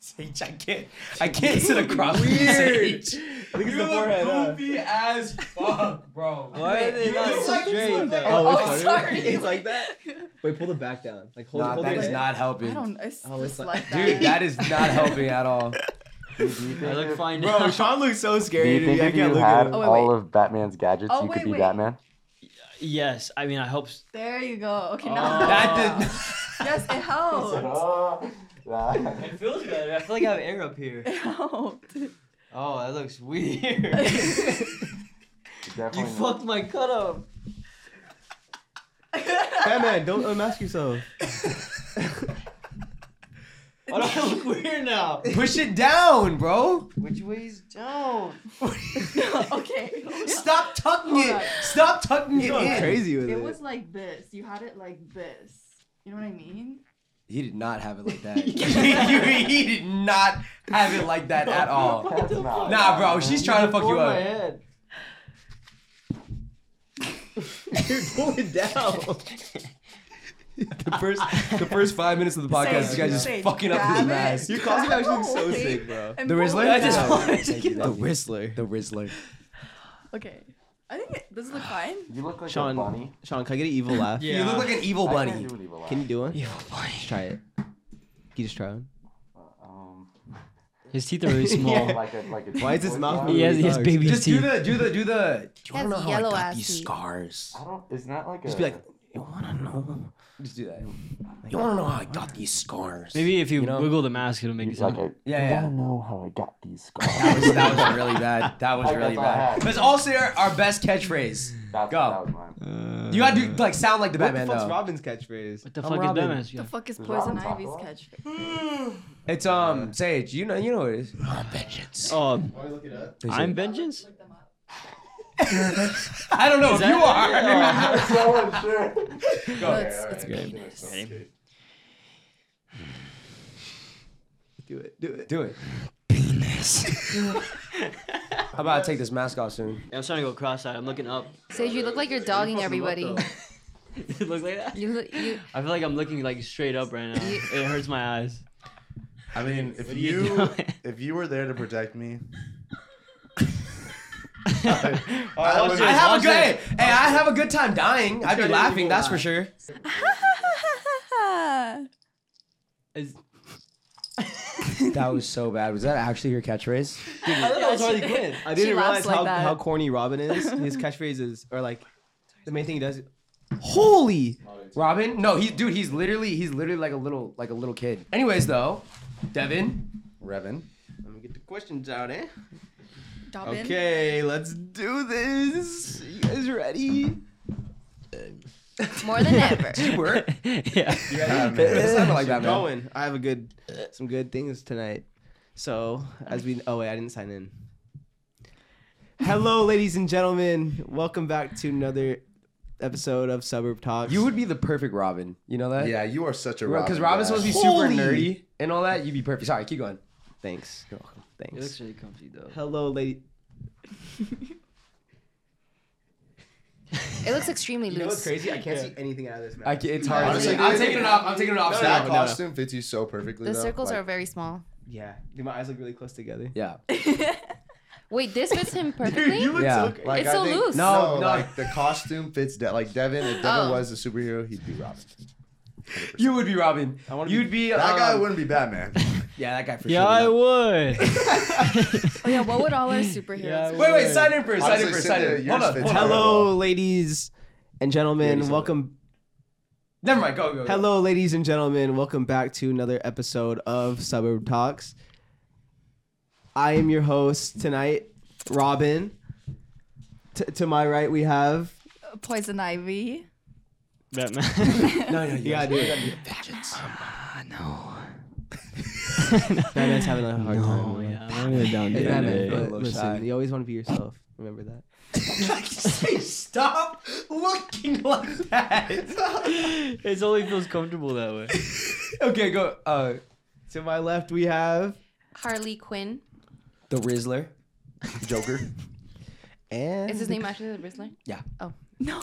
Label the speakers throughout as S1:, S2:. S1: sage. I can't. I can't sit across from
S2: Weird.
S1: sage.
S2: Look at
S3: You
S2: the
S3: look
S2: forehead. huh?
S3: goofy as fuck, bro.
S4: Why are they
S3: You
S4: not
S3: look like it's
S4: straight?
S3: like-
S4: though?
S2: Oh,
S5: Oh,
S2: it's like-
S5: sorry.
S2: it's like that? Wait, pull the back down. Like hold,
S3: Nah,
S2: hold
S3: that
S2: it
S3: is
S2: like-
S3: not
S5: I
S3: helping.
S5: don't. It's
S2: Oh, it's
S5: just
S2: like-
S5: like that.
S3: Dude, that is not helping at all.
S4: I look fine
S1: Bro,
S4: now.
S1: Sean looks so
S6: Do
S1: scary.
S6: you think
S1: Dude. I
S6: if you
S1: can't look
S6: had
S1: at
S5: Oh,
S1: him.
S5: wait,
S6: all
S5: wait.
S6: of Batman's gadgets,
S5: Oh,
S6: you
S5: wait,
S6: could be
S5: wait.
S6: Batman?
S4: Yes, I mean I hope. s-
S5: There you go. Okay,
S4: Oh.
S5: now
S1: That did.
S5: Yes, it helped.
S4: It feels better. I feel like I have air up here.
S5: It helped.
S4: Oh, that looks weird. you fucked my cut up.
S2: Batman, don't unmask yourself.
S4: Why do I look weird now?
S3: Push it down, bro.
S4: Which way's down?
S5: okay.
S3: Stop tucking
S5: Hold
S3: it.
S5: on.
S3: Stop tucking
S2: He's
S3: it
S2: going
S3: in.
S2: crazy with it.
S5: It was like this. You had it like this. You know what I mean?
S3: He did not have it like that. he, he did not have it like that at all.
S4: What the fuck?
S3: Nah, bro, she's trying to fuck you
S4: Before my
S3: up.
S4: head.
S2: Dude, pull it down.
S3: The first, the first five minutes of the podcast,
S5: Sage,
S3: this guy's just
S5: Sage,
S3: fucking up his
S5: grab it.
S3: mask.
S2: Your costume actually looks so
S5: Okay.
S2: sick, bro.
S5: And
S3: The
S5: pull
S3: Rizzler?
S5: it
S3: I just
S5: down.
S4: wanted to get-
S2: The Whistler.
S3: The Rizzler.
S5: Okay. I think it, does it look fine?
S6: You look like
S2: Sean,
S6: a bunny.
S2: Sean, can I get an evil laugh?
S4: Yeah.
S3: You look like an evil
S6: I
S3: bunny.
S6: can't do an evil eye.
S2: Can you do one?
S4: Evil bunny.
S2: Just try it. Can you just try one?
S6: Um,
S4: His teeth are really small.
S6: like a, like a
S2: Why is his
S6: decoy
S2: mouth
S6: eye?
S4: He has, he has
S2: Dogs.
S4: baby
S3: Just do
S4: teeth.
S3: the, do the, do the. Do you
S5: Has
S3: wanna know how I
S5: yellow
S3: got
S5: ass
S3: these
S5: teeth.
S3: scars?
S6: I don't. Isn't that like a?
S2: Just be like,
S3: You wanna know?
S2: just do that.
S3: You wanna know how I got these scars?
S4: Maybe if you,
S3: You know?
S4: wiggle the mask, it'll make it
S6: He's like
S4: sound.
S6: a,
S3: Yeah, yeah.
S6: I don't know how I got these scars.
S3: That was, that was really bad. That was
S6: I-
S3: really
S6: that's all I
S3: bad.
S6: had.
S3: Let's all say our, our best catchphrase.
S6: That's,
S3: Go.
S6: That was mine.
S3: You gotta do like sound like the
S2: What the
S3: Batman
S2: fuck's
S3: though.
S2: Robin's catchphrase?
S4: What the
S3: I'm
S4: fuck is
S3: Robin.
S4: that mask?
S5: The fuck is
S6: Does
S5: Poison
S6: Robin talk a
S5: Ivy's
S6: lot?
S5: catch?
S3: It's um Sage. You know you know what it is. vengeance.
S4: Oh,
S3: Is
S4: I'm
S3: it-
S4: vengeance.
S3: I don't know if
S4: that-
S3: you are.
S4: Yeah.
S6: so unsure.
S5: No, it's- it's
S2: Do it. Do it.
S3: Do it. I'm about to take this mask off soon.
S4: I'm starting to go cross-eyed. I'm looking up.
S5: Sage, you look like you're dogging everybody.
S4: it looks like that.
S5: You look you.
S4: I feel like I'm looking like straight up right now.
S5: You-
S4: It hurts my eyes.
S7: I mean, if
S4: What are you
S7: you
S4: doing?
S7: if you were there to protect me,
S4: I,
S7: I
S4: watched
S7: was-
S4: it,
S3: I have a
S4: watched
S3: good.
S4: it.
S3: Hey, I have a good time dying. I'd be
S7: gotta
S3: laughing.
S7: evil
S3: That's
S7: eye.
S3: for sure.
S4: Is-
S3: That was so bad. Was that actually your catchphrase?
S4: I thought that was already good.
S2: I
S5: She
S2: didn't
S5: laughs
S2: realize
S5: like
S2: how,
S5: that.
S2: how corny Robin is. His catchphrase is, or like, the main thing he does. is, Holy!
S3: Robin? No, he's dude. He's literally he's literally like a little like a little kid. Anyways, though, Devin, Revin.
S2: Let me get the questions out, eh?
S5: Dobbin.
S2: Okay, let's do this. You guys ready?
S5: More than ever.
S3: Did you work?
S4: yeah.
S7: yeah,
S3: It
S7: man.
S3: sounded like that, man.
S2: Going. I have a good, some good things tonight. So as we, oh wait, I didn't sign in. Hello, ladies and gentlemen. Welcome back to another episode of Suburb Talks.
S3: You would be the perfect Robin. You know that?
S7: yeah, you are such a Robin.
S3: Because Robin's
S7: guy.
S3: supposed to be super
S2: Holy.
S3: nerdy and all that. You'd be perfect. Sorry, keep going.
S2: thanks. You're welcome.
S4: It looks
S2: Thanks.
S4: really comfy though.
S2: Hello, lady.
S5: It looks extremely
S2: You know what's
S5: loose.
S2: crazy? I can't see anything out of this.
S3: I,
S2: Map.
S3: ca- it's hard.
S7: Honestly,
S3: I'm
S7: dude.
S3: taking it off. I'm taking it off.
S2: No,
S3: Stop.
S7: that
S2: no, no.
S7: costume fits you so perfectly.
S5: The
S7: though.
S5: circles
S7: Like,
S5: are very small.
S2: Yeah. Dude, my eyes look really close together.
S3: Yeah.
S5: Wait, this fits him perfectly.
S2: you look so.
S3: Yeah.
S7: Like,
S5: It's
S7: I
S5: so
S7: think,
S5: loose.
S7: No,
S3: No, no.
S7: like the costume fits. De- like Devin, if Devin
S5: Oh.
S7: was a superhero, he'd be Robin.
S3: You would be Robin.
S2: I wanna be-
S3: You'd be.
S7: That guy
S3: um,
S7: wouldn't be Batman.
S3: Yeah, that guy for
S4: Yeah,
S3: sure.
S4: I
S3: would.
S4: would.
S5: Oh yeah, what would all our superheroes?
S4: Yeah,
S5: be?
S3: Wait, wait. Sign in first. Sign in
S7: Honestly,
S3: first.
S7: sit
S3: Sign
S7: there,
S3: in.
S7: yours
S3: Hold up.
S7: fits
S3: Hold
S7: better.
S3: up.
S2: Hello, ladies and gentlemen.
S3: Ladies and-
S2: welcome
S3: Never mind. Go. Go. go.
S2: Hello, ladies and gentlemen. Welcome back to another episode of Suburb Talks. I am your host tonight, Robin. T- to my right, we have.
S5: Poison Ivy.
S4: Batman.
S3: No, no. You
S2: Yeah,
S3: gotta do it.
S2: Batman's having a hard
S4: oh
S2: time.
S4: yeah, I'm gonna go down
S2: Hey,
S3: Yeah, Batman,
S4: there.
S2: Batman, but
S3: yeah, yeah.
S2: listen, you always want to be yourself. Remember that.
S3: Stop looking like that.
S4: It only feels comfortable that way.
S3: okay, go. Uh,
S2: To my left, we have.
S5: Harley Quinn.
S3: the Rizzler.
S7: Joker.
S2: And
S5: Is his name actually the Rizzler?
S3: Yeah.
S5: Oh no.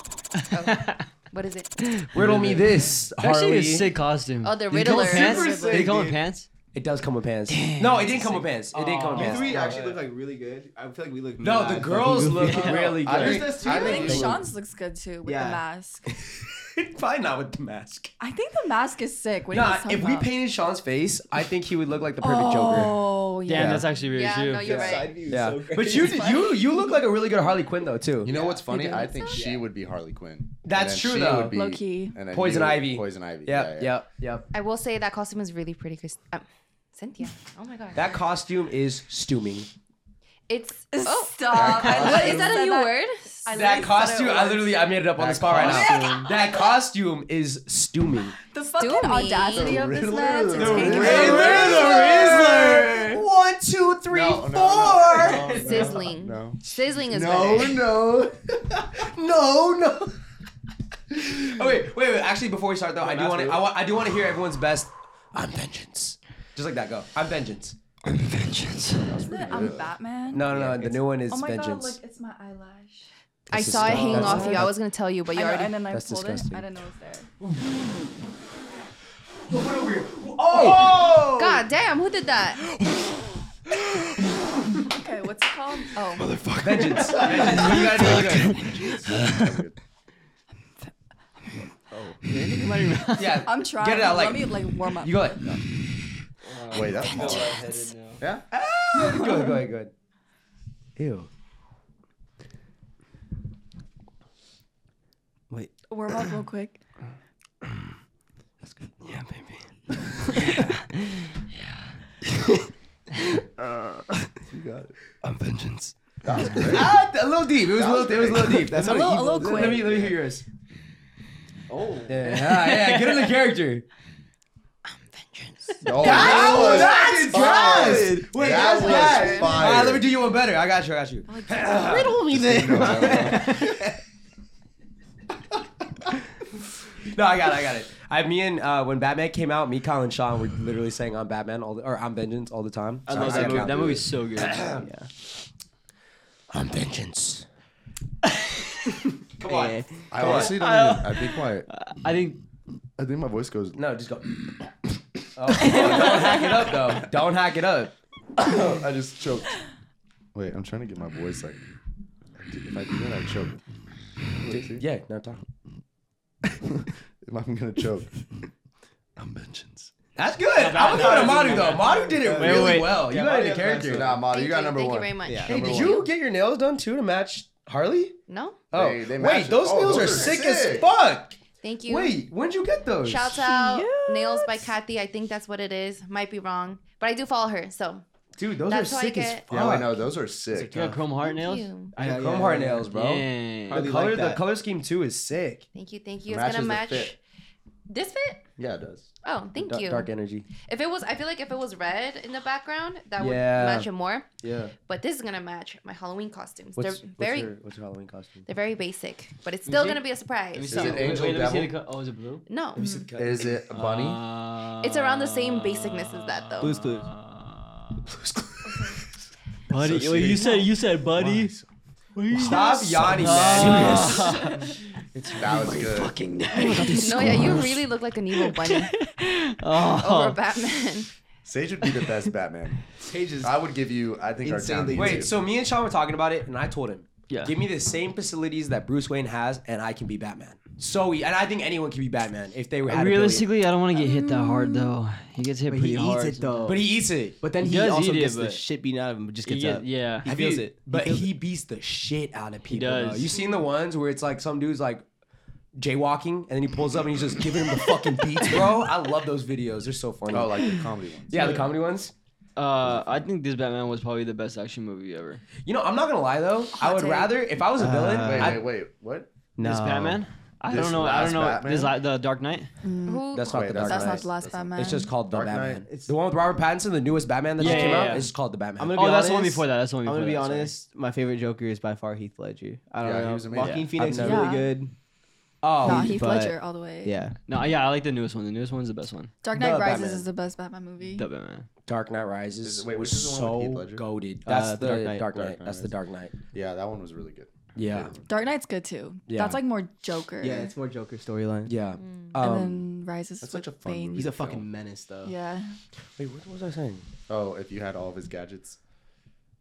S7: Oh.
S5: What is it?
S3: Riddle me this,
S4: Actually,
S3: Harley.
S4: a sick costume.
S5: Oh, the
S4: Did he call it
S5: Riddler.
S4: pants?
S5: Super
S4: Did he
S2: sick,
S4: call it
S2: dude.
S4: pants?
S3: It does come with pants. No, it didn't come with pants. It didn't come
S8: Aw.
S3: with
S2: You
S3: pants.
S2: three
S8: Yeah.
S2: actually look like really good. I feel like we look.
S3: No, the
S2: mad
S3: girls
S2: fucking
S3: look
S2: goofy.
S3: really
S6: I
S3: good.
S6: think-
S2: There's those two
S6: I
S5: I
S6: think
S5: think
S6: you-
S5: Sean's looks good too with
S2: Yeah.
S5: the mask.
S3: Probably not with the mask.
S5: I think the mask is sick. What do you
S3: Nah,
S5: guys talk
S3: if we
S5: about?
S3: painted Sean's face, I think he would look like the perfect Joker.
S5: Oh yeah.
S3: Yeah.
S4: Damn, that's actually really
S9: Yeah,
S4: true.
S9: no, you're
S2: The
S9: right.
S2: side view is
S3: Yeah,
S2: so great.
S3: but you you you look like a really good Harley Quinn though too.
S6: You know what's funny?
S5: do.
S6: I think she would be Harley Quinn. And
S3: That's
S6: then
S3: true,
S6: she
S3: though.
S6: would be-
S5: Low key.
S6: and then
S3: Poison
S6: you-
S3: Ivy.
S6: Poison Ivy.
S3: Yep, yep, yep.
S7: I will say that costume is really pretty, Chris. Um, Cynthia. Oh my god.
S3: That costume is stooming.
S7: it's
S5: Oh,
S7: oh.
S5: Stop.
S6: That
S5: I
S6: costume-
S7: What,
S5: literally
S7: is that
S5: said
S7: a new word?
S5: I
S3: That
S5: literally said
S3: costume,
S5: it
S3: I
S5: once.
S3: literally, I made it up on the
S6: That
S3: spot right now.
S6: costume.
S3: That costume is stooming.
S5: The fucking
S7: Stoomy.
S5: audacity
S6: The
S5: of this
S6: Riddler.
S5: man to
S6: The
S5: take it
S6: Riddler.
S2: Riddler.
S3: One, two, three,
S6: No,
S3: four.
S6: no, no, no, no.
S7: Sizzling.
S6: No.
S7: Sizzling is
S6: No,
S7: better.
S6: no.
S3: No, no. oh, wait, wait, wait. Actually, before we start though, I do
S2: that's
S3: want to.
S2: rude.
S3: I, wa- I do want to hear everyone's best. I'm vengeance. Just like that, go. I'm vengeance.
S5: I'm Batman.
S3: No, no, no. the new one is
S9: Oh my
S3: vengeance.
S9: god, look, it's my eyelash.
S7: I
S3: This is
S7: saw it
S3: disgusting.
S7: hanging
S3: That's
S7: off you. I was gonna tell you, but
S9: I
S7: you
S9: know,
S7: already.
S9: and then I
S3: That's
S9: pulled
S3: disgusting.
S9: it. I didn't know it was there.
S3: oh,
S7: God damn, who did that?
S9: Okay, what's it called?
S7: Oh,
S3: vengeance. vengeance. What you gotta do? You gotta- Yeah,
S5: I'm trying.
S3: Get it out,
S5: Let
S3: like-
S5: me like warm up.
S3: you go ahead.
S6: Wait, that's more. Yeah.
S3: Go ahead, go ahead, go ahead. Ew. Wait.
S5: warm up real quick.
S3: Yeah, baby.
S6: You got it.
S3: I'm vengeance.
S6: That was great.
S3: Ah, a little deep. It was a little. It was a little deep. That's
S5: Oh, A
S3: what
S5: little-
S3: he-
S5: a little
S3: Let
S5: quick.
S3: me let me hear yours.
S8: Oh.
S3: Yeah, yeah, yeah, get in the character.
S6: Oh, that was-
S3: that's
S6: solid.
S3: good. Wait,
S6: that
S3: that's bad.
S6: was
S3: All right, let me
S6: fire.
S3: do you one better. I got you. I got you.
S2: Riddle me this.
S3: No, I got it. I got it. I, me and uh, when Batman came out, me, Kyle, and Sean were literally saying "I'm Batman" all the, or "I'm Vengeance" all the time.
S4: I
S3: So
S4: love
S3: said
S4: that movie.
S3: Cal-
S4: That movie's so good. yeah.
S3: I'm Vengeance. Come
S2: Yeah.
S3: on.
S6: I honestly don't even. I think my.
S4: I think
S6: I think my voice goes.
S3: No, just go. oh, don't hack it up though. Don't hack it up.
S6: I just choked. Wait, I'm trying to get my voice like. If I do that, I choke. Wait, see?
S3: Yeah, no talk.
S6: If I'm gonna choke. I'm vengeance.
S3: That's good. I'm gonna go to Madu though. Madu did it
S4: Wait,
S3: really
S4: wait.
S3: well. You
S2: Yeah,
S3: got
S2: Madu
S3: into
S2: had
S3: character.
S2: fun.
S6: Nah, Mata, you got number
S7: thank
S6: one.
S7: you very much.
S2: Yeah.
S3: Hey,
S6: Number
S3: did
S6: one.
S3: you get your nails done too to match Harley?
S7: No,
S3: Oh,
S6: They- they match
S3: wait,
S6: it.
S3: those
S6: Oh,
S3: nails
S6: those
S3: are
S6: are
S3: sick, as
S6: sick.
S3: fuck.
S7: thank you.
S3: Wait, when'd you get those?
S7: Shouts out nails by Kathy. I think that's what it is. Might be wrong, but I do follow her. So
S3: Dude, those
S7: That's
S3: are
S7: how I
S3: sick as
S7: get-
S3: fuck.
S6: Yeah, wait, no, those are sick.
S4: you got uh, chrome heart
S7: thank
S4: nails.
S7: you,
S3: I
S2: Yeah,
S3: have chrome
S2: yeah,
S3: heart
S2: yeah.
S3: nails, bro.
S4: Dang.
S3: The
S2: Really
S3: color,
S2: like
S3: the
S2: that.
S3: color scheme too is sick.
S7: thank you, thank you. It's
S6: Matches
S7: gonna
S6: the
S7: match
S6: fit.
S7: this fit.
S3: Yeah, it does.
S7: Oh, thank
S3: Dark,
S7: you.
S3: dark energy.
S7: If it was, I feel like if it was red in the background, that would
S3: Yeah.
S7: match it more.
S3: Yeah.
S7: But this is gonna match my Halloween costumes.
S3: What's,
S7: They're
S3: what's
S7: very,
S3: your, what's your Halloween costume?
S7: they're very basic, but it's
S4: Let me
S7: still
S4: see.
S7: gonna be a
S4: Let me
S7: surprise.
S6: So-
S4: see. Is
S7: So
S6: it angel
S4: Wait, let me see the
S6: devil?
S4: co- oh, is it blue?
S7: no,
S6: Is it a bunny?
S4: Uh,
S7: It's around the same basicness as that, though.
S2: Blue's Clues.
S4: buddy,
S6: So
S4: wait, you
S6: serious.
S4: said you said buddy.
S3: Stop yawning, man.
S6: that
S7: Oh
S6: was good.
S7: no, yeah, you really look like an evil bunny over
S4: oh,
S7: Batman.
S6: Sage would be the best Batman.
S2: Sage is
S6: I would give you. I think our town.
S2: Insanely
S6: needs you.
S3: Wait, so me and Sean were talking about it, and I told him,
S4: Yeah.
S3: give me the same facilities that Bruce Wayne has, and I can be Batman. So, e- and I think anyone can be Batman if they were had a billion.
S4: realistically, I don't want to get hit that hard though. He gets hit
S2: But
S4: pretty
S2: he eats
S4: hard.
S2: it though.
S3: But he eats it.
S2: But then
S4: He
S2: he,
S4: does
S2: also
S4: eat it,
S2: gets the
S4: but-
S2: shit beaten out of him. But just
S4: He
S2: gets
S4: get-
S2: up.
S4: yeah.
S2: he feels
S3: Dude,
S2: it.
S3: But
S2: feels
S3: he beats the shit out of people.
S4: does.
S3: Bro. You seen the ones where it's like some dude's like jaywalking and then he pulls up and he's just giving him the fucking beats, bro. I love those videos. They're so funny.
S6: Oh, like the comedy ones.
S3: yeah, the comedy ones.
S4: Uh, I think this Batman was probably the best action movie ever.
S3: You know, I'm not gonna lie though. I would
S7: take.
S3: rather if I was a villain.
S2: Uh,
S6: Wait,
S3: I,
S6: wait, wait. What?
S2: no.
S4: This Batman? I
S6: This
S4: don't know. I
S6: last
S4: don't know. This
S6: Batman?
S4: li- the Dark Knight.
S7: Who?
S3: that's not
S6: Wait,
S3: the Dark
S6: that's
S5: That's
S3: Knight.
S5: not the last Batman.
S3: It's just called the
S6: Dark Knight.
S3: Batman.
S2: It's-
S3: the one with Robert Pattinson, the newest Batman that
S4: Yeah,
S3: just came
S4: yeah,
S3: out.
S4: yeah.
S3: It's just called the Batman.
S2: I'm gonna
S4: Oh,
S2: be
S4: that's the one
S2: honest.
S4: before that. That's the one
S2: I'm
S4: before
S2: gonna
S4: that.
S2: be
S4: sorry.
S2: honest. My favorite Joker is by far Heath Ledger. I don't
S6: Yeah, he
S2: know.
S6: was amazing.
S2: Joaquin
S6: Yeah.
S2: Phoenix
S3: I've
S2: is
S3: never-
S2: really
S5: Yeah.
S2: good.
S3: oh,
S5: Nah, Heath
S2: but-
S5: Ledger all the way.
S2: Yeah.
S4: No, yeah, I like the newest one. The newest one's the best one.
S5: Dark Knight
S3: The
S5: Rises
S3: Batman.
S5: is the best Batman movie.
S4: The Batman.
S3: Dark Knight Rises
S6: Is- wait,
S3: was
S6: which is the one
S3: so
S6: with Heath Ledger?
S3: goaded.
S2: Uh,
S3: That's the
S2: the Dark Knight.
S3: Dark
S6: Dark
S3: Knight.
S6: Knight
S3: That's the
S6: Rises.
S3: Dark Knight.
S6: Yeah, that one was really good.
S3: Yeah,
S6: Favorite one.
S5: Dark Knight's good too.
S3: Yeah.
S5: That's like more Joker.
S2: Yeah, it's more Joker storyline.
S3: yeah.
S2: Um, uh,
S5: and then rises
S6: That's
S5: with
S6: such a fun
S5: pain.
S6: movie.
S2: He's a fucking menace, though.
S5: Yeah.
S3: Wait, what was I saying?
S6: Oh, if you had all of his gadgets.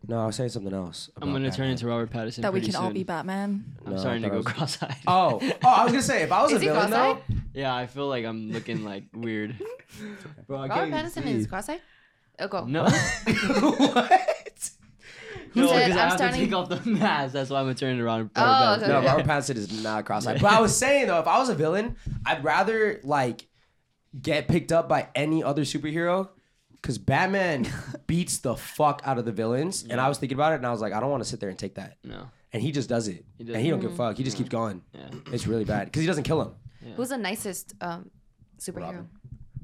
S3: No, I was saying something else.
S4: I'm
S3: about
S4: gonna turn
S3: Batman.
S4: into Robert Pattinson.
S5: That we
S4: pretty
S5: can all
S4: soon.
S5: be Batman.
S4: I'm
S3: No, I
S4: starting to
S3: thought I
S4: go
S3: was-
S4: cross-eyed.
S3: Oh, oh, I was gonna say if I was
S7: Is
S3: a
S7: he
S3: villain though,
S7: cross-eyed?
S4: yeah, I feel like I'm looking like weird.
S2: Bro, I
S7: Robert
S2: can't even
S7: Pattinson
S2: breathe.
S7: is cross-eyed. Oh, go.
S4: No,
S3: what?
S4: no, because
S7: said
S4: I
S7: I'm
S4: have
S7: starting-
S4: to take off the mask. That's why I'm gonna turn into Robert.
S7: Oh,
S4: Robert
S7: okay.
S4: Pattinson.
S3: No, Robert Pattinson is not cross-eyed. But I was saying though, if I was a villain, I'd rather like get picked up by any other superhero. Cause Batman beats the fuck out of the villains, and I was thinking about it, and I was like, I don't want to sit there and take that.
S4: No.
S3: And he just does it,
S4: He
S3: and he
S4: does
S3: don't give a fuck. He just keeps going.
S4: Yeah.
S3: It's really bad because he doesn't kill him.
S7: Who's the nicest um, superhero?
S6: Robin.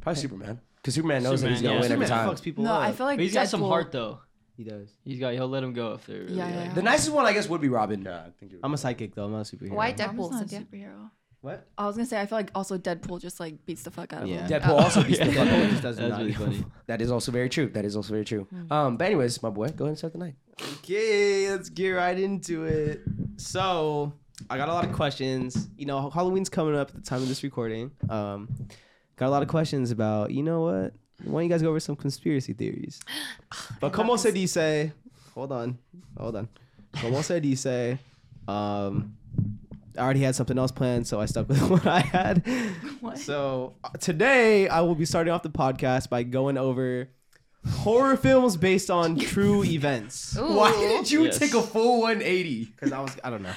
S3: Probably Superman, because Superman knows that he's gonna
S4: Superman, yeah.
S3: win every
S2: Superman
S3: time.
S2: fucks people
S5: No,
S2: up.
S5: I feel like
S4: But he's got some
S5: Deadpool-
S4: heart though.
S2: he does.
S4: He's got. He'll let him go if they're really
S5: Yeah,
S4: like.
S5: yeah.
S3: The nicest one, I guess, would be Robin.
S6: Yeah, I think it
S2: I'm a psychic, though. I'm not a superhero.
S7: Why
S5: Robin's
S7: Deadpool?
S5: not a
S7: Cynthia?
S5: superhero.
S2: What?
S5: I was gonna say I feel like also Deadpool just like beats the fuck out of
S2: Yeah.
S5: him.
S3: Deadpool
S7: Oh,
S3: also beats the
S4: yeah.
S3: fuck out of him.
S2: Just does
S4: That's
S2: not
S4: really
S2: go.
S4: funny.
S3: That is also very true. That is also very true. Um, but anyways, my boy, go ahead and start the night.
S2: Okay, let's get right into it. So, I got a lot of questions. You know, Halloween's coming up at the time of this recording. Um, got a lot of questions about, you know what? Why don't you guys go over some conspiracy theories? but como se dice, hold on, hold on. Como se dice, um, I already had something else planned, so I stuck with what I had.
S5: What?
S2: So uh, today I will be starting off the podcast by going over horror films based on true events.
S7: Ooh.
S3: you
S4: Yes. take a
S3: full 180?
S2: Because I was, I don't know.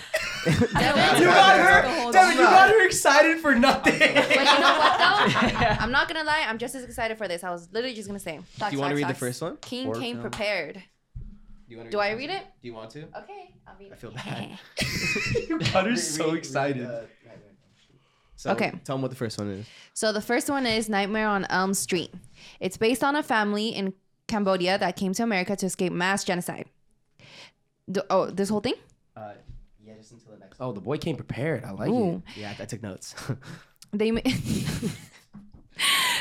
S7: Devin?
S3: You got her,
S5: Hold
S3: Devin.
S5: on.
S3: You got her excited for nothing.
S7: But you know what though? I'm not gonna lie. I'm just as excited for this. I was literally just gonna say,
S5: Facts,
S2: Do you want to
S5: facts,
S2: read the
S5: facts.
S2: first one?
S7: King
S6: Horror
S7: came
S6: film.
S7: prepared.
S2: Do, you
S7: Do I read it?
S2: Do you want to?
S7: Okay, I'll read it.
S2: I feel bad.
S3: Cutter's so excited.
S2: uh, So,
S7: Okay.
S2: Tell them what the first one is.
S7: So the first one is Nightmare on Elm Street. It's based on a family in Cambodia that came to America to escape mass genocide. The- oh, this whole thing?
S2: Uh, yeah, just until the next.
S3: Oh, the boy came prepared. I like it.
S7: Ooh.
S2: Yeah, I took notes.
S7: They ma-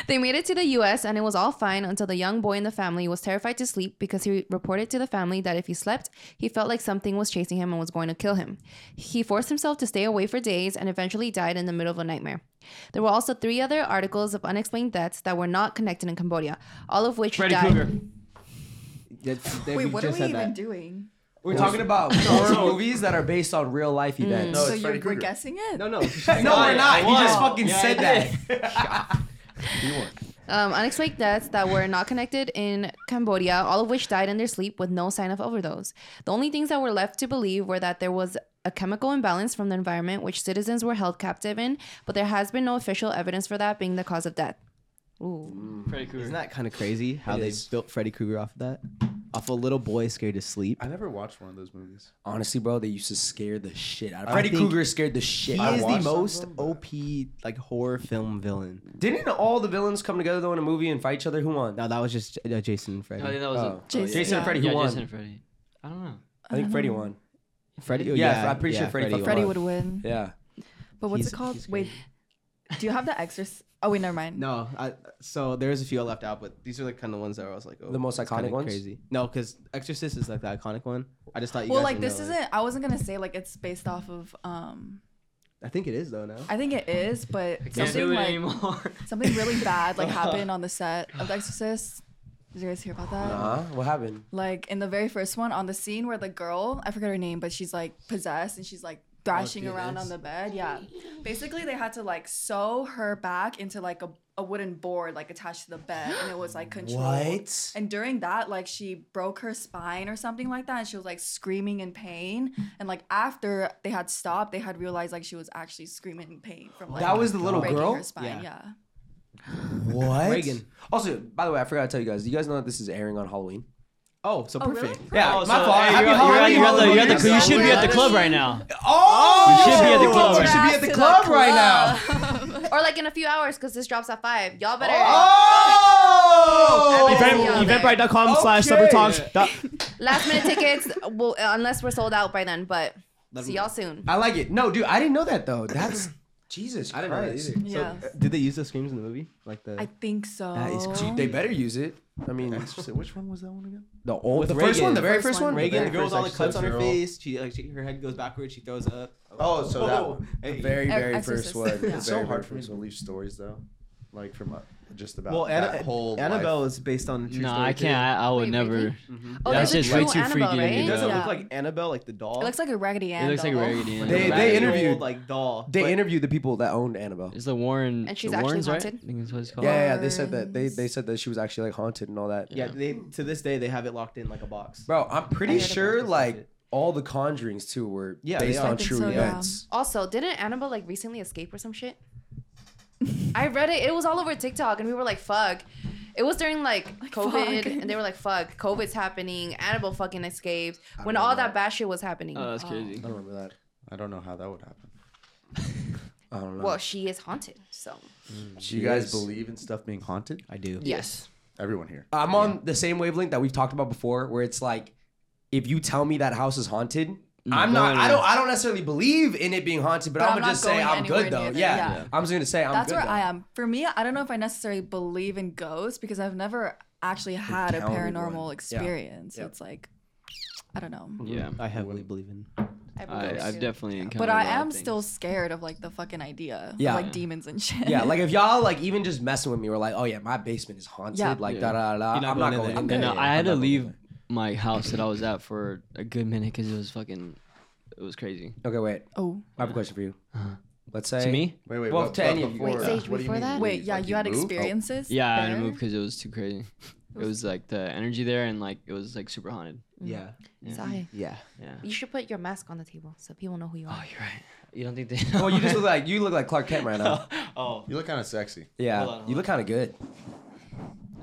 S7: They made it to the US and it was all fine until the young boy in the family was terrified to sleep because he reported to the family that if he slept, he felt like something was chasing him and was going to kill him. He forced himself to stay away for days and eventually died in the middle of a nightmare. There were also three other articles of unexplained deaths that were not connected in Cambodia, all of which
S4: Freddy
S7: died.
S4: Krueger.
S2: we
S5: Wait, what are
S2: just
S5: we
S2: said
S5: even
S2: that.
S5: doing?
S3: We're talking about horror movies that are based on real life events.
S6: No,
S5: so
S6: it's
S5: you're
S6: Freddy
S5: we're
S6: Krueger.
S5: guessing it?
S2: No, no.
S3: No, we're not. He just
S4: Wow.
S3: fucking
S4: Yeah,
S3: said
S4: I
S3: that.
S7: Um, unexplained deaths that were not connected in Cambodia, all of which died in their sleep with no sign of overdose. The only things that were left to believe were that there was a chemical imbalance from the environment which citizens were held captive in, but there has been no official evidence for that being the cause of death. Ooh.
S4: Freddy Krueger.
S2: Isn't that kind of crazy how
S3: It
S2: they
S3: is.
S2: built Freddy Krueger off of that? Off a little boy scared to sleep.
S6: I never watched one of those movies.
S3: Honestly, bro, they used to scare the shit out of
S2: I
S3: Freddy
S2: think
S3: Krueger scared the shit
S2: He
S3: out of
S2: is the
S3: me.
S6: watched some
S2: most
S6: of them, but-
S2: OP like horror film villain.
S3: Didn't all the villains come together though in a movie and fight each other? Who won?
S2: No, that was just uh, Jason and Freddy.
S4: No, I think that was
S3: Oh.
S4: a- oh,
S5: Jason.
S4: yeah,
S3: Jason
S4: yeah.
S3: and Freddy, who
S4: Yeah,
S3: won?
S4: Jason and Freddy. I don't know.
S3: I think Freddy won.
S2: Freddy. oh,
S3: Yeah, I'm pretty sure Freddy fucked
S5: Freddy
S3: Fun.
S5: would win.
S3: Yeah.
S5: But what's
S2: He's-
S5: it called?
S2: he's
S5: Wait. Do you have the exorcist? Oh wait, never mind.
S2: No, I, so there's a few I left out, but these are like kind of ones that I was like, oh,
S3: The most
S2: that's kinda
S3: iconic ones?
S2: Crazy. No, because Exorcist is like the iconic one. I just thought you.
S5: well,
S2: guys
S5: like
S2: would
S5: this
S2: know it.
S5: isn't. I wasn't gonna say like it's based off of. Um,
S2: I think it is though. Now.
S5: I think it is, but
S4: Can't
S5: something
S4: do it
S5: like
S4: anymore.
S5: something really bad like happened on the set of The Exorcist. Did you guys hear about that?
S3: Nah, what happened?
S5: Like in the very first one, on the scene where the girl, I forget her name, but she's like possessed and she's like thrashing around on the bed. Yeah. Basically, they had to like sew her back into like a, a wooden board like attached to the bed and it was like controlled.
S3: What?
S5: And during that, like she broke her spine or something like that, and she was like screaming in pain. And like after they had stopped, they had realized like she was actually screaming in pain from like
S3: That was the little
S5: breaking
S3: girl?
S5: her spine.
S2: Yeah.
S5: Yeah.
S3: What?
S2: Reagan.
S3: Also, by the way, I forgot to tell you guys. Do you guys know that this is airing on Halloween?
S2: Oh, so
S5: Oh, really?
S2: perfect.
S3: Yeah,
S4: Oh,
S3: my
S4: so,
S3: fault.
S4: hey,
S3: Happy
S4: you're- you're at-
S3: Halloween,
S4: you're at the- you're at the-
S3: Halloween.
S4: You should be at the club right now.
S3: Oh,
S4: You should be at the club.
S3: You should be at the club right now.
S5: now.
S7: Or like in a few hours because this drops at five. Y'all better
S3: Oh!
S7: Event- Yeah.
S2: Eventbrite.com slash
S3: Okay.
S2: summertalks. dot-
S7: last minute tickets. Well, unless we're sold out by then, but
S2: Let 'em
S7: see
S2: know.
S7: y'all soon.
S3: I like it. No, dude, I didn't know that though. That's Jesus Christ.
S2: I didn't know that either.
S5: yeah.
S2: So, uh, did they use those screams in the movie? Like the.
S5: I think so.
S2: That is
S3: Gee, They better use it. I mean,
S6: Which one was that one again?
S3: the old,
S2: With
S3: the first
S2: Reagan.
S3: one, the very first one.
S2: Reagan,
S3: the
S2: the girl with all
S3: very
S2: the
S3: first
S2: cuts on her
S6: Exorcist.
S2: face. She like she, her head goes backwards. She throws up.
S6: Oh, so that
S2: Whoa.
S6: one.
S2: Hey.
S3: very, very first
S5: Exorcist.
S3: one.
S5: Yeah.
S3: The
S6: It's
S3: very,
S6: so hard
S3: very
S6: for me
S3: first
S6: to
S3: one.
S6: believe stories though. like from uh, just about
S2: Well,
S6: that
S2: Anna-
S6: whole
S2: Annabelle
S6: life.
S2: is based on a true
S4: No,
S2: story,
S4: I
S2: too. Mm-hmm.
S4: can't. I, I would
S7: Wait,
S4: never.
S7: really? Oh,
S4: That's
S7: there's a
S4: just
S7: true
S4: way too freaky
S7: Annabelle,
S4: to
S7: right?
S4: me,
S2: It doesn't
S4: Yeah.
S2: look like Annabelle, like the doll.
S5: It looks like a Raggedy Ann.
S4: It looks like
S5: doll.
S4: Raggedy Ann.
S3: They-
S4: Like,
S3: they
S4: it's
S2: An old,
S3: interviewed-
S2: like doll.
S3: They
S2: but-
S3: interviewed the people that owned Annabelle.
S4: It's the Warren.
S7: And she's
S4: the
S7: actually
S4: Warrens,
S7: haunted?
S4: right? I think that's what it's called.
S3: Yeah, yeah, yeah, they said that they they said that she was actually like haunted and all that.
S2: Yeah, they to this day they have it locked in like a box.
S3: Bro, I'm
S2: I
S3: pretty
S2: heard about
S3: sure
S2: this
S3: like
S2: shit.
S3: all the conjurings too were
S2: Yeah, they
S3: based
S2: are. I
S3: on
S5: think
S3: true
S5: so, yeah.
S3: events.
S7: Also, didn't Annabelle like recently escape or some shit? I read it. It was all over TikTok, and we were like, "Fuck." It was during like, COVID,
S5: fuck.
S7: and they were like, "Fuck, COVID's happening. Annabelle fucking escaped."
S6: I
S7: When
S6: don't
S7: all
S6: know.
S7: that bad shit was happening.
S4: Oh, that's crazy.
S3: I don't remember that.
S6: I don't know how that would happen.
S3: I don't know.
S7: Um, well, she is haunted, so
S6: Do you guys
S3: Yes.
S6: believe in stuff being haunted?
S2: I do.
S7: yes.
S6: Everyone here.
S3: I'm on the same wavelength that we've talked about before, where it's like, if you tell me that house is haunted,
S2: Mm,
S3: I'm not.
S4: no,
S3: I
S4: no.
S3: don't. I don't necessarily believe in it being haunted, but,
S5: But
S3: I'm
S5: I'm
S3: gonna
S5: not
S3: just say
S5: going
S3: I'm
S5: anywhere
S3: good
S5: near
S3: though.
S5: there.
S3: Yeah.
S5: Yeah.
S3: I'm just gonna say I'm
S5: That's
S3: good.
S5: where
S3: though.
S5: I am. For me, I don't know if I necessarily believe in ghosts because I've never actually had a
S3: Encountered one.
S5: paranormal
S3: Yeah.
S5: experience.
S3: Yeah.
S5: So it's like, I don't know.
S4: Yeah.
S2: I heavily believe in.
S4: I,
S7: believe
S4: I've
S7: too.
S4: definitely encountered.
S5: But I
S4: a lot of
S5: am
S4: things.
S5: still scared of like the fucking idea. of,
S3: Yeah.
S5: like demons and shit.
S3: Yeah, like if y'all like even just messing with me, we're like, oh yeah, my basement is haunted.
S5: Yeah.
S3: Like
S4: Yeah.
S3: da da da.
S2: You're not
S3: I'm
S2: going in
S3: not going.
S2: there.
S3: I'm
S4: And
S3: good.
S4: uh, I
S3: I'm
S4: had
S3: not
S4: to
S3: going
S4: leave
S3: in
S4: my house that I was at for a good minute because it was fucking. It was crazy.
S3: there. Okay, wait.
S5: oh,
S3: I have a question for you. Let's say
S4: To me?
S6: Wait, wait,
S3: Well,
S6: what,
S3: to
S6: but
S3: any of you.
S6: before,
S7: Wait, Sage,
S6: what do you
S7: before
S6: mean
S7: that?
S6: leave?
S5: wait, yeah,
S6: Like,
S5: you had
S6: moved?
S5: experiences.
S4: Oh. Yeah, I had to
S5: there?
S4: move because it was too crazy. It was like the energy there and like it was like super haunted.
S2: Yeah.
S4: Yeah.
S7: Sigh.
S2: Yeah.
S4: Yeah.
S7: You should put your mask on the table so people know who you
S4: Oh,
S7: are.
S4: you're right. You don't think they?
S3: Well, Oh, you just look like you look like Clark Kent right now.
S8: Oh,
S6: You look kind of sexy.
S3: Yeah,
S8: Hold on, hold
S3: you look kind of good.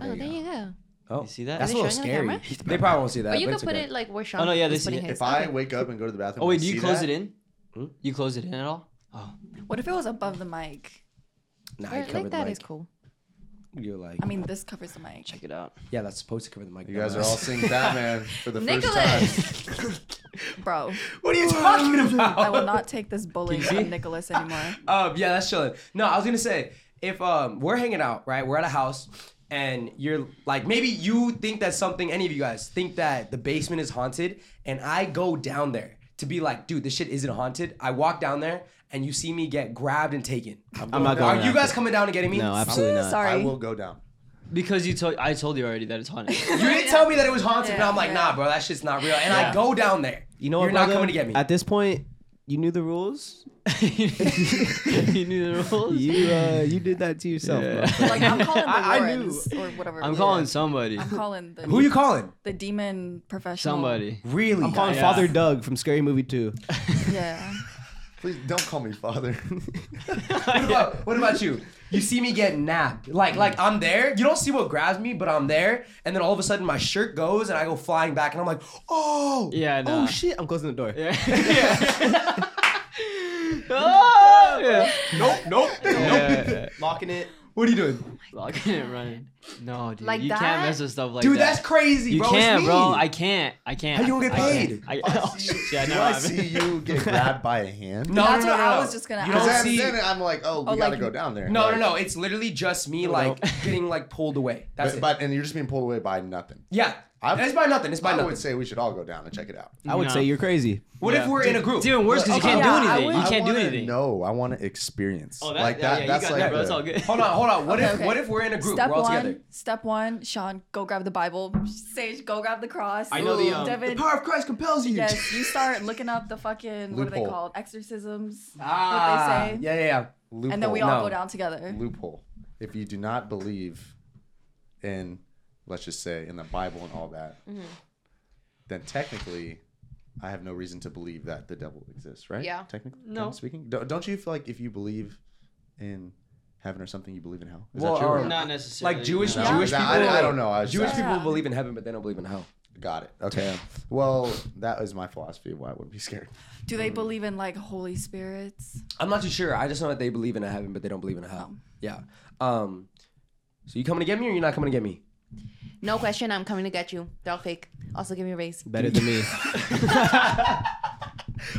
S7: Oh, there you go.
S3: Oh,
S4: You see that?
S3: That's a little
S7: Are they showing it on
S3: scary.
S7: camera?
S3: They probably won't see that.
S7: Or you
S3: but
S7: could
S3: it's
S7: put
S3: okay.
S7: it like where Sean.
S4: no, yeah,
S7: is
S4: they see
S7: putting
S4: it.
S7: his.
S6: If I
S7: Okay.
S6: wake up and go to the bathroom,
S4: Oh wait,
S6: and
S4: do
S6: see
S4: you close
S6: that,
S4: it in? You close it in at all? Oh,
S5: What if it was above the mic?
S3: Nah,
S7: Or
S3: you
S7: like
S3: cover the
S7: that
S3: mic.
S7: is cool.
S3: You're like,
S5: I mean, this covers the mic.
S4: check it out.
S3: yeah, that's supposed to cover the mic.
S6: You guys are all seeing Batman for the first time.
S7: Nicholas,
S5: Bro,
S3: What are you talking about?
S5: I will not take this bullying from Nicholas anymore.
S3: Um, yeah, that's chilling. No, I was gonna say if um we're hanging out, right? We're at a house, and you're like maybe you think that something. Any of you guys think that the basement is haunted, and I go down there to be like, dude, this shit isn't haunted. I walk down there, and you see me get grabbed and taken. I'm,
S2: not
S3: down.
S2: going
S3: Are you
S2: down.
S3: guys coming down and getting me?
S2: No, absolutely not.
S6: I
S5: Sorry.
S6: will go down.
S4: Because you told I told you already that it's haunted.
S3: You didn't tell me that it was haunted, and
S5: Yeah,
S3: I'm like,
S5: yeah.
S3: nah, bro, that shit's not real. And I
S4: Yeah.
S3: go down there.
S2: You know what?
S3: You're not
S2: brother?
S3: coming to get me.
S2: At this point, you knew the rules.
S4: you knew the rules.
S2: You uh, you did that to yourself.
S4: Yeah.
S2: motherfucker.
S5: Like I'm calling the
S2: I- I knew.
S5: Warrens or whatever.
S4: I'm calling somebody.
S5: I'm calling the
S3: Who you calling?
S5: the demon professional.
S4: Somebody.
S3: Really?
S2: I'm calling
S4: Yeah.
S2: Father Doug from Scary Movie 2.
S5: Yeah.
S6: Please don't call me father.
S3: What about, what about you? You see me get nabbed. Like, like I'm there. You don't see what grabs me, but I'm there. And then all of a sudden, my shirt goes, and I go flying back, and I'm like, oh.
S4: Yeah, no.
S2: Oh shit! I'm closing the door.
S4: Yeah. oh, yeah.
S3: Nope, nope, nope.
S4: yeah.
S2: Locking it.
S3: What are you doing,
S4: I couldn't run. No, dude.
S7: Like
S4: you
S7: that?
S4: can't mess with stuff like
S3: dude?
S4: that.
S3: That's crazy,
S4: You
S3: bro.
S4: can't,
S3: it's me.
S4: bro. I can't. I can't.
S3: How you gonna get
S4: I can't.
S3: paid?
S4: I, oh, shit, I
S6: Do
S4: know.
S6: I
S4: I
S6: see you get grabbed by a hand?
S3: No,
S5: That's
S3: no, no,
S5: what
S3: no,
S5: I
S3: no.
S5: was just gonna
S3: You
S5: ask.
S3: don't
S6: Because
S3: see.
S6: then I'm like, oh, we
S5: Oh,
S6: gotta
S5: like-
S6: go down there.
S3: No,
S6: Like,
S3: no, no. It's literally just me, like getting like pulled away. That's
S6: But,
S3: it.
S6: but and you're just being pulled away by nothing.
S3: yeah,
S6: I-
S3: it's by nothing. It's by
S6: I
S3: nothing.
S6: would say we should all go down and check it out.
S2: I would
S4: No.
S2: say you're crazy.
S3: what if
S4: Yeah.
S3: we're in a group?
S4: It's even worse because you
S5: Okay.
S4: can't
S5: Yeah, I
S4: do anything.
S5: would-
S4: You can't do anything.
S6: No, I want to experience.
S4: Oh, that,
S6: like
S4: yeah,
S6: that.
S4: yeah,
S6: that's
S4: you got
S6: like
S4: that, bro. That's
S6: the-
S4: all good.
S3: Hold on, hold on. What
S5: Okay,
S3: if
S5: okay.
S3: what if we're in a group?
S5: Step
S3: we're all
S5: one.
S3: together.
S5: Step one. Sean, go grab the Bible. Sage, go grab the cross.
S4: I know the,
S5: Ooh,
S4: um,
S5: Devin,
S3: of Christ compels you.
S5: yes, you start looking up the fucking what are they
S6: Loophole.
S5: called? Exorcisms.
S3: Ah,
S5: what they say.
S3: yeah, yeah, yeah.
S6: Loophole.
S5: And then we all
S3: No.
S5: go down together.
S6: loophole. If you do not believe in, let's just say, in the Bible and all that, then technically, I have no reason to believe that the devil exists, right?
S7: Yeah.
S6: Technically,
S4: No.
S6: kind of speaking, don't, don't you feel like if you believe in heaven or something, you believe in hell? Is
S3: Well,
S6: that true? or
S3: um,
S6: not?
S4: Not necessarily.
S3: Like Jewish,
S6: No,
S3: Jewish
S6: that-
S3: people.
S6: I, I don't know. I was
S3: Jewish
S6: just-
S3: people
S5: Yeah.
S3: believe in heaven, but they don't believe in hell.
S6: Got it. Okay. Well, that is my philosophy of why I would be scared.
S5: Do they believe in like holy spirits?
S3: I'm not too sure. I just know that they believe in a heaven, but they don't believe in a hell.
S2: Oh.
S3: Yeah. Um. So you coming to get me, or you're not coming to get me?
S7: no question. I'm coming to get you. They're all fake. Also, give me a raise.
S2: Better than me.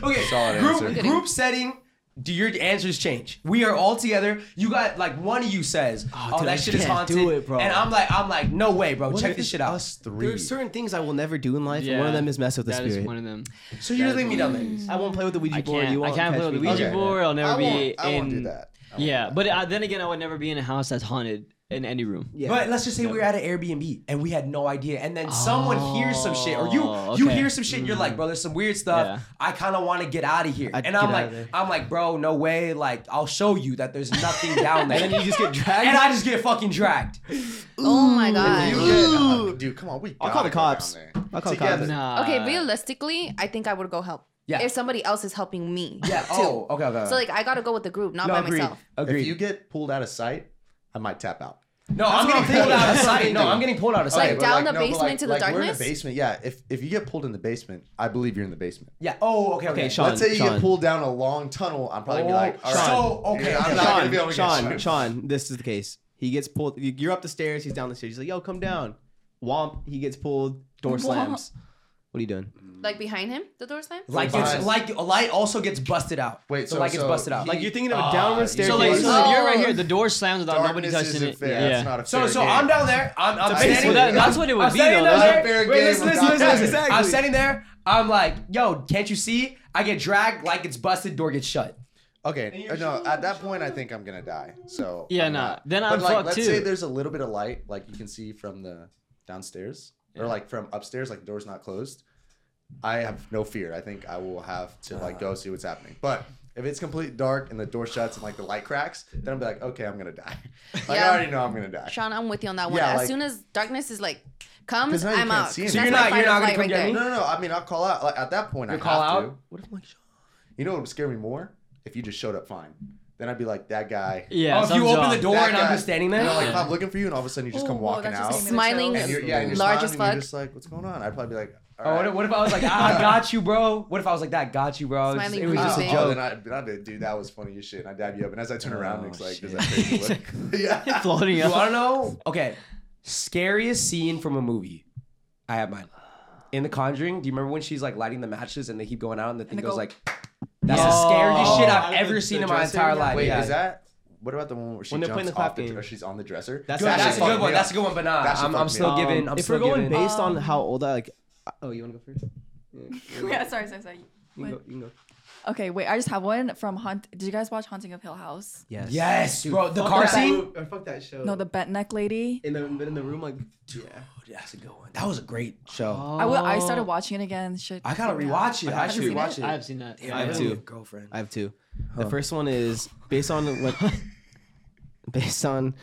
S3: Okay.
S6: Solid
S3: group
S6: answer.
S3: group setting. Do your answers change? We are all together. You got like one of you says, "Oh,
S2: dude, I
S3: that shit is
S2: can't
S3: haunted,"
S2: do it, bro.
S3: and I'm like, I'm like, no way, bro. Check this shit out.
S6: Us three.
S2: There are certain things I will never do in life, and one of
S4: Yeah.
S2: them is mess with the
S4: That
S2: spirit.
S4: is one of them.
S3: So you just
S4: That
S3: leave
S4: is
S3: me down there.
S2: I won't play with the Ouija
S4: I
S2: board. You
S4: can't. I
S2: won't
S4: can't
S2: catch
S4: play with the
S2: me.
S4: Ouija
S6: Okay.
S4: board. I'll never
S6: I
S4: be
S6: won't,
S4: in.
S6: I won't do that.
S4: yeah, but uh, then again, I would never be in a house that's haunted in any room.
S2: Yeah.
S3: But let's just say we were at an Airbnb and we had no idea, and then someone hears some shit, or you
S4: Oh,
S3: you
S4: okay.
S3: hear some shit, and you're like, bro, there's some weird stuff.
S4: Yeah.
S3: I kind of want to get out of here,
S2: I'd
S3: and
S2: get
S3: I'm
S2: outta
S3: like,
S2: there.
S3: I'm like, bro, no way. Like, I'll show you that there's nothing down there,
S2: And then you just get dragged.
S3: and I just get fucking dragged.
S7: Oh my
S6: You
S7: god.
S6: get- uh, dude, come on, we.
S2: I'll call
S6: gotta
S2: the
S6: go down
S2: cops.
S6: there.
S2: I'll call the cops.
S6: Together.
S4: Nah.
S6: Uh,
S7: Okay, realistically, I think I would go help.
S3: Yeah.
S7: If somebody else is helping me.
S3: Yeah.
S7: too.
S3: Oh. Okay. Okay.
S7: So like I gotta go with the group, not
S3: no,
S7: by
S3: agreed.
S7: myself.
S3: Agreed.
S6: If you get pulled out of sight, I might tap out.
S3: no, I'm
S6: what
S3: getting
S6: I'm
S3: pulled
S6: thinking.
S3: out of
S6: That's what I'm
S3: sight. No,
S6: thinking.
S3: I'm getting pulled out of
S6: Okay,
S3: sight.
S6: but
S7: down the
S6: no, but
S7: basement to the
S6: We're in the
S7: darkness?
S6: basement. Yeah. If if you get pulled in the basement, I believe you're in the basement.
S3: yeah. Oh. Okay. Okay.
S2: Okay,
S3: Sean.
S2: Sean.
S6: Let's say you get
S2: Sean.
S6: pulled down a long tunnel. I'm probably gonna be like,
S3: Oh,
S6: all right.
S3: so- okay,
S6: yeah, I'm
S3: okay.
S6: not gonna be able
S2: Sean,
S6: to
S2: Sean,
S6: get
S2: Sean, this is the case. He gets pulled. you- You're up the stairs. He's down the stairs. He's like, "Yo, come down." Womp. He gets pulled. Door slams. What are you doing?
S7: Like behind him, the door slams.
S3: Like it's
S6: Behind.
S3: like a light also gets busted out.
S6: Wait,
S3: So
S6: so-
S3: like it's
S6: so
S3: busted out.
S6: he-
S3: Like
S2: Like you're thinking of a
S6: Ah,
S2: downward
S6: so,
S2: staircase.
S4: So like, so
S7: Oh.
S4: you're right here. The door slams without nobody
S6: Darkness isn't
S4: touching it.
S6: fair. That's
S4: Yeah.
S6: not a fair
S3: so so
S6: game.
S3: I'm down there. I'm, I'm
S2: basement.
S3: standing.
S4: Well, that- that's what it would
S3: I'm
S4: be,
S3: standing
S4: though.
S3: down
S4: That's
S6: a
S3: there.
S6: fair
S3: Wait,
S6: game
S3: listen, listen,
S6: without
S3: listen, listen.
S2: Exactly.
S3: I'm standing there. I'm like, yo, can't you see? I get dragged, like it's busted, door gets shut.
S6: Okay, uh, no. At that point, I think I'm gonna die. So
S4: Yeah,
S6: I'm
S4: nah,
S6: not-
S4: then
S6: But,
S4: I'm
S6: like,
S4: fucked
S6: let's
S4: too.
S6: say there's a little bit of light, like you can see from the downstairs or like from upstairs, like the door's not closed. I have no fear. I think I will have to like go see what's happening. But if it's complete dark and the door shuts and like the light cracks, then I'll be like, okay, I'm gonna die. like
S7: Yeah.
S6: I already know I'm gonna die.
S7: Sean, I'm with you on that one.
S6: Yeah,
S7: as
S6: like-
S7: soon as darkness is like comes,
S6: 'Cause now you
S7: I'm
S6: can't
S7: out.
S6: see
S7: That's
S6: anything.
S7: my
S3: You're not-
S7: fight
S3: you're
S7: or
S3: not gonna
S7: flight
S3: come get
S7: there.
S3: me?
S6: No, no, no. I mean, I'll call out. Like at that point, I
S3: You call
S6: have to.
S3: out?
S6: What if I'm like, Sean? You know what would scare me more? If you just showed up fine. Then I'd be like, that guy.
S4: Yeah.
S3: oh, if you
S4: something's
S3: open
S4: wrong.
S3: the door
S6: That
S3: and
S6: guy-
S3: I'm just standing there,
S6: You know, like if
S4: Yeah.
S6: I'm looking for you and all of a sudden you just
S7: Ooh,
S6: come
S5: Oh,
S7: whoa,
S6: walking
S7: that just
S6: out.
S7: gave me the Smiling,
S6: And you're, yeah, and you're
S7: large
S6: smiling
S7: as
S6: and you're
S7: fuck.
S6: just like, what's going on? I'd probably be like, all
S3: Oh,
S6: right.
S3: what, if, what if I was like, ah, I got you, bro? What if I was like that, got you, bro? It was,
S7: Smiley
S3: it was just a
S7: face.
S6: Oh,
S3: joke. Oh,
S6: Then I'd, then I'd be like, dude, that was funny as shit. And I'd dab you up. And as I turn around, it's like, does that crazy look? yeah.
S4: floating
S3: You
S4: up.
S3: want to know? Okay. Scariest scene from a movie. I have mine. In The Conjuring, do you remember when she's like lighting the matches and they keep going out and the thing
S7: they
S3: goes
S7: go-
S3: like, that's the scariest
S4: Oh.
S3: shit I've
S2: Out of
S3: ever
S2: the-
S3: seen
S2: the
S3: in my
S2: dresser?
S3: entire life.
S6: Wait,
S3: yeah.
S6: is that. What about the one where she
S2: When they're
S6: jumps
S2: playing the
S6: off
S2: clap
S6: the
S2: game.
S6: or she's on the dresser?
S2: That's
S3: Good,
S2: That
S3: that's
S2: shit
S3: a good
S2: fucked
S3: one.
S6: me
S3: That's
S6: up.
S3: a good one, but nah.
S6: That shit
S3: I'm,
S6: fucked
S3: I'm
S6: me
S3: still
S6: up.
S3: giving. I'm
S2: Um, if
S3: still
S2: we're going
S3: giving.
S2: based
S5: Um,
S2: on how old I like, oh, you want to go first?
S5: yeah, sorry, sorry, sorry.
S2: You can go. You can go.
S5: Okay, wait. I just have one from Haunt. Did you guys watch Haunting of Hill House?
S2: Yes.
S3: Yes, bro. The
S2: Fuck
S3: car
S2: that
S3: scene.
S6: Oh,
S2: move- Or fuck that show.
S3: Oh.
S5: No, the bent neck lady.
S2: in the in the room like.
S3: Dude, that's a good one. That was a great show.
S5: I I, w- I
S4: Oh.
S5: started watching it again. Shit.
S3: I gotta
S5: freaked me
S3: rewatch it. I,
S4: I've
S3: should
S4: seen
S3: rewatch it.
S4: that. I've seen that.
S3: Damn,
S2: I have
S3: really
S2: too.
S3: need a Girlfriend.
S2: I have two. The first one is based on what, based on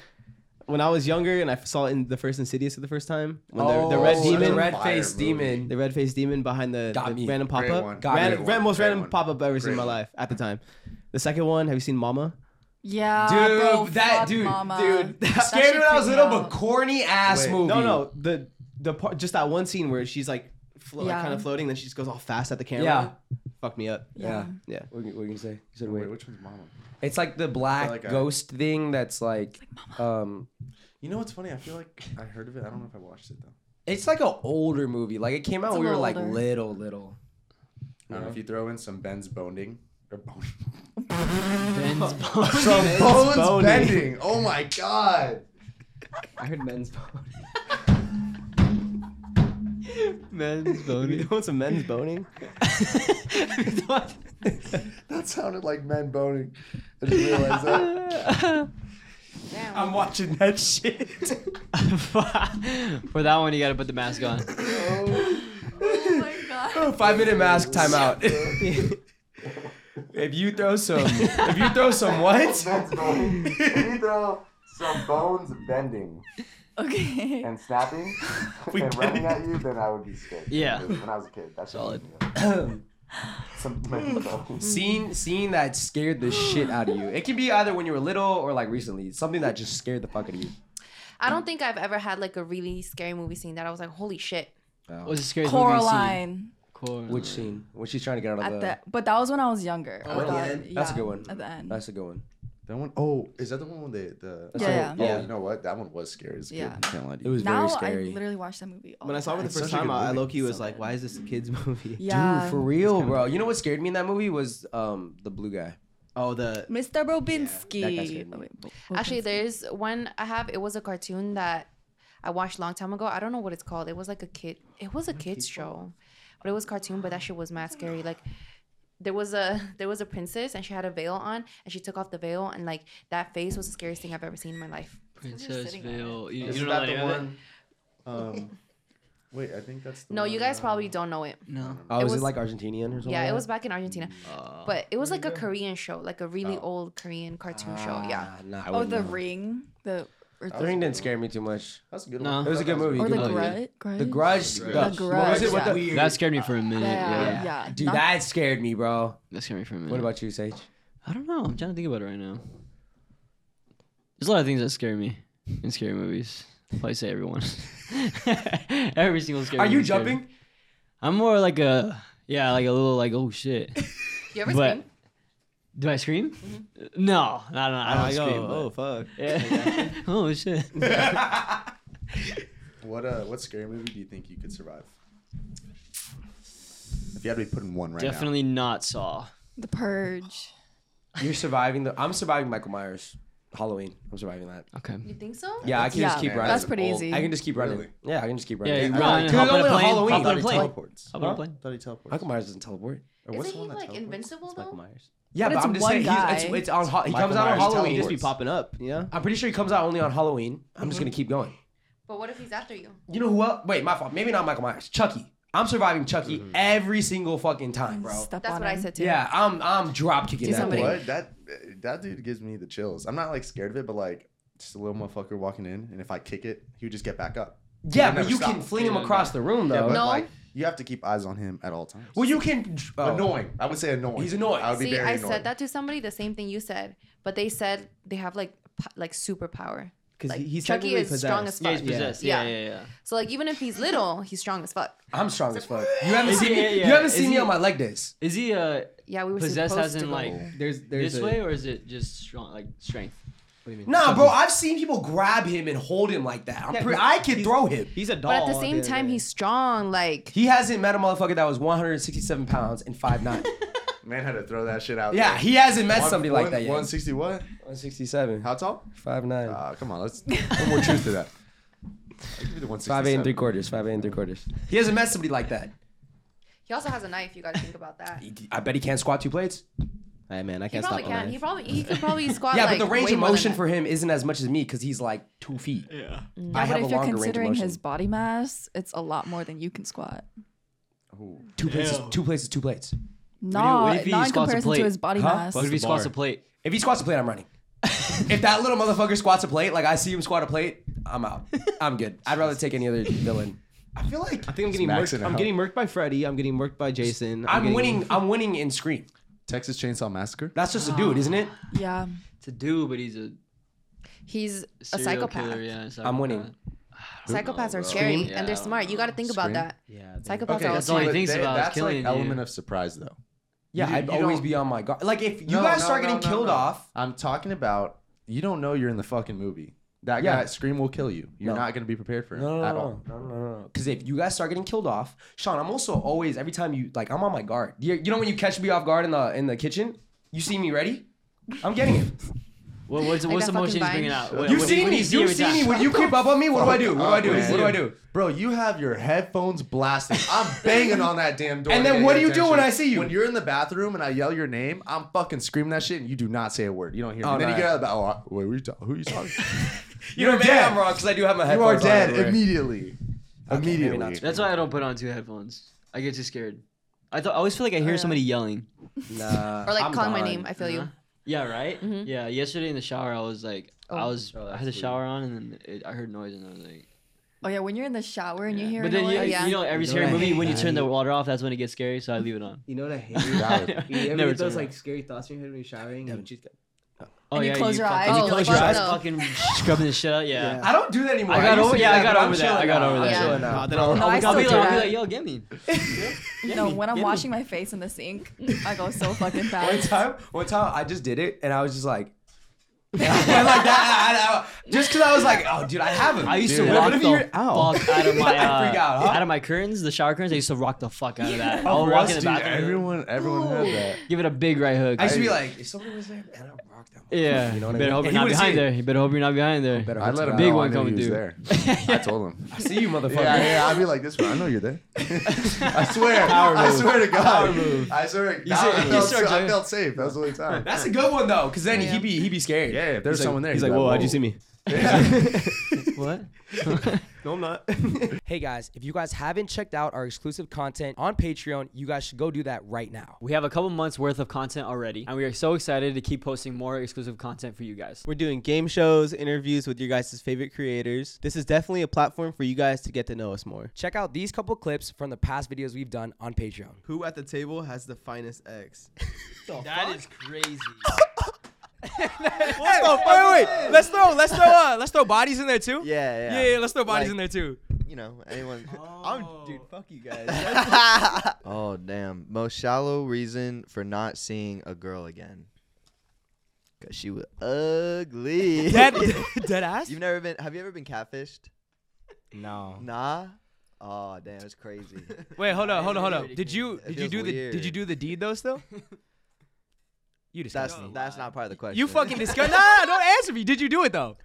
S2: when I was younger and I saw it in the first Insidious for the first time when the, Oh, the red
S6: such a
S2: demon,
S6: red-
S3: Oh, red face
S6: fire movie.
S3: demon.
S2: the red faced demon behind the,
S3: Got
S2: the
S3: me.
S2: random pop
S6: Great
S2: up,
S6: one.
S3: Got
S2: Ran-
S3: me.
S2: ran- most
S6: Great
S2: random
S6: one.
S2: pop up I've ever seen in my
S6: Great one.
S2: life at the time. The second one, have you seen Mama?
S5: Yeah,
S3: Dude,
S5: bro,
S3: that
S5: fuck
S3: dude,
S5: mama.
S3: dude,
S5: That shit
S3: scared when I was
S5: freaked
S3: little,
S5: me
S3: but
S5: out.
S3: corny ass
S6: Wait.
S3: movie.
S2: No, no, the the part just that one scene where she's like, flo- like
S5: Yeah.
S2: kind of floating, then she just goes all fast at the camera.
S3: Yeah.
S2: fuck me up.
S3: Yeah.
S2: Yeah.
S3: What are you gonna say? You said
S6: Wait,
S3: wait.
S6: which one's mama?
S3: It's like the black
S2: uh,
S6: like a-
S3: ghost thing that's like, um,
S6: You know what's funny? I feel like I heard of it. I don't know if I watched it though.
S3: it's like an older movie. Like it came out
S5: It's a
S3: when we were
S5: little
S3: like
S5: older.
S3: little, little.
S6: I don't know if you throw in some Ben's bonding or boning.
S4: Ben's
S6: Some bones
S2: boning.
S6: bending. Oh my god.
S2: I heard men's bone.
S4: Men's
S2: you want some men's boning?
S6: That sounded like men boning. I didn't realize that.
S3: I'm watching that shit.
S4: For that one, you gotta put the mask on.
S5: Oh my god.
S3: Five minute mask timeout. if you throw some, if you throw some what?
S10: That's boning. If you throw some bones bending
S5: Okay.
S10: and snapping and running at you, then I would be scared.
S4: Yeah.
S10: When I was a kid, that's
S4: Solid.
S10: Some men bones.
S3: Scene, scene that scared the shit out of you. It can be either when you were little or like recently. Something that just scared the fuck out of you.
S7: I don't think I've ever had like a really scary movie scene that I was like, holy shit.
S4: What's the scariest
S5: Coraline.
S4: movie you've seen? Coraline.
S3: Which scene? When she's trying to get out of
S5: At
S3: the.
S5: the, but that was when I was younger.
S6: Oh, at the
S5: Yeah,
S6: end?
S3: That's a
S5: yeah,
S3: good one.
S5: At the end.
S3: That's a good one.
S6: That one oh, is that the one with the the
S5: Yeah, yeah.
S6: Oh,
S2: Yeah.
S6: you know what? That one was scary as a kid.
S5: Yeah.
S6: I can't lie to
S3: It
S6: you.
S3: was
S5: now
S3: very scary.
S5: I literally watched that movie. all
S2: When I saw it for
S5: time.
S2: the first
S6: Such a
S2: time,
S6: good
S2: I, I
S6: movie.
S2: low key was
S5: So
S2: like,
S5: good.
S2: why is this a kids movie?
S5: Yeah.
S3: Dude, for real, bro. You know what scared me in that movie was um the blue guy.
S2: Oh, the
S5: Mr. Robinski.
S3: that guy scared me.
S5: Oh, wait, Bo-
S7: Actually,
S5: Bobinski.
S7: there's one I have. It was a cartoon that I watched a long time ago. I don't know what it's called. It was like a kid. It was a kids show, but it was cartoon. But that shit was mad scary. Like there was a there was a princess and she had a veil on and she took off the veil and like that face was the scariest thing I've ever seen in my life.
S4: Princess
S5: sitting on it.
S4: Veil. You, you
S6: Isn't
S4: don't know
S6: that
S4: any
S6: the
S4: of it?
S6: one? Um, wait, I think that's. The
S7: No,
S6: one,
S7: you guys
S6: uh,
S7: probably don't know it.
S4: No.
S2: Oh,
S7: It
S2: is
S7: was-
S2: it like Argentinian or something?
S7: Yeah,
S2: like
S7: it was back in Argentina,
S4: Uh,
S7: but it was like a Korean show, like a really
S6: Oh.
S7: old Korean cartoon
S2: that?
S7: show. Yeah.
S2: Ah, nah, I
S5: Oh,
S2: wouldn't
S5: the
S2: know.
S5: ring, the or
S6: That
S2: The
S5: the,
S2: ring didn't scare me too much.
S6: That's a good
S4: No.
S6: one.
S2: It was a good movie.
S5: or
S2: good
S5: the
S4: Oh,
S2: movie.
S4: yeah.
S5: grudge, grudge,
S2: The Grudge.
S4: The
S2: what was it
S5: Grudge,
S2: with
S5: yeah.
S2: the weird?
S4: that scared me for a
S5: Yeah,
S4: minute. Yeah.
S5: yeah.
S2: Dude,
S5: Not-
S2: that scared me, bro.
S4: That scared me for a minute.
S5: Mm.
S2: What about you, Sage?
S4: I don't know. I'm trying to think about it right now. There's a lot of things that scare me in scary movies. Probably say everyone. Every single scary.
S2: Are you
S4: movie scared me.
S2: jumping?
S4: I'm more like a yeah, like a little like oh shit.
S7: You ever
S4: But-
S7: scream?
S4: Do I scream? Mm-hmm. No, no, no, I don't
S3: I go,
S4: scream.
S3: oh fuck.
S4: but- Yeah. oh shit.
S6: What uh, what scary movie do you think you could survive? If you had to be put in one right
S4: Definitely not Saw.
S5: the purge.
S2: You're surviving the. I'm surviving Michael Myers. Halloween. I'm surviving that.
S4: Okay.
S7: You think so?
S2: Yeah, I can just
S5: Yeah,
S2: keep
S6: now.
S2: running.
S5: That's pretty easy.
S2: I can just keep running.
S6: Really?
S2: Yeah, I can just keep
S4: Yeah,
S2: running.
S4: you
S2: I-
S4: run,
S2: dude,
S4: hop on
S2: I'm
S4: a
S2: in
S4: plane,
S2: Halloween.
S4: hop on a
S6: He
S4: plane.
S6: teleports.
S4: How about
S2: Huh?
S4: a plane?
S6: I thought he teleports.
S2: Michael Myers doesn't teleport. Or
S7: Isn't
S2: what's
S7: he
S6: one that
S7: like
S6: teleports?
S7: invincible
S3: Michael
S7: though?
S3: Myers.
S2: Yeah,
S5: But
S2: but,
S5: it's
S2: I'm just
S5: one
S2: saying he's, it's,
S5: guy.
S2: it's on. Hall- He
S6: Michael
S2: comes out on
S6: Myers
S2: Halloween.
S3: He just be
S6: teleports.
S3: popping up, you know?
S2: I'm pretty sure he comes out only on Halloween. I'm just gonna keep going.
S7: But what if he's after you?
S2: You know who else? Wait, my fault. Maybe not Michael Myers. Chucky. I'm surviving Chucky
S5: Mm-hmm.
S2: every single fucking time, bro.
S5: Step
S7: That's
S5: on
S7: what I
S5: him.
S7: said too.
S2: Yeah, I'm I'm drop kicking
S7: Do
S2: that
S7: somebody.
S2: thing.
S6: What? That that dude gives me the chills. I'm not like scared of it, but like just a little motherfucker walking in, and if I kick it, he would just get back up.
S2: Yeah,
S6: He would
S2: but
S6: never
S2: you
S6: stop.
S2: can fling him
S4: Yeah,
S2: across the room
S6: Yeah,
S2: though.
S6: but
S7: No.
S6: like you have to keep eyes on him at all times.
S2: Well, you can. Oh.
S6: annoying. I would say annoying.
S2: He's annoying.
S6: I would be
S7: See,
S6: very
S7: I
S6: annoyed.
S7: said that to somebody, the same thing you said, but they said they have like p- like superpower.
S3: Because
S7: Like,
S3: he's
S7: Chucky
S3: technically
S7: is strong
S3: possessed.
S7: as fuck.
S4: Yeah, he's possessed. Yeah,
S7: Yeah.
S4: yeah, yeah.
S7: So like even if he's little, he's strong as fuck.
S2: I'm strong as fuck. You haven't
S4: Is
S2: seen
S4: he-
S2: me.
S4: yeah, yeah.
S2: You haven't
S4: Is
S2: seen me
S4: he-
S2: on my leg days.
S4: Is he uh
S7: Yeah, we were
S4: possessed
S7: supposed
S4: as
S7: to
S4: in
S7: go-
S4: like
S3: There's there's
S4: this
S3: a,
S4: way, or is it just strong like strength?
S3: What do you mean?
S2: Nah, bro. I've seen people grab him and hold him like that. I'm
S3: Yeah,
S2: pretty,
S3: he's-
S2: I can throw him.
S3: He's a doll.
S7: But at
S6: Oh,
S7: the
S3: at
S7: same
S3: end of
S7: time,
S3: day.
S7: he's strong. Like
S2: He hasn't met a motherfucker that was 167 pounds and 5'9.
S6: Man had to throw that shit out.
S2: yeah,
S6: there.
S2: he hasn't met
S6: One-
S2: somebody
S6: one-
S2: like that yet.
S6: 160 what?
S2: 167,
S6: How tall?
S2: 5'9,
S6: Uh, come on, let's put more truth to that. I'll give you the
S2: 5'8 and
S6: 167.
S2: three quarters, 5'8 and three quarters. He hasn't met somebody like that.
S7: he also has a knife. You gotta think about that.
S2: He- I bet he can't squat two plates.
S3: Hey man, I
S7: He
S3: can't stop
S7: probably
S3: on
S7: can.
S3: that.
S7: He probably he could probably squat.
S2: yeah,
S7: like,
S2: but the range
S7: way
S2: of
S7: more than
S2: motion
S7: that.
S2: for him isn't as much as me because he's like two feet. I
S4: Yeah.
S5: Yeah,
S2: have
S5: but
S2: a
S5: if you're
S2: longer range of
S5: considering
S2: motion.
S5: his body mass, it's a lot more than you can squat.
S6: Ooh.
S2: Two plates, is,
S4: Ew.
S2: two plates is two plates.
S5: No,
S4: what if he
S5: not in
S4: squats a
S5: comparison
S4: plate?
S5: to his body
S2: Huh?
S5: mass.
S4: What if he
S3: the
S4: squats a
S3: bar?
S4: plate?
S2: If he squats a plate, I'm running. if that little motherfucker squats a plate, like I see him squat a plate, I'm out. I'm good. I'd rather take any other villain. I feel like
S3: I think I'm getting
S6: maxing
S3: murked. I'm
S6: out.
S3: getting murked by Freddy. I'm getting murked by Jason.
S2: I'm
S3: getting-
S2: winning. I'm winning in Scream.
S6: Texas Chainsaw Massacre.
S2: That's just a dude, isn't it?
S5: yeah,
S4: It's a dude, but he's a
S7: he's a
S4: serial
S7: psychopath.
S4: killer. Yeah,
S2: I'm winning.
S4: psychopath.
S7: Psychopaths
S4: know,
S7: are
S4: bro.
S7: scary
S4: Scream? Yeah,
S7: and they're
S4: I don't
S7: smart. You gotta
S4: know.
S7: think
S6: Scream?
S7: about that.
S3: Yeah. I think-
S7: Psychopaths are all
S4: that's all he
S7: smart.
S6: but
S4: thinks
S6: they-
S4: about is
S6: That's
S4: killing
S6: like
S4: you.
S6: element of surprise though.
S2: Yeah,
S6: You-
S2: I'd
S6: you
S2: always
S6: don't-
S2: be on my guard. Like if you
S6: No,
S2: guys
S6: no,
S2: start
S6: no,
S2: getting
S6: no,
S2: killed
S6: no.
S2: off,
S6: I'm talking about you don't know you're in the fucking movie. That
S2: Yeah.
S6: guy Scream will kill you. You're
S2: No.
S6: not gonna be prepared for him
S2: no,
S6: at
S2: no,
S6: all.
S2: no, no, no, no, because if you guys start getting killed off, Sean, I'm also always every time you like, I'm on my guard. You, you know when you catch me off guard in the in the kitchen, you see me ready, I'm getting him.
S4: What, what's
S7: Like
S4: what's
S7: that
S4: the
S7: fucking
S4: motion he's
S7: vine.
S4: bringing out? What-
S2: You
S4: what do
S2: see
S4: what do
S2: me,
S4: see
S2: you
S4: every
S2: see
S4: time?
S2: me. When you creep up on me, what do I do? What do I do?
S6: Fuck up,
S2: What do I
S6: man.
S2: do?
S6: Bro, you have your headphones blasting. I'm banging on that damn door.
S2: And
S6: to
S2: then
S6: get
S2: what
S6: your
S2: do you do when
S6: attention.
S2: I see you?
S6: When you're in the bathroom and I yell your name, I'm fucking screaming that shit and you do not say a word. You don't hear me.
S2: Oh,
S6: and then
S2: no,
S6: you get
S2: yeah.
S6: out of the bathroom. Oh, I- wait, who are you, ta- who are you talking to?
S2: You're,
S6: You're
S2: dead.
S6: dead.
S2: I'm wrong because I do have my
S6: you
S2: headphones
S6: are
S2: on
S6: dead
S2: everywhere.
S6: immediately.
S2: Okay, maybe
S6: immediately.
S2: not.
S4: That's why I don't put on two headphones. I get too scared. I thought I always feel like I hear
S5: Oh, yeah.
S4: somebody yelling.
S2: Nah,
S7: Or like
S2: I'm
S7: calling my
S2: gone.
S7: name. I feel you.
S4: Uh-huh. Yeah, right.
S7: Mhm.
S5: Mm-hmm.
S4: Yeah, yesterday in the shower, I was like, I
S7: Oh.
S4: was, I had the shower on, and then it, I heard noise, and I was like,
S5: oh yeah, when you're in the shower and you
S4: yeah.
S5: hear
S4: But
S5: a
S4: then
S5: noise,
S4: you,
S7: yeah.
S4: you know, every
S3: You know
S4: scary
S3: what I
S4: movie,
S3: hate?
S4: when you
S3: I
S4: turn the
S3: hate-
S4: water off, that's when it gets scary. So I leave it on.
S3: You know what I hate?
S6: Valid.
S3: You ever
S4: Never
S3: get
S4: turn
S3: those
S4: it
S3: like
S4: off.
S3: scary thoughts when you're when you're showering? And you just
S4: Oh
S5: And you
S4: yeah,
S5: close your eyes.
S4: fucking-
S7: Oh,
S4: close
S7: like,
S4: your eyes.
S7: no.
S4: Fucking scrubbing the shit out. Yeah.
S2: I don't do that anymore.
S4: I got
S2: used
S4: over-
S2: to do
S4: yeah, I got
S2: but I'm
S4: over that.
S2: chilling
S4: I got
S2: now.
S4: over
S2: I'm
S7: that.
S2: chilling
S3: Nah,
S2: now.
S3: then I'll-
S5: No, I
S4: I'll,
S5: still
S4: be
S5: do
S4: like, I'll be
S5: that.
S4: like, yo, get me. Get
S5: no,
S4: me,
S5: when I'm
S4: get me.
S5: washing my face in the sink, I go so fucking
S2: One
S5: fast.
S2: time, one time, I just did it, and I was just like, I went like that, I- I- I- just because I was like, oh, dude, I have him.
S4: I used
S2: Dude,
S4: to
S2: what
S4: rock
S2: if
S4: the
S2: you're-
S4: fuck
S2: Ow.
S4: out of my
S2: I
S4: uh,
S2: freak out, huh?
S4: out of my curtains, the shower curtains. I used to rock the fuck out of that.
S2: Yeah.
S4: I'll
S2: Oh,
S4: walk in
S2: Rusty,
S4: the bathroom,
S6: Everyone, everyone had that.
S4: give it a big right hook.
S2: I used to be like, if somebody was there, man, I'll rock that much.
S4: Yeah,
S2: You know what
S4: you
S2: I
S4: better
S2: mean? And
S4: hope you're
S2: he
S4: not
S2: would've seen
S4: behind
S2: it. Oh,
S4: there. You better hope you're not behind there.
S2: Better
S3: I
S2: hope
S3: let
S2: so.
S3: him
S4: Big
S3: know.
S4: one
S3: I knew
S4: coming
S3: he was
S4: through.
S3: there. I told him.
S2: I see you, motherfucker.
S3: Yeah, yeah, I'd be like this one. I know you're there. I swear. I swear to God. I swear. You
S4: said- you
S3: I, felt,
S4: start
S3: I
S4: joking.
S3: felt safe. That was the only time.
S2: That's a good one though, because then he'd be he'd be scared.
S3: yeah, if there's
S11: He's like-
S3: someone there.
S11: He's
S3: he'd
S11: like,
S3: be
S11: whoa, how'd you see me?
S4: what?
S11: No, I'm not.
S2: Hey guys, if you guys haven't checked out our exclusive content on Patreon, you guys should go do that right now.
S4: We have a couple months worth of content already, and we are so excited to keep posting more exclusive content for you guys.
S11: We're doing game shows, interviews with your guys' favorite creators. This is definitely a platform for you guys to get to know us more.
S2: Check out these couple clips from the past videos we've done on Patreon.
S11: Who at the table has the finest ex?
S12: That is crazy.
S2: Let's throw, wait, wait, wait. Let's throw, let's throw, uh, let's throw bodies in there too.
S11: Yeah, yeah.
S2: yeah, let's throw bodies
S11: Like-
S2: in there too.
S6: You know, anyone.
S11: I'm dude, fuck you guys.
S6: oh damn! Most shallow reason for not seeing a girl again. Cause she was ugly.
S2: Dead, dead ass.
S6: You've never been. Have you ever been catfished?
S2: No.
S6: Nah. Oh damn, it's crazy.
S2: Wait, hold on, hold on, hold on.
S12: It
S2: Did you did you
S6: feels
S2: do the did you
S6: weird.
S2: do the deed though still? You
S6: that's
S2: disgust me.
S6: that's not part of the question.
S2: You fucking disgust. Nah, nah, don't answer me. Did you do it though?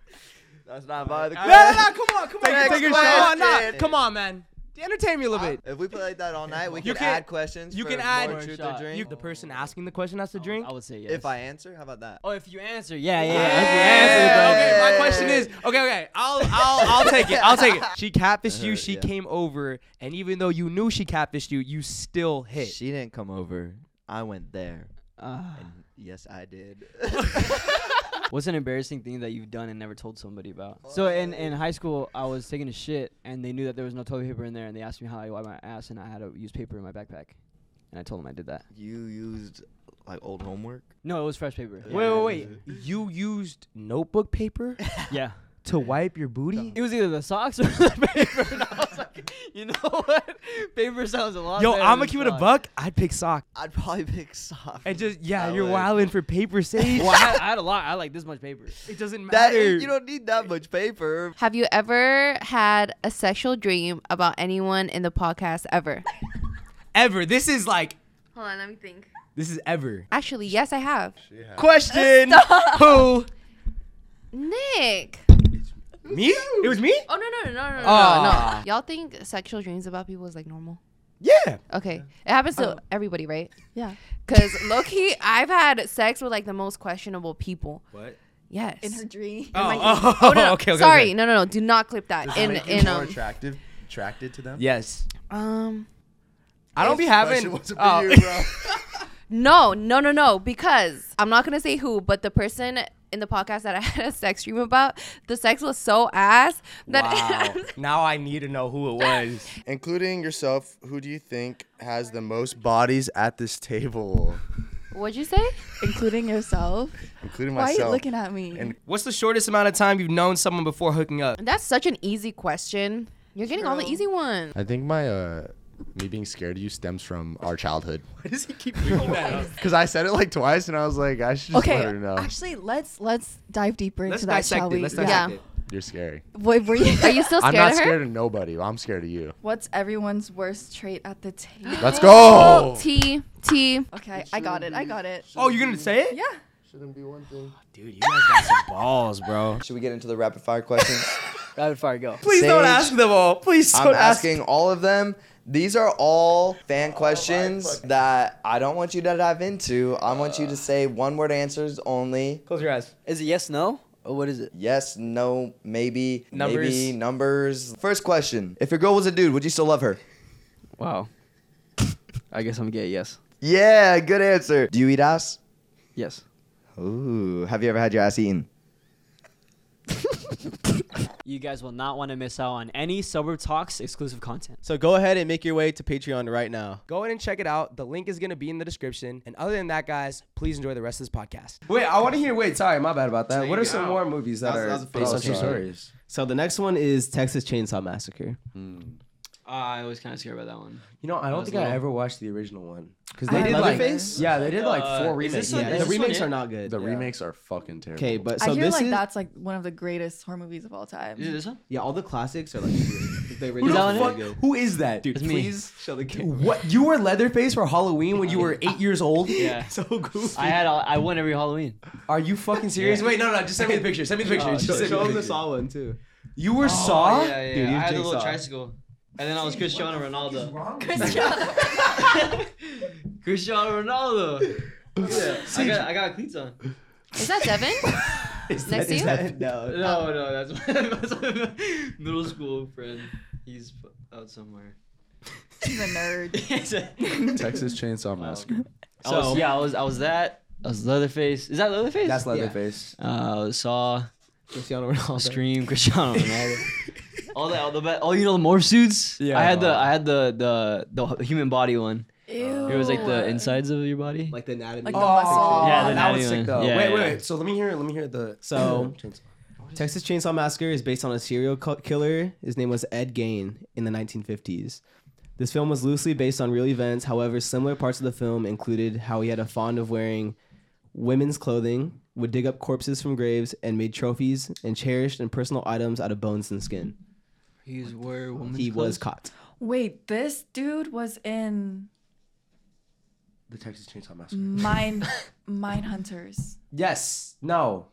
S6: That's not part of the
S2: No, no,
S6: question.
S2: no. Come on, come on.
S6: Next
S2: Take your shot. Nah,
S6: question.
S2: come on, man. Entertain me a little bit.
S6: If we play like that all night, we
S2: You
S6: can
S2: can-
S6: add questions.
S2: you
S6: for
S2: can add-
S6: more
S4: Or
S6: truth
S4: shot.
S6: or drink.
S4: You-
S2: The person asking the question has to drink.
S4: I would say yes.
S6: If I answer, how about that?
S4: oh, if you answer, yeah, yeah.
S2: Yeah,
S6: Yeah.
S2: Okay, my question is okay, okay. I'll I'll I'll take it. I'll take it. She catfished you,
S6: Uh,
S2: she
S6: yeah.
S2: came over, and even though you knew she catfished you, you still hit.
S6: She didn't come over. I went there.
S4: Ah.
S6: And yes, I did.
S4: What's an embarrassing thing that you've done and never told somebody about? So in, in high school, I was taking a shit, and they knew that there was no toilet paper in there, and they asked me how I wiped my ass, and I had to use paper in my backpack, and I told them I did that.
S6: you used like old homework.
S4: No, it was fresh paper.
S2: Wait, wait, wait. You used notebook paper
S4: Yeah,
S2: to wipe your booty?
S4: it was either the socks or the paper, and I was like, you know what? Paper sounds a lot.
S2: Yo,
S4: better
S2: I'ma
S4: than
S2: keep it a
S4: socks."
S2: buck. I'd pick sock.
S6: I'd probably pick soft.
S2: And just yeah,
S6: I
S2: you're
S6: would.
S2: wilding for paper sage.
S4: Well, I had, I had a lot. I had, like this much paper.
S2: it doesn't matter.
S6: that is, you don't need that much paper.
S7: Have you ever had a sexual dream about anyone in the podcast ever?
S2: ever. This is like
S7: Hold on, let me think.
S2: this is ever.
S7: Actually, yes, I have.
S2: Question Who?
S7: Nick.
S2: Me? It was me?
S7: Oh no no no no no no, no.
S2: Ah.
S7: Y'all think sexual dreams about people is like normal?
S2: Yeah.
S7: Okay, it happens to everybody, right? Yeah. Cause Loki, I've had sex with like the most questionable people.
S2: What?
S7: Yes.
S5: in her dream.
S2: Oh,
S7: Oh, no, no. Sorry, no, no, no. Do not clip that. In,
S3: Make you
S7: in
S3: more
S7: um,
S3: attractive, attracted to them.
S2: Yes.
S7: um,
S2: I don't be
S3: Question
S2: having.
S3: wasn't for
S2: oh.
S3: you, bro.
S7: no, no, no, no. Because I'm not gonna say who, but the person in the podcast that I had a sex dream about, the sex was so ass that.
S2: Wow. now I need to know who it was.
S3: Including yourself, who do you think has the most bodies at this table?
S7: What'd you say?
S5: Including yourself.
S3: Including
S5: Why are
S3: myself.
S5: you looking at me?
S3: And-
S2: What's the shortest amount of time you've known someone before hooking up?
S7: That's such an easy question. You're getting all the
S5: True.
S7: easy ones.
S3: I think my uh, me being scared of you stems from our childhood.
S2: Why does he keep doing that?
S3: Cause I said it like twice, and I was like, I should just
S5: Okay,
S3: let her know.
S5: actually, let's let's dive deeper
S2: Let's
S5: into that, shall
S2: dissect it.
S5: we?
S2: Let's
S7: Yeah.
S2: dissect it.
S3: You're scary.
S5: What were you?
S7: Are you still
S3: I'm
S7: scared
S3: not
S7: of her?
S3: scared of nobody. I'm scared of you.
S5: What's everyone's worst trait at the table?
S3: Let's go.
S7: Oh, T T.
S5: Okay, I got it. I got it.
S2: Oh, you're gonna say it?
S5: Yeah.
S2: Dude, you guys got some balls, bro.
S6: Should we get into the rapid fire questions?
S4: Rapid fire, go.
S2: Please don't
S6: Sage,
S2: ask them all. Please don't
S6: I'm
S2: ask.
S6: asking all of them. These are all fan questions that I don't want you to dive into. I want you to say one word answers only.
S2: Close your eyes.
S4: Is it yes, no, or what is it?
S6: Yes, no, maybe, maybe,
S2: Numbers.
S6: numbers. First question. If your girl was a dude, would you still love her?
S4: Wow. I guess I'm gay. Yes.
S6: Yeah, good answer. Do you eat ass?
S4: Yes.
S6: Ooh, have you ever had your ass eaten?
S4: You guys will not want to miss out on any Suburb Talks exclusive content.
S11: so go ahead and make your way to Patreon right now.
S2: Go ahead and check it out. The link is gonna be in the description. And other than that, guys, please enjoy the rest of this podcast. Wait, I want to hear. Wait, sorry, my bad about that. What are some more movies that,
S3: That was-
S2: are
S3: that was a fun
S2: based on
S3: one.
S2: true
S3: Sorry.
S2: stories?
S11: So the next one is Texas Chainsaw Massacre.
S8: Ah,
S4: I was kind of scared about that one.
S2: You know, I don't
S4: was
S2: think I
S4: little.
S2: ever watched the original one because
S5: I
S2: they did like
S11: Leatherface?
S2: yeah, they did like
S4: Uh,
S2: four
S4: is
S2: remakes.
S4: this
S2: Yeah,
S4: one-
S2: they
S11: Yeah,
S4: is
S11: the
S4: this one
S11: remakes
S4: it?
S11: are not good.
S3: The remakes are fucking terrible.
S11: Okay, but so
S5: I hear
S11: this
S5: like
S11: is
S5: that's like one of the greatest horror movies of all time.
S4: Is it this one?
S11: yeah, all the classics are like. weird.
S2: They
S3: Who, the
S4: Is that on it?
S3: fuck, who is that?
S2: Dude,
S4: It's me.
S2: please show the camera.
S3: What you were Leatherface for Halloween when you were eight years old?
S4: Yeah.
S2: So goofy.
S4: I had all, I won every Halloween.
S3: Are you fucking serious? Wait, no, no, just send me the picture. Send me the picture.
S4: Oh,
S3: just
S2: show,
S3: send me
S2: show
S3: the
S2: him the
S3: picture.
S2: saw one too.
S3: You were
S8: Oh,
S3: Saw?
S8: Yeah, yeah.
S2: Dude,
S8: I had
S2: you
S8: a
S2: jinxed
S8: little
S2: Saw.
S8: tricycle. And then I was Cristiano Ronaldo. Cristiano Ronaldo. I got I got cleats on.
S7: Is that Devin?
S2: Is
S7: Next to you?
S2: no.
S8: No, no, that's my, that's my middle school friend. He's f- out somewhere.
S5: He's a nerd.
S8: He's a- Oh,
S6: Texas Chainsaw Massacre.
S4: I was, yeah, I was I was that. I was Leatherface. Is that Leatherface?
S3: That's Leatherface.
S4: Uh, Saw,
S2: Cristiano Ronaldo.
S4: Scream, Cristiano Ronaldo. all that, all the be- all you know, the morph suits.
S3: Yeah.
S4: I had the I had the the the human body one.
S5: Ew.
S4: It was like the insides of your body.
S2: Like the anatomy.
S5: Like the
S3: Oh,
S5: muscle.
S4: Yeah, the
S3: that was
S4: Natty
S3: sick
S4: one.
S3: though.
S4: Yeah,
S3: wait,
S4: yeah.
S3: wait, wait. So let me hear. Let me hear the.
S2: So- Texas Chainsaw Massacre is based on a serial cu- killer. His name was Ed Gain in the 1950s. This film was loosely based on real events. However, similar parts of the film included how he had a fond of wearing women's clothing, would dig up corpses from graves, and made trophies and cherished and personal items out of bones and skin.
S4: He's where woman.
S2: He was caught.
S5: Wait, this dude was in
S3: the Texas Chainsaw Massacre.
S5: Mine Mine Hunters.
S3: Yes. No.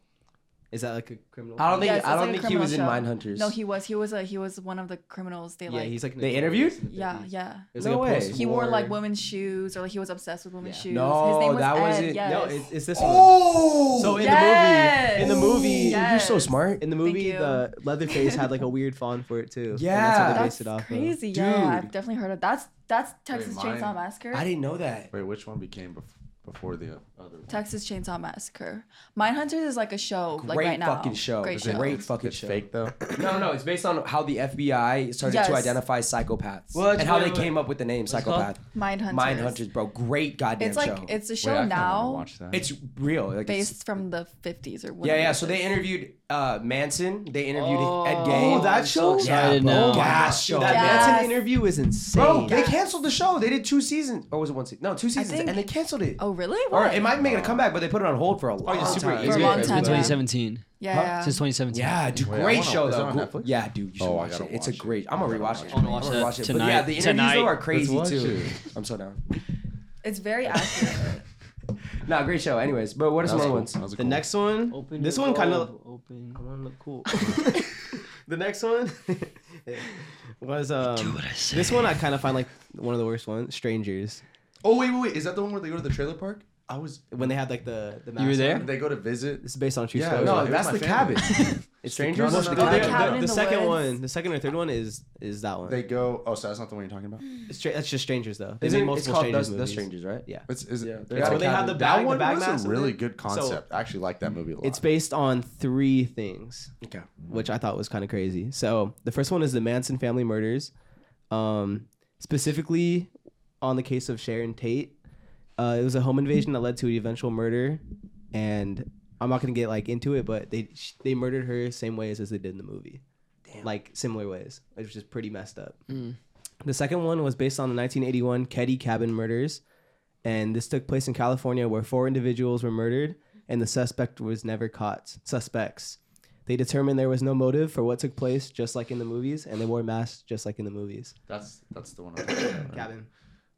S2: Is that like a criminal?
S3: I don't think.
S5: Yes,
S3: I
S5: it's
S3: don't
S5: like a
S3: think he was in
S5: criminal show.
S3: Mindhunters.
S5: No, he was. He was a. He was one of the criminals. They
S2: yeah,
S5: like.
S2: he's like an
S3: They
S2: adult
S3: interviewed?
S2: in the
S5: yeah,
S2: 50s.
S5: yeah.
S2: It was
S3: No
S2: like a
S3: way.
S2: post-war-
S5: He wore like women's shoes, or like he was obsessed with women's
S2: Yeah.
S5: shoes.
S3: No,
S5: His name was
S3: that
S5: Ed.
S3: wasn't-
S5: Yes.
S2: No, it's, it's this one.
S3: Oh.
S2: So in
S5: Yes.
S2: the movie, in the movie,
S5: Yes.
S3: You're so smart.
S2: in the
S5: Thank
S2: movie,
S5: you.
S3: Uh,
S2: the Leatherface had like a weird fond for it too. and
S3: Yeah.
S2: that's how they
S5: that's
S2: based it off. of.
S5: crazy. Yeah, I've
S3: Dude.
S5: definitely heard of that's that's Texas
S6: mine-
S5: Chainsaw Massacre.
S3: I didn't know that.
S6: Wait, which one became bef- before the other? one?
S5: Texas Chainsaw Massacre. Mindhunters is like a show, like
S3: Great
S5: right now.
S3: fucking show.
S5: Great
S3: Is it
S5: show.
S3: great? fucking
S6: it's
S3: show.
S6: fake though.
S3: No, no. It's based on how the FBI started to
S5: Yes.
S3: identify psychopaths
S8: Well, it's-
S3: and how
S8: wait,
S3: they
S8: wait,
S3: came up with the name
S8: it called?
S3: psychopath.
S5: Mindhunters.
S3: Mindhunters, bro. Great goddamn
S5: It's like
S3: show.
S5: it's a
S6: Wait,
S5: show
S6: I kinda wanna
S5: now,
S6: Watch that.
S3: It's real. Like it's,
S5: based from the 50s or
S3: yeah,
S5: whatever.
S3: yeah.
S5: it
S3: So they
S5: is.
S3: interviewed uh, Manson. They interviewed
S4: Oh.
S3: Ed Gein.
S2: Oh, that show?
S3: Yeah,
S4: Excited
S3: bro.
S4: now.
S3: Gas show.
S2: Dude, that
S5: Yeah.
S3: man.
S2: Manson
S5: Yes.
S2: interview is insane.
S3: Bro, they canceled the show. They did two seasons, or was it one season? No, two seasons,
S5: think-
S3: and they canceled it.
S5: Oh really?
S3: Or
S5: What?
S3: it might make it a comeback, but they put it on hold for a long
S2: yeah, super
S3: time.
S2: easy.
S5: For a long time,
S4: Since
S5: yeah.
S4: 2017.
S5: yeah,
S3: Huh?
S5: yeah.
S4: Since 2017.
S3: Yeah, dude,
S6: Wait, I
S3: great
S6: wanna-
S3: show
S6: is it
S3: though.
S6: on
S3: Gr-
S6: Netflix?
S3: Yeah, dude, you should
S6: Oh, I
S3: watch it.
S6: gotta
S3: It's a
S6: watch it.
S3: great. I'm gonna rewatch it.
S4: I wanna watch
S3: I'm
S4: it
S3: gonna watch it. But
S4: tonight-
S3: yeah, the interviews though
S4: tonight.
S3: are crazy
S6: watch
S3: too.
S6: it.
S3: I'm so down.
S5: It's very accurate.
S3: Nah, great show. Anyways, but what are
S6: That
S3: some
S6: was
S3: other
S6: cool.
S3: ones?
S6: That was a
S2: the
S6: cool
S2: next one,
S4: Open
S2: this
S4: your
S2: one kind
S4: bulb,
S2: of,
S4: open.
S2: I want to look cool. the next one was um,
S4: what I say.
S2: this one I kind of find like one of the worst ones, Strangers,
S6: Oh wait, wait, wait. Is that the one where they go to the trailer park? I was.
S2: when they had like the the.
S4: You were
S2: mask
S4: there?
S2: on.
S6: They go to visit.
S2: This is based on a true
S6: Yeah,
S2: story.
S6: no,
S3: No,
S6: it was
S3: that's
S6: my
S3: the
S6: family.
S3: cabin.
S2: it's
S6: Strangers?
S2: No,
S6: No,
S2: the,
S6: no,
S2: the-
S6: the
S2: the-
S5: cabin in
S2: the
S5: the
S2: second
S5: woods.
S2: one, the second or third one is is that one.
S6: They go. Oh, so that's not the one you're talking about.
S2: It's stra- that's just Strangers though. They
S3: Is
S2: made
S3: it-
S2: multiple
S3: it's called
S2: Strangers
S3: the, the
S2: movies.
S3: Strangers, right?
S2: Yeah.
S6: It's is
S3: Yeah,
S6: it,
S3: they're
S6: it's
S3: out
S6: a
S2: where they
S6: cabin.
S2: had the
S6: that
S2: bag,
S6: one
S2: the bag
S6: was
S2: mask
S6: a
S2: and
S6: really
S2: the-
S6: good concept. I actually like that movie a lot.
S2: It's based on three things.
S3: Okay.
S2: Which I thought was kind of crazy. So the first one is the Manson family murders, um, specifically on the case of Sharon Tate. Uh, it was a home invasion that led to an eventual murder, and I'm not gonna get like into it, but they sh- they murdered her same ways as they did in the movie, like similar ways, which is pretty messed up. The second one was based on the 1981 Keddie Cabin murders, and this took place in California where four individuals were murdered and the suspect was never caught. Suspects. They determined there was no motive for what took place, just like in the movies, and they wore masks, just like in the movies.
S6: That's that's the one. I'm talking about, right?
S2: Cabin.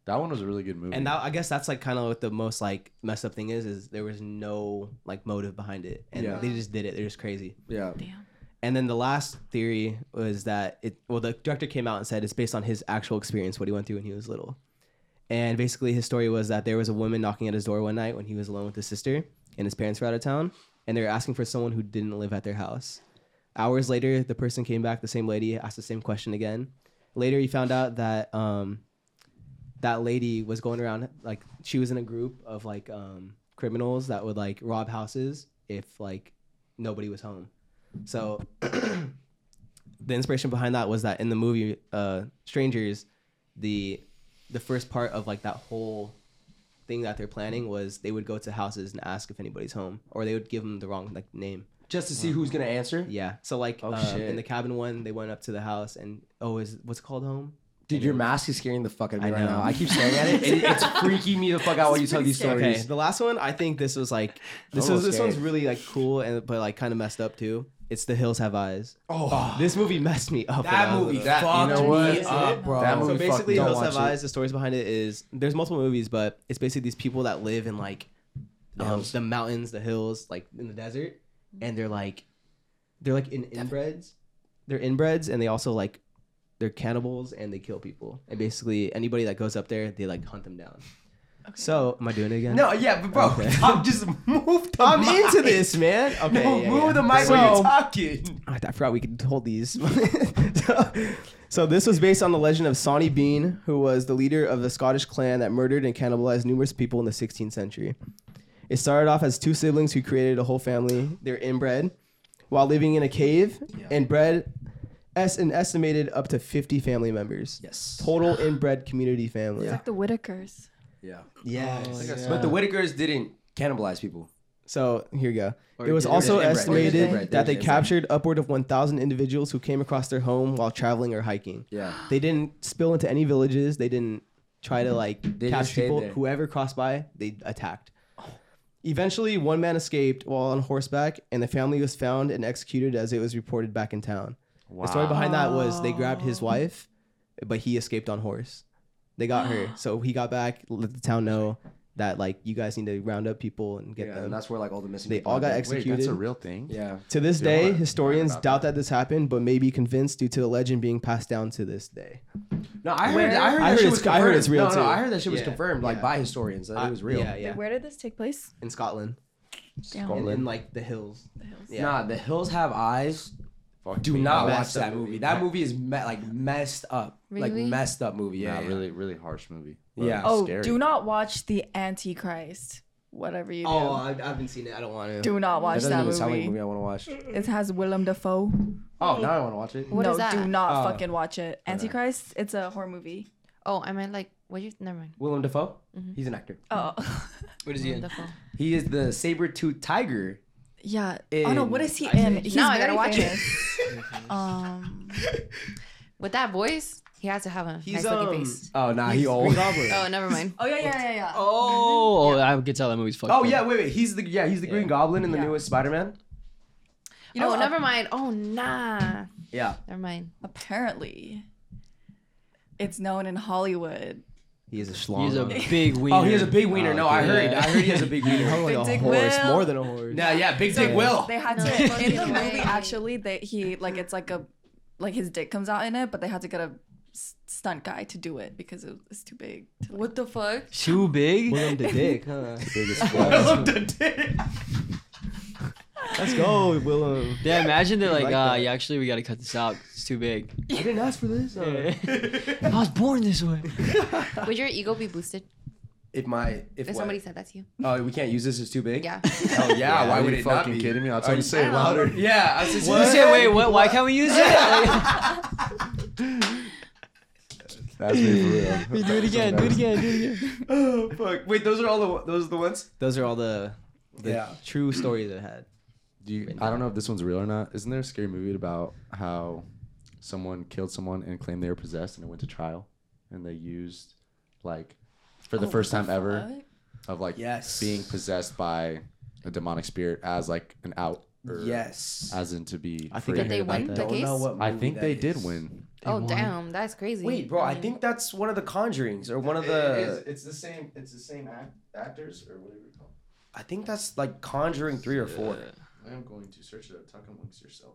S6: That one was a really good movie.
S2: And that, I guess that's like kind of what the most like messed up thing is: is there was no like motive behind it, and
S3: Yeah.
S2: they just did it. They're just crazy.
S3: Yeah.
S5: Damn.
S2: And then the last theory was that it well the director came out and said it's based on his actual experience, what he went through when he was little. And basically his story was that there was a woman knocking at his door one night when he was alone with his sister and his parents were out of town and they were asking for someone who didn't live at their house. Hours later, the person came back, the same lady, asked the same question again. Later he found out that um that lady was going around like she was in a group of like um criminals that would like rob houses if like nobody was home. So the inspiration behind that was that in the movie uh, Strangers, the the first part of like that whole thing that they're planning was they would go to houses and ask if anybody's home, or they would give them the wrong like name.
S3: Just to see who's gonna answer.
S2: Yeah. So like
S3: Oh,
S2: um,
S3: shit.
S2: in the cabin one, they went up to the house and oh, is what's it called home?
S3: Dude, your mask is scaring the fuck out of me
S2: I
S3: right
S2: know.
S3: now. I keep staring at it. and it's freaking me the fuck out when you tell these stories.
S2: Okay, the last one I think this was like this
S3: Almost
S2: was this
S3: scary.
S2: one's really like cool and but like kind of messed up too. It's The Hills Have Eyes.
S6: Oh,
S2: This movie messed me up. when I
S3: That
S2: was
S3: movie
S2: little.
S6: That- you
S3: fucked
S6: know what?
S3: me up, bro.
S6: That
S2: So
S6: movie fucked
S2: basically,
S6: me up.
S2: Hills
S6: Don't
S2: Have
S6: watch it.
S2: Eyes. The stories behind it is there's multiple movies, but it's basically these people that live in like um, the mountains, the hills, like in the desert, and they're like they're like in inbreds. They're inbreds, and they also like they're cannibals and they kill people. And basically, anybody that goes up there, they like hunt them down. So, am I doing it again?
S3: No, yeah, but bro,
S2: Okay.
S3: I'm just moved.
S2: I'm into this, man. Okay,
S3: No,
S2: yeah,
S3: move
S2: yeah.
S3: the mic
S2: So-
S3: when you're talking.
S2: I I forgot we could hold these. so, so this was based on the legend of Sonny Bean, who was the leader of the Scottish clan that murdered and cannibalized numerous people in the 16th century. It started off as two siblings who created a whole family. They're inbred while living in a cave and bred es- an estimated up to 50 family members.
S3: Yes.
S2: Total inbred community family.
S9: Like the Whitakers.
S3: Yeah.
S2: Yes.
S3: But the Whitakers didn't cannibalize people.
S2: So here you go.
S4: Or
S2: it was
S4: did-
S2: also
S4: or did
S3: they-
S2: estimated
S3: or did they-
S2: that they
S3: or did they-
S2: captured upward of 1,000 individuals who came across their home while traveling or hiking.
S3: Yeah.
S2: They didn't spill into any villages. They didn't try to like
S3: just
S2: catch
S3: stayed
S2: people.
S3: there.
S2: Whoever crossed by, they attacked. Eventually, one man escaped while on horseback, and the family was found and executed as it was reported back in town. The story behind that was they grabbed his wife, but he escaped on horse. They got her, so he got back. Let the town know that like you guys need to round up people and get
S3: Yeah,
S2: them.
S3: and that's where like all the missing.
S2: They
S3: people
S2: all
S3: are.
S2: got
S6: Wait,
S2: executed.
S6: that's a real thing.
S3: Yeah.
S2: to this
S6: Dude,
S2: day,
S6: what?
S2: historians
S6: Sorry about
S2: doubt
S6: that.
S2: that this happened, but may be convinced due to the legend being passed down to this day.
S3: No, I
S2: Where-
S3: heard. I heard.
S2: I
S3: that
S2: heard
S3: shit
S2: it's-
S3: was
S2: I heard
S3: confirmed.
S2: it's real
S3: No, no,
S2: too.
S3: I heard that shit was
S2: Yeah.
S3: confirmed like
S2: Yeah.
S3: by historians that it was real.
S2: Yeah, yeah.
S5: Where did this take place?
S2: In Scotland,
S6: Scotland.
S2: and in like the hills. Yeah.
S3: Nah, The Hills Have Eyes.
S6: Fuck
S3: Do
S6: me.
S3: not
S2: Messed
S3: watch
S2: up
S3: that
S2: movie.
S3: movie. That movie is me- like messed up. Like
S7: Really?
S3: messed up movie.
S6: Yeah,
S3: Yeah. yeah.
S6: really, really harsh movie.
S3: Yeah.
S6: But
S5: Oh,
S6: scary.
S5: do not watch the Antichrist. Whatever you do,
S2: Oh, I, I haven't seen it. I don't want to.
S5: do not
S3: That
S5: watch
S3: doesn't
S5: that
S3: even
S5: movie.
S3: sound like a movie I want to watch.
S5: It has Willem Dafoe.
S3: Oh, now I want to watch it.
S7: What
S5: no,
S7: is that?
S5: do not
S3: Oh.
S5: fucking watch it. Antichrist. It's a horror movie.
S7: Oh, I meant like what you never mind.
S3: Willem Dafoe. He's an actor.
S5: Oh,
S4: What is he in?
S7: Wonderful.
S3: He is the saber-tooth tiger.
S5: yeah. oh no,
S3: In-
S5: what is he in? He's
S7: Now I gotta watch it.
S5: it. um,
S7: With that voice, he has to have a
S2: He's,
S7: nice looking
S2: um,
S7: face.
S3: Oh, nah, he
S2: He's
S3: old.
S2: Green Goblin.
S7: Oh, never mind.
S5: oh yeah, yeah, yeah, yeah.
S4: Oh, I could tell that movie's fucked.
S3: Oh
S4: up.
S3: yeah, wait, wait. He's the yeah, he's the Green Goblin in the
S5: Yeah.
S3: newest Spider-Man.
S5: You know,
S7: oh,
S5: ap-
S7: never mind. Oh, nah.
S3: Yeah.
S7: Never mind.
S5: apparently, it's known in Hollywood.
S2: He is a schlong.
S4: he's a big wiener.
S3: Oh, he has a big wiener. no, I heard.
S4: yeah.
S3: I heard he has a big wiener.
S2: Probably
S5: Big
S2: a
S5: Dick
S2: horse,
S5: Will.
S2: more than a horse.
S3: yeah, yeah, Big Dick Will.
S5: They had
S7: No,
S5: to
S7: fucking
S5: in the movie
S7: way.
S5: actually. They he like it's like a like his dick comes out in it, but they had to get a s- stunt guy to do it because it was too big. To, like,
S7: What the fuck?
S4: Too big.
S2: William the Dick, huh? Let's go, Willem.
S4: Yeah, imagine they're like,
S2: like
S4: ah,
S2: that.
S4: yeah, actually, we gotta cut this out. It's too big.
S2: I didn't ask for this. uh.
S4: I was born this way.
S7: Would your ego be boosted
S3: If my if
S7: if
S3: what?
S7: somebody said that to you?
S3: oh we can't use this, it's too big.
S7: Yeah.
S3: Oh yeah, why
S6: Are
S3: would
S6: you
S3: it not
S6: fucking
S3: be?
S6: kidding me? I'll tell
S3: Are
S6: you
S3: you-
S6: to say it louder.
S3: Yeah, I was just
S4: You said, wait, what? Why can't we use it?
S6: That's me for real.
S4: do it again. Do it again. Do it again.
S3: Oh fuck! Wait, those are all the one- those are the ones.
S2: Those are all the, the
S3: Yeah.
S2: true stories I had.
S6: Do you, I don't know if this one's real or not. Isn't there a scary movie about how someone killed someone and claimed they were possessed and it went to trial and they used like for
S5: Oh,
S6: Oh, the first time ever of like
S3: Yes.
S6: being possessed by a demonic spirit as like an out or
S3: Yes.
S6: as in to be
S2: I
S6: free.
S2: think I
S7: Did they
S2: heard about
S7: win
S2: that.
S7: the
S3: Don't
S7: case?
S3: know what
S6: I
S3: movie
S6: think
S3: that
S6: they
S3: is.
S6: did win.
S7: oh, damn. That's crazy. Mm.
S3: Wait, bro, I
S7: mean,
S3: think that's one of the Conjuring's or one of the.
S6: it's the same it's the same act, actors or whatever you call
S3: I think that's like Conjuring three or four.
S6: it. I am going to search it up. Tuck amongst yourself.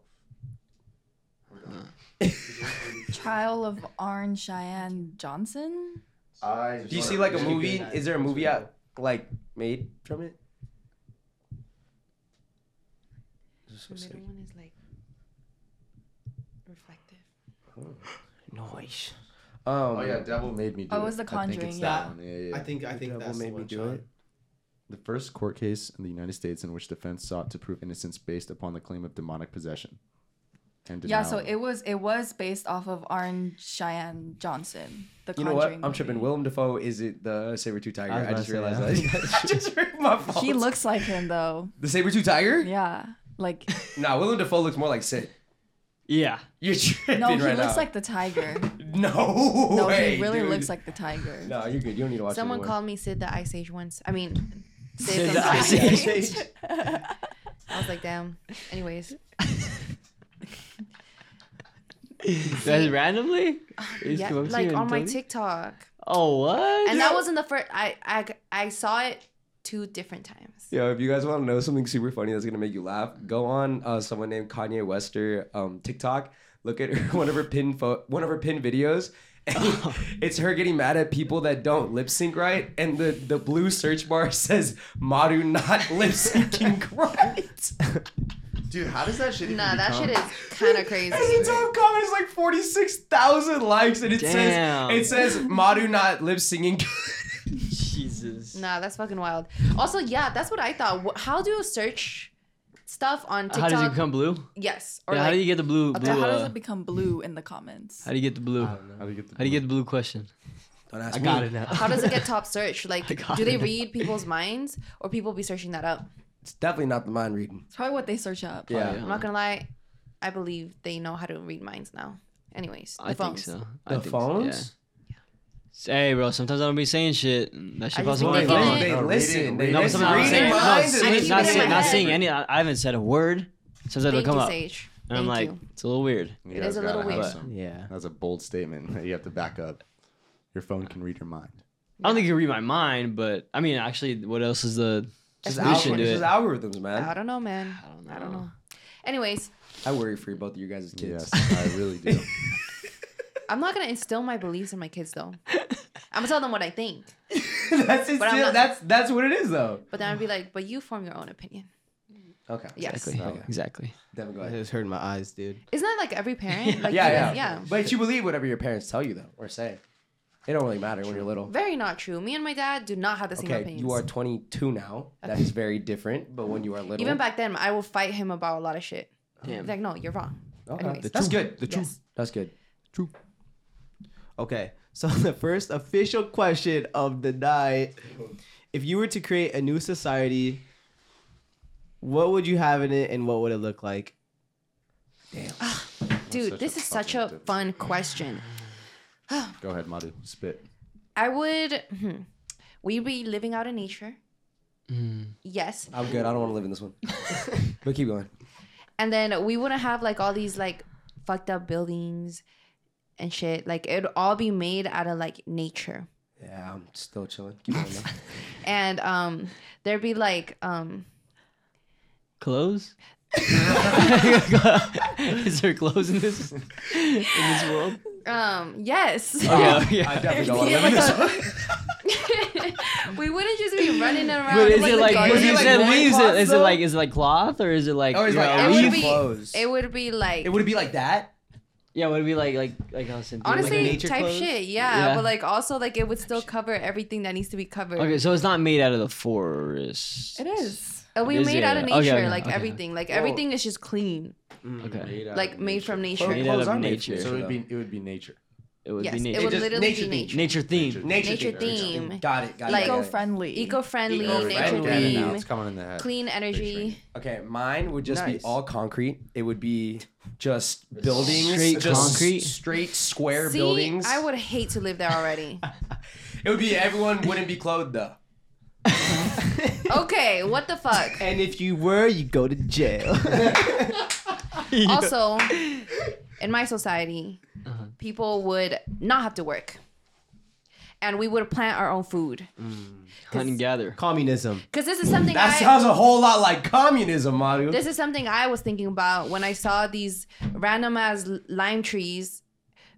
S5: Trial of Orange Cheyenne Johnson.
S6: I
S3: Do you see like a movie? Is there a movie out like made from it? um,
S7: the middle one is like reflective.
S3: Noise. Um,
S6: Oh yeah, Devil made me do
S5: Oh,
S6: it.
S5: it was The
S6: I think it's that
S5: Conjuring,
S2: yeah.
S6: one. Yeah, yeah, yeah.
S2: think I
S3: think that's the
S2: made me
S3: one,
S2: do
S3: Sean.
S2: it.
S6: The first court case in the United States in which defense sought to prove innocence based upon the claim of demonic possession. And
S5: Yeah, so
S6: denial.
S5: it was it was based off of Orange Cheyenne Johnson. The
S3: You know what?
S5: Conjuring
S3: I'm tripping.
S5: movie.
S3: Willem Dafoe is it the saber tooth tiger?
S2: I was
S3: I,
S2: about
S3: just
S2: to say,
S3: realized
S2: yeah.
S3: that. I just read my fault.
S5: He looks like him though.
S3: the saber tooth tiger.
S5: Yeah, like
S3: Nah, Willem Dafoe looks more like Sid.
S4: Yeah.
S3: You're tripping
S5: no, he
S3: right
S5: looks
S3: now.
S5: like the tiger.
S3: no.
S5: No,
S3: way,
S5: he really
S3: dude.
S5: looks like the tiger.
S3: No, you're good. You don't need to watch. it
S7: Someone
S3: anymore.
S7: called me Sid the Ice Age once. I mean, Sid,
S4: Sid the
S7: from the
S4: Ice
S7: Ice
S4: Age.
S7: Age. I was like, damn. Anyways,
S4: That's randomly? They just
S7: Uh, yeah,
S4: came up to
S7: like
S4: you
S7: on
S4: and
S7: my
S4: told you?
S7: TikTok.
S4: Oh, what?
S7: And that wasn't the first. I I I saw it two different times.
S3: Yo, if you guys want to know something super funny that's gonna make you laugh, go on uh, someone named Kanye Wester um, TikTok. Look at her, one of her pin fo- one of her pin videos. And it's her getting mad at people that don't lip sync right, and the, the blue search bar says Maru not lip syncing right.
S6: Dude, how does that shit? even
S7: Nah, that
S6: become-
S7: shit is kind of crazy.
S3: And it's all common. It's like forty six thousand likes, and it
S4: Damn.
S3: says it says Maru not lip syncing.
S4: Jesus.
S7: Nah, that's fucking wild. Also, yeah, that's what I thought. Wh- How do you search stuff on
S4: How
S7: TikTok?
S4: does it become blue?
S7: Yes. Or
S4: Yeah, how
S7: like,
S4: do you get the blue?
S5: Okay,
S4: blue
S5: how does
S4: uh,
S5: it become blue in the comments?
S4: how do you get the blue? How
S6: How do you get the?
S4: do you get the blue question?
S3: Don't ask
S4: I got it now.
S7: how does it get top search? Like,
S4: I got
S7: do they
S4: it.
S7: read people's minds or people be searching that up?
S3: It's definitely not the mind reading.
S5: It's probably what they search up.
S3: Yeah.
S7: I'm not gonna lie, I believe they know how to read minds now. Anyways, the
S4: I think
S7: phones.
S4: so. I
S3: The
S4: think so,
S3: phones.
S4: yeah. Hey, bro. Sometimes I don't be saying shit. and That
S7: I
S4: shit pops
S7: just be
S4: up on my phone.
S7: thinking it.
S3: They
S6: No,
S3: listen.
S6: reading-
S3: They
S6: reading-
S4: No, but
S3: listen.
S4: sometimes I'm
S7: Reading
S4: saying,
S7: minds
S4: no,
S7: and listening
S4: not,
S7: to
S4: saying, not
S7: minds.
S4: saying any. I, I haven't said a word. Sometimes it'll
S7: Thank
S4: come
S7: you,
S4: up,
S7: Sage.
S4: and I'm
S7: Thank
S4: like,
S7: you.
S4: it's a little weird.
S6: You
S7: It
S6: guys
S7: is a
S6: gotta
S7: little
S6: have
S7: weird.
S6: some-
S2: Yeah.
S6: That's a bold statement. that You have to back up. Your phone can read your mind.
S4: I don't think you can read my mind, but I mean, actually, what else is the
S3: This is,
S4: solution
S3: algor-
S4: to
S3: this is
S4: it?
S3: algorithms, man.
S7: I don't know, man.
S4: I don't
S7: I don't
S4: know.
S7: know. Anyways,
S3: I worry for both of you guys' kids.
S6: Yes, I really do.
S7: I'm not gonna instill my beliefs in my kids though. I'm gonna tell them what I think,
S3: that's, it,
S7: But I'm not-
S3: that's that's what it is though.
S7: but then I'd be like, but you form your own opinion.
S3: Okay.
S7: Yes.
S4: Exactly.
S3: Okay.
S4: Exactly.
S3: Devin, go
S2: I
S3: ahead.
S2: just hurt my eyes, dude.
S7: Isn't that like every parent? Like,
S3: Yeah,
S7: you
S3: yeah,
S7: guys- yeah.
S3: But you believe whatever your parents tell you though or say. It don't really matter when you're little.
S7: Very not true. Me and my dad do not have the same
S3: Okay,
S7: opinions.
S3: you are 22 now. That
S7: Okay.
S3: is very different. But when you are little,
S7: Even back then, I will fight him about a lot of shit.
S4: Damn.
S7: Like, no, you're wrong.
S3: okay.
S7: anyways. The
S3: that's good. The
S7: truth. Yes.
S3: That's good.
S2: Okay, so the first official question of the night: If you were to create a new society, what would you have in it, and what would it look like?
S7: Dude,
S6: such
S7: this
S6: a
S7: is such
S6: fucking
S7: a
S6: dick.
S7: fun question.
S6: Go ahead, Madu. Spit.
S7: I would. Hmm, we be living out in nature.
S4: Mm.
S7: Yes.
S3: I'm good. I don't want to live in this one. but keep going.
S7: And then we wouldn't have like all these like fucked up buildings and shit. Like it'd all be made out of like nature.
S3: Yeah, I'm still chilling. Keep going. man.
S7: And um there'd be like um
S4: Clothes? is there clothes in this in this world?
S7: um yes.
S4: Yeah, yeah.
S3: Um, I definitely don't want to
S7: Yeah,
S3: live in
S7: like
S3: this
S7: a-
S3: one.
S7: we wouldn't just be running around.
S4: But is it
S7: the
S4: like
S7: garden.
S4: because
S3: Is it
S4: you
S3: like
S4: said leaves? It,
S3: loincloths,
S4: is it
S3: though?
S4: like is it like cloth or is it like,
S3: Oh, it's
S4: you
S3: like
S4: know,
S7: It
S4: leaf?
S7: would
S3: Leaf
S7: be-
S3: clothes.
S7: it would be like
S3: It would be like that.
S4: Yeah, would it be like like like how Cynthia like
S7: honestly
S2: nature
S7: type
S2: clothes?
S7: shit. Yeah,
S4: Yeah.
S7: but like also like it would still cover everything that needs to be covered.
S4: Okay, so it's not made out of the forest.
S5: It is.
S7: And Uh, we
S4: It is,
S7: made
S4: yeah,
S7: out of
S4: yeah.
S7: nature,
S4: Okay, okay,
S7: like
S4: okay.
S7: everything. Like everything is just clean,
S4: Okay.
S7: like made from nature.
S4: Made out of nature.
S6: So it would be it would be nature.
S4: It would
S7: yes,
S4: be
S7: it
S4: nature.
S7: would
S3: just-
S7: literally
S3: nature
S7: be
S3: thing.
S7: nature.
S4: Nature theme.
S3: Nature,
S7: Nature
S6: theme.
S7: theme,
S3: Got it. Got
S7: Like-
S3: it. got it.
S5: Eco-friendly.
S7: eco-friendly,
S6: Eco-friendly.
S7: nature
S6: Get it now,
S7: theme,
S6: It's coming in the head.
S7: clean energy.
S3: Okay, mine would just be
S6: Nice.
S3: all concrete. It would be just buildings,
S4: Straight
S3: just
S4: concrete?
S3: straight square
S7: See,
S3: buildings.
S7: I would hate to live there already.
S3: It would be everyone wouldn't be clothed though.
S7: okay, what the fuck?
S2: And if you were, you go to jail.
S7: Also, in my society, people would not have to work, and we would plant our own food.
S4: Hunt and gather.
S2: Communism.
S7: Because this is something
S3: That
S7: I,
S3: sounds a whole lot like communism, Mario.
S7: this is something I was thinking about when I saw these random ass lime trees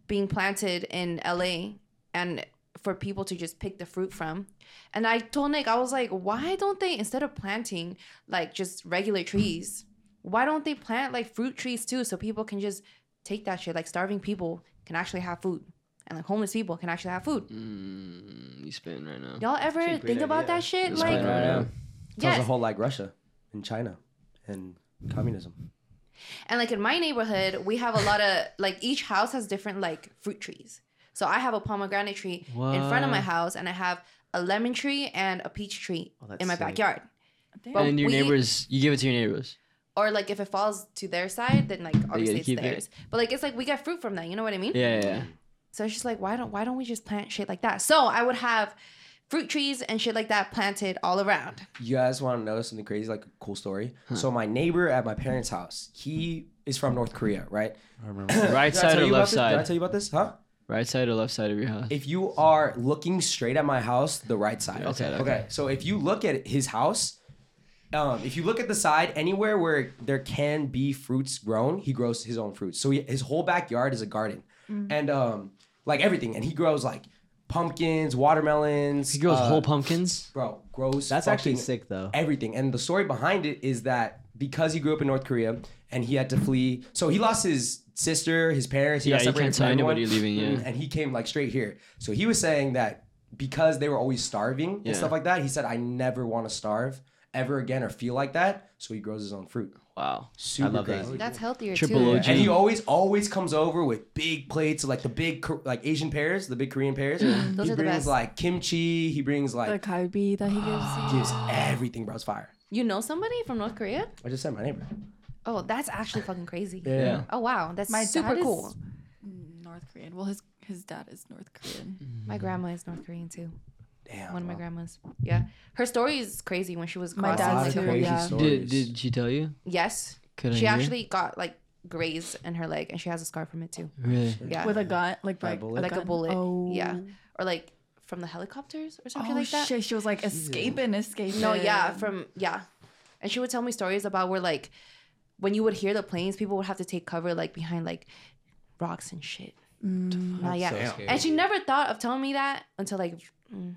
S7: being planted in LA and for people to just pick the fruit from. And I told Nick, I was like, why don't they, instead of planting like just regular trees, why don't they plant like fruit trees too so people can just take that shit? Like starving people can actually have food and like homeless people can actually have food.
S4: Mm, you spitting right now.
S7: Y'all ever think about that shit?
S4: It's
S7: like,
S4: fine right now.
S3: sounds a
S7: yes.
S3: whole like Russia and China and communism.
S7: And like in my neighborhood, we have a lot of like each house has different like fruit trees. So I have a pomegranate tree in front of my
S4: Wow.
S7: house, and I have a lemon tree and a peach tree
S4: Oh,
S2: that's
S7: in my
S2: sick.
S7: backyard.
S5: Damn.
S7: But
S4: And your
S7: we-
S4: neighbors, you give it to your neighbors.
S7: Or like if it falls to their side, then like obviously
S4: keep
S7: it's
S4: it.
S7: theirs. But like it's like we get fruit from that. You know what I mean?
S4: Yeah, yeah, yeah.
S7: So it's just like why don't why don't we just plant shit like that? So I would have fruit trees and shit like that planted all around.
S3: You guys want to know something crazy, like a cool story? So my neighbor at my parents' house, he is from North Korea, right?
S6: I remember.
S4: Right
S3: Did I
S4: side
S3: tell
S4: or
S3: you about
S4: left
S3: this? Did I
S4: side?
S3: tell you about this? Huh?
S4: Right side or left side of your house?
S3: If you are looking straight at my house, the right side.
S4: Right
S3: okay.
S4: side,
S3: okay.
S4: okay.
S3: So if you look at his house, um, if you look at the side anywhere where there can be fruits grown, he grows his own fruits. So he, his whole backyard is a garden, and um, like everything, and he grows like pumpkins, watermelons.
S4: He grows
S3: uh,
S4: whole pumpkins.
S3: bro. Grows.
S2: That's actually
S3: fucking
S2: sick though.
S3: everything. And the story behind it is that because he grew up in North Korea and he had to flee, so he lost his sister, his parents. He
S4: Yeah,
S3: got
S4: you
S3: separated
S4: can't
S3: from
S4: tell
S3: everyone,
S4: anybody you're leaving, yeah.
S3: Mhm, and he came like straight here. So he was saying that because they were always starving and
S4: Yeah.
S3: stuff like that, he said, "I never want to starve ever again or feel like that." So he grows his own fruit.
S4: Wow.
S3: Super
S2: love that.
S3: crazy.
S7: That's healthier
S4: Triple
S7: too.
S4: OG.
S3: And he always always comes over with big plates of like the big Ko- like Asian pears, the big Korean pears.
S7: Those
S3: he
S7: are the
S3: brings
S7: best.
S3: like kimchi. He brings
S5: The
S3: like
S5: kalbi that he gives you.
S3: gives everything, bro. It's fire.
S7: You know somebody from North Korea?
S3: I just said my neighbor.
S7: Oh, that's actually fucking crazy.
S4: Yeah.
S7: Oh wow, that's
S5: My
S7: super
S5: dad is-
S7: cool.
S5: North Korean. Well, his his dad is North Korean.
S7: My grandma is North Korean too.
S3: Damn.
S7: One of my grandmas. Yeah, her story is crazy. When she was
S5: My
S7: crossing,
S5: dad's
S7: like,
S5: too,
S7: her-
S5: yeah.
S4: Did, did she tell you?
S7: Yes,
S4: Could I
S7: she
S4: hear?
S7: actually got like grazed in her leg, and she has a scar from it too.
S4: Really?
S7: Yeah,
S5: With a gun, like
S3: By a
S5: by,
S3: bullet?
S7: like a
S5: gun.
S7: bullet.
S5: Oh.
S7: Yeah, or like from the helicopters or something
S5: Oh
S7: like that.
S5: shit! She was like escaping, escaping.
S7: No, yeah, from yeah. And she would tell me stories about where like when you would hear the planes, people would have to take cover like behind like rocks and shit.
S5: Mm.
S7: Nah, yeah. and she never thought of telling me that until like mm,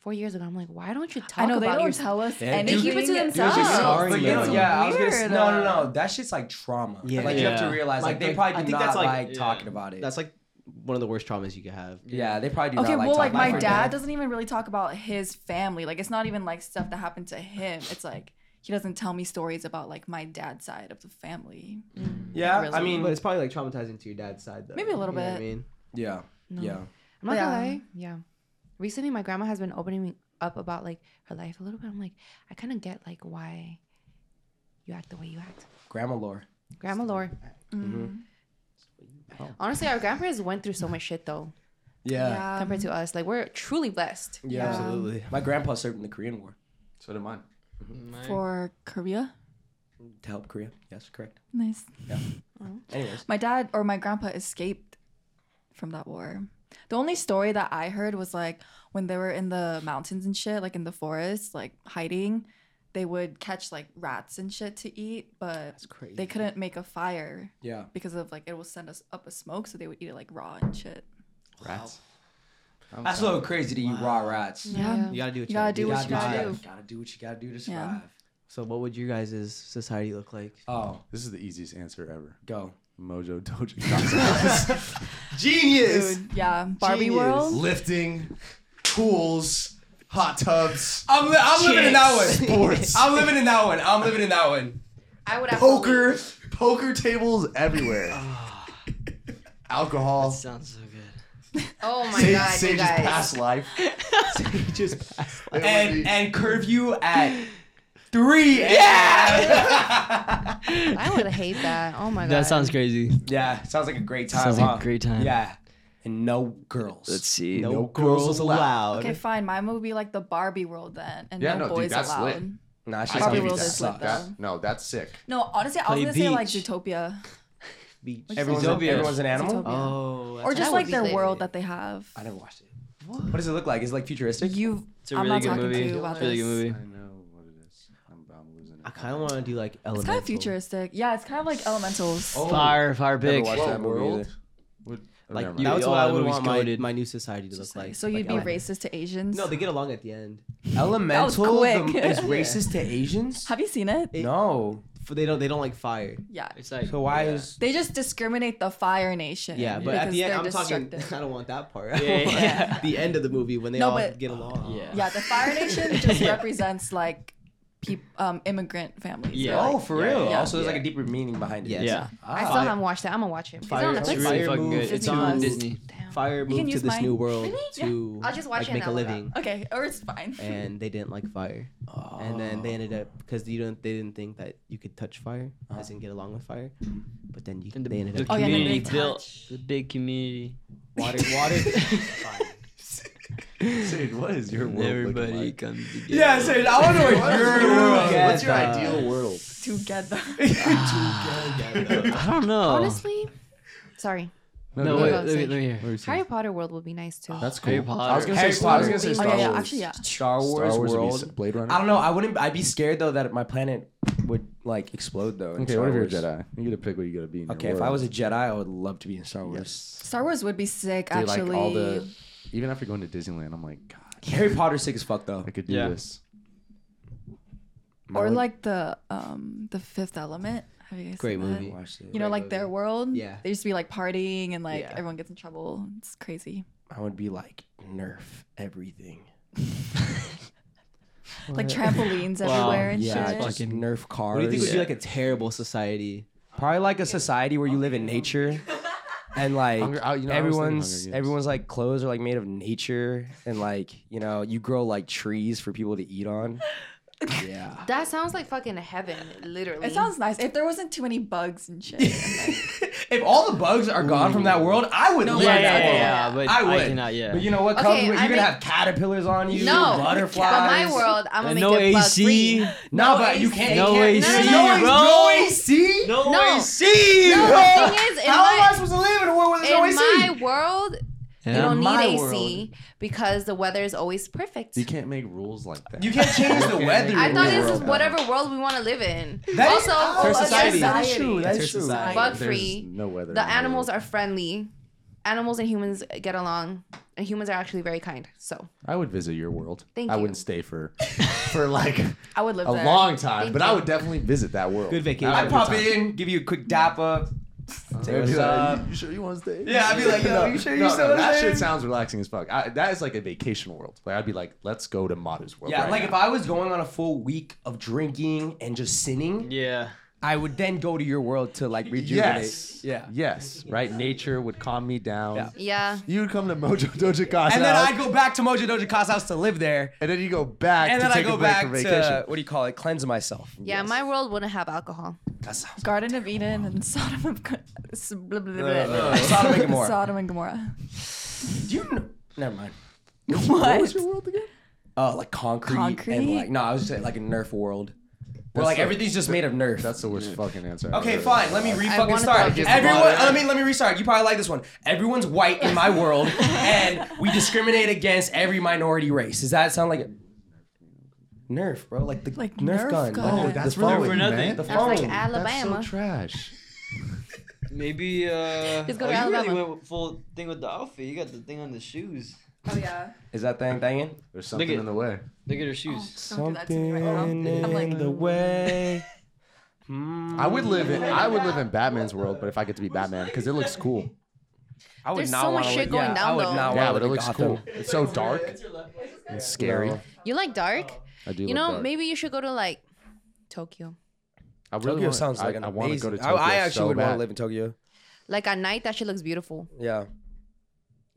S7: four years ago. I'm like, why don't you talk
S5: I know they
S7: about
S5: don't
S7: your
S5: tell us
S3: Yeah,
S7: They
S5: anything.
S7: keep it to
S3: It was
S7: themselves.
S3: just
S7: Oh.
S3: sorry,
S2: But
S3: but
S2: you know,
S3: yeah, I was gonna
S5: it's
S3: say,
S5: weird,
S3: no, no,
S5: uh,
S3: no. That shit's like trauma.
S2: Yeah.
S3: like you have to
S4: Yeah.
S3: realize, like,
S2: Like,
S3: they
S2: like,
S3: probably
S2: I
S3: do
S2: think
S3: not
S2: that's,
S3: like,
S2: like-
S3: talking about it.
S2: That's like one of the worst traumas you could have.
S3: yeah, they probably do
S5: Okay,
S3: not
S5: well,
S3: like
S5: like
S3: talking
S5: my
S3: about
S5: dad
S3: it.
S5: doesn't even really talk about his family. Like it's not even like stuff that happened to him. It's like he doesn't tell me stories about like my dad's side of the family.
S3: Yeah, I
S5: really.
S3: mean,
S2: But it's probably like traumatizing to your dad's side though.
S5: Maybe a little
S2: You know what
S5: bit.
S2: I mean,
S3: yeah,
S7: No.
S3: yeah.
S7: I'm not gonna
S5: Yeah.
S7: lie. Yeah. Recently, my grandma has been opening me up about like her life a little bit. I'm like, I kind of get like why you act the way you act.
S3: Grandma lore.
S7: Grandma Lore.
S5: Mm-hmm.
S7: Honestly, our grandparents went through so much shit though,
S3: Yeah,
S5: Yeah.
S7: compared to us. Like we're truly blessed.
S3: yeah,
S2: absolutely.
S3: My grandpa served in the Korean War
S6: So did mine.
S5: For Korea,
S3: to help Korea. Yes, correct.
S5: nice.
S3: Anyways,
S5: My dad or my grandpa escaped from that war. The only story that I heard was like when they were in the mountains and shit, like in the forest, like hiding, they would catch like rats and shit to eat, but
S2: crazy.
S5: they couldn't make a fire
S3: yeah,
S5: because of like it will send us up a smoke, so they would eat it like raw and shit.
S2: Rats.
S3: that's a little crazy to eat raw rats.
S2: You gotta do what
S5: You gotta do
S2: do.
S5: what you gotta
S3: gotta,
S5: do.
S3: gotta do what you gotta do to survive.
S5: Yeah.
S2: So what would your guys' society look like?
S3: Oh,
S6: This is the easiest answer ever.
S3: go.
S6: Mojo Dojo.
S2: Genius.
S5: Dude, yeah, Barbie
S2: Genius.
S5: World.
S6: Lifting, pools, hot tubs,
S3: I'm, li- I'm living in that one.
S6: sports,
S3: I'm living in that one. I'm living in that one.
S7: I would absolutely-
S6: poker, poker tables everywhere. Alcohol.
S4: Sounds so good.
S7: Oh my
S6: Sage-
S7: god, you
S6: Sage's
S7: guys.
S6: past life.
S2: Just pass.
S6: It would
S3: and
S6: be-
S3: and curfew at three. Yeah.
S7: I would hate that. Oh my god.
S4: That sounds crazy.
S3: yeah. Sounds like a great time.
S4: Sounds like a
S3: huh?
S4: great time.
S3: Yeah. And no girls.
S4: see.
S2: No,
S6: No
S2: girls,
S6: girls
S2: allowed.
S5: Okay, fine. Mine would be like the Barbie World then, and
S6: Yeah,
S5: no,
S6: no, dude,
S5: boys
S6: that's lit.
S5: allowed.
S3: Nah, she's
S6: I
S5: Barbie
S6: could do
S5: World
S6: that.
S5: is lit,
S6: That-
S5: though.
S6: No, that's sick.
S5: No, honestly, I was
S4: Play
S5: gonna say like
S4: beach.
S5: Zootopia.
S2: Beach.
S3: everyone's,
S4: Zootopia.
S3: an, everyone's an animal.
S5: Zootopia.
S2: Oh,
S5: or
S2: that's-
S5: just
S7: would
S5: like
S7: be
S5: their
S7: lit.
S5: world that they have.
S3: I never watched it. What? does it look like? Is it like futuristic?
S5: You,
S4: It's a
S5: I'm
S4: really
S5: not
S4: good
S5: talking
S4: movie.
S5: to you about
S4: It's a really
S5: this.
S4: good movie.
S6: I know what it is. I'm, I'm losing it.
S2: I kind of want to do like elemental.
S5: It's kind of futuristic. Yeah, it's kind of like Elementals.
S4: Oh. Fire, fire big.
S3: watched that movie
S6: World?
S3: either.
S6: Would- oh,
S2: Like
S6: never mind.
S4: You-
S2: that was
S4: all
S2: what I
S4: the
S2: would
S4: movies
S2: want my,
S4: goaded.
S2: my new society to look like.
S5: so you'd
S2: like
S5: be
S2: elemental.
S5: racist to Asians.
S2: No, they get along at the end.
S3: Elemental
S5: That was
S3: the-
S5: quick.
S3: is racist to Asians?
S5: have you seen it?
S2: It-
S3: No.
S2: For they don't. They don't like fire.
S5: Yeah.
S4: It's like
S3: So why
S4: yeah.
S3: is
S5: They just discriminate the Fire Nation.
S2: Yeah, but at
S5: because
S2: the end,
S5: they're
S2: I'm talking.
S5: destructive.
S2: I don't want that part. I
S4: Yeah,
S2: want
S4: yeah.
S2: the end of the movie when they
S5: No,
S2: all
S5: but-
S2: get along.
S4: Yeah.
S5: Yeah, the Fire Nation just represents like peop- um, immigrant families.
S4: Yeah.
S5: They're, like,
S3: Oh, for real.
S5: yeah.
S3: also, there's like a deeper meaning behind it. Ah.
S2: Yes.
S4: Yeah.
S7: I still haven't watched that. I'm gonna watch it. Is it on
S2: Fire-
S4: It's
S2: Netflix?
S4: really
S2: Fire
S4: fucking
S2: move
S4: good. It's
S5: Disney
S4: on
S5: Plus.
S4: Disney.
S7: Damn.
S2: Fire
S5: can
S2: moved to
S5: use
S2: this
S5: mine.
S2: new world to
S7: I'll just watch
S2: like,
S7: it
S2: make a
S7: and I'll look
S2: living,
S5: Okay, or it's fine.
S2: and they didn't like fire. And then they ended
S4: Oh.
S2: up because you don't. They didn't think that you could touch fire, as in get along with fire. But then you,
S4: And Uh-huh. the,
S2: they ended
S4: the
S2: up.
S5: Oh, yeah, and then
S4: community
S5: they
S4: built
S5: touch.
S4: the big community.
S2: Water, water, fire.
S6: Sage, what is your world looking
S4: Everybody
S6: like?
S4: comes together.
S3: Yeah, so I wonder what
S6: What is
S3: your
S6: your
S3: world.
S6: world? What's your
S2: Yes, uh,
S6: ideal world?
S5: together.
S4: I don't know.
S7: Honestly, sorry.
S4: no,
S7: no,
S4: wait,
S7: no.
S4: let me, let me hear.
S7: Harry Potter world would be nice too.
S6: That's cool.
S4: Harry
S6: I was
S4: Potter.
S6: gonna
S3: Harry
S6: say
S3: Potter.
S6: I was gonna say
S5: Oh,
S6: Star
S5: yeah,
S6: Wars.
S5: yeah, actually, yeah.
S3: Star Wars,
S6: Star Wars would be
S3: world.
S6: s- Blade Runner.
S3: I don't know. I wouldn't. I'd be scared though that my planet would like explode though. in
S6: Okay,
S3: Star
S6: whatever you're a
S3: Wars.
S6: Jedi. You get to pick what you gotta be. In
S3: Okay, if I was a Jedi, I would love to be in Star Wars.
S5: Star Wars would be sick,
S6: Dude,
S5: actually.
S6: like all the, even after going to Disneyland, I'm like, God,
S3: Harry Potter's sick as fuck though.
S6: I could do
S4: Yeah.
S6: this.
S5: or like the um the Fifth Element. Have you guys
S2: Great
S5: seen that?
S2: movie.
S3: Watch it.
S5: You know, like their world.
S2: Yeah.
S5: They used to be like partying and like
S2: Yeah.
S5: everyone gets in trouble. It's crazy.
S3: I would be like nerf everything.
S5: Like trampolines
S4: Wow.
S5: everywhere and
S3: yeah,
S5: shit.
S3: just nerf cars.
S2: What do you think would be like a terrible society?
S3: Probably like a society where you live in nature, and like
S6: Hunger- I- you know, I was thinking Hunger
S3: everyone's
S6: Games.
S3: everyone's like clothes are like made of nature, and like you know you grow like trees for people to eat on. Yeah.
S7: That sounds like fucking heaven, literally.
S5: It sounds nice. If there wasn't too many bugs and shit.
S3: if all the bugs are gone from that world, I would live
S4: yeah,
S3: in
S4: yeah,
S3: that
S4: yeah,
S3: world.
S4: yeah, but
S3: I
S4: I
S3: would.
S4: cannot, yeah.
S3: But you know what?
S7: Okay,
S3: comes with-
S7: I
S3: you're gonna
S7: make-
S3: have caterpillars on you.
S7: no,
S3: butterflies.
S7: But my world, I'm gonna
S4: And
S7: make
S4: no
S7: it bug
S4: AC.
S7: free.
S3: No,
S7: No
S3: but you
S7: AC.
S3: can't.
S4: No
S3: you can't,
S4: AC,
S3: no,
S4: bro.
S3: No AC.
S4: No,
S7: No.
S4: way, see.
S7: No, the thing is, in
S3: How am I
S7: my,
S3: supposed to live in a world where there's no
S7: in
S3: AC?
S7: my world, you don't
S4: my
S7: need
S4: world.
S7: AC because the weather is always perfect.
S6: You can't make rules like that.
S3: you can't change the weather.
S7: I
S3: in
S7: thought
S3: your
S7: this is
S3: world.
S7: whatever world we want to live in.
S3: That is-
S7: also,
S3: oh,
S7: oh,
S2: Her
S7: okay,
S2: society.
S7: so-
S3: That's true.
S2: That's her
S3: That's true.
S2: society.
S7: Bug
S6: There's
S7: free.
S6: No weather.
S7: the animals are friendly. Animals and humans get along, and humans are actually very kind. So
S6: I would visit your world.
S7: Thank
S6: I
S7: you.
S6: wouldn't stay for, for like
S5: I would live
S6: a
S5: there.
S6: long time,
S7: Thank
S6: but
S7: you.
S6: I would definitely visit that world.
S2: Good vacation.
S6: I
S3: I'd
S6: would
S3: pop
S6: time.
S3: in, give you a quick dap up.
S6: They'd be
S3: What's
S6: like,
S3: up?
S6: you sure you want to stay?
S3: Yeah, I'd be like, yo, you sure you
S6: no,
S3: still
S6: no,
S3: wanna
S6: That
S3: stay?
S6: shit sounds relaxing as fuck. I, that is like a vacation world. Like I'd be like, let's go to Madu's world.
S3: Yeah,
S6: right
S3: like
S6: now.
S3: if I was going on a full week of drinking and just sinning,
S4: Yeah.
S3: I would then go to your world to like rejuvenate.
S6: Yes.
S3: Yeah.
S6: Yes. Right. Nature would calm me down.
S3: Yeah.
S7: yeah,
S6: You would come to Mojo Doja Cat's
S3: And then
S6: house,
S3: I'd go back to Mojo Doja Khan's house to live there.
S6: and then you go back
S3: And
S6: to
S3: then I
S6: take
S3: go
S6: a break
S3: back
S6: for vacation.
S3: to what do you call it? Cleanse myself.
S7: yeah. My world wouldn't have alcohol.
S3: That sounds
S5: Garden of Eden and Sodom of Go- s- blah, blah, blah, blah.
S3: Sodom and Gomorrah.
S5: Sodom and Gomorrah.
S3: Do you know? Never mind.
S5: What?
S3: Oh, like concrete, and
S5: Concrete?
S3: like no, I was just like a Nerf world, where like
S6: the-
S3: everything's just made of Nerf.
S6: That's the worst fucking answer. I've
S3: Okay,
S6: ever
S3: fine.
S6: heard.
S3: Let me re
S7: I
S3: fucking
S7: wanna
S3: start.
S7: talk to
S3: Everyone,
S7: somebody.
S3: let me let me restart. You probably like this one. Everyone's white in my world, and we discriminate against every minority race. Does that sound like a Nerf, bro? Like the
S5: Like
S3: Nerf,
S5: Nerf
S3: gun.
S5: gun.
S3: Like
S5: Oh,
S3: the-
S6: that's
S3: the
S6: really
S3: phone.
S6: what you
S4: nothing.
S6: meant?
S3: The
S7: That's like
S3: phone.
S7: Alabama.
S6: That's so trash.
S4: Maybe uh.
S7: Just go
S4: oh,
S7: to
S4: you really
S7: Alabama.
S4: went full thing with the outfit. You got the thing on the shoes.
S5: Oh yeah.
S3: Is that thing banging?
S6: There's something
S4: at-
S6: in the way.
S4: Look at her shoes.
S5: Don't do that to me right now. I'm like- mm.
S3: in the way. Hmm.
S6: I would live in I would live in Batman's world, but if I get to be Batman, because it looks cool.
S3: I would
S7: There's
S3: not
S7: so much
S3: wanna
S7: shit
S3: live-
S7: going
S3: yeah,
S7: down,
S3: I would
S7: though.
S3: not
S6: Yeah,
S3: wanna
S6: but
S3: live
S6: it
S3: in
S6: looks
S3: Gotham.
S6: cool. It's so dark. It's scary.
S7: You like dark?
S6: I do.
S7: You
S6: love
S7: know,
S6: dark.
S7: maybe you should go to like Tokyo.
S6: I really
S3: Tokyo
S6: wanna-
S3: sounds like
S6: I,
S3: an
S6: I want to
S3: amazing.
S6: go to
S3: I-
S6: Tokyo.
S3: I actually
S6: so
S3: would
S6: bad.
S3: want to live in Tokyo.
S7: Like at night, that shit looks beautiful.
S3: Yeah.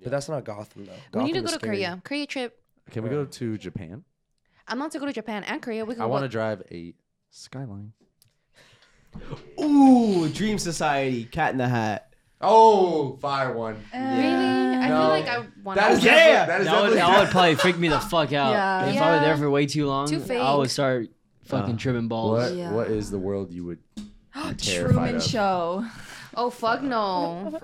S3: But that's not Gotham though.
S7: we need to
S3: Gotham
S7: go
S3: is
S7: to
S3: scary.
S7: Korea. Korea trip.
S6: Can we go to Japan?
S7: I'm not to go to Japan and Korea. We can
S6: I
S7: go.
S6: want to drive a Skyline.
S2: Ooh, dream society, cat in the hat.
S6: Oh, fire one.
S7: really? I
S6: No.
S7: feel like I want
S3: Oh,
S6: That is
S7: to.
S6: yeah. That is
S4: That would,
S6: definitely-
S4: that would probably freak me the fuck out.
S5: Yeah.
S4: If I were
S7: Yeah.
S4: there for way too long,
S7: Too
S4: I would
S7: fake.
S4: start
S3: Uh,
S4: fucking tripping balls.
S6: What
S5: Yeah.
S6: What is the world you would? be terrified
S5: Truman
S6: of?
S5: Show.
S7: Oh fuck no!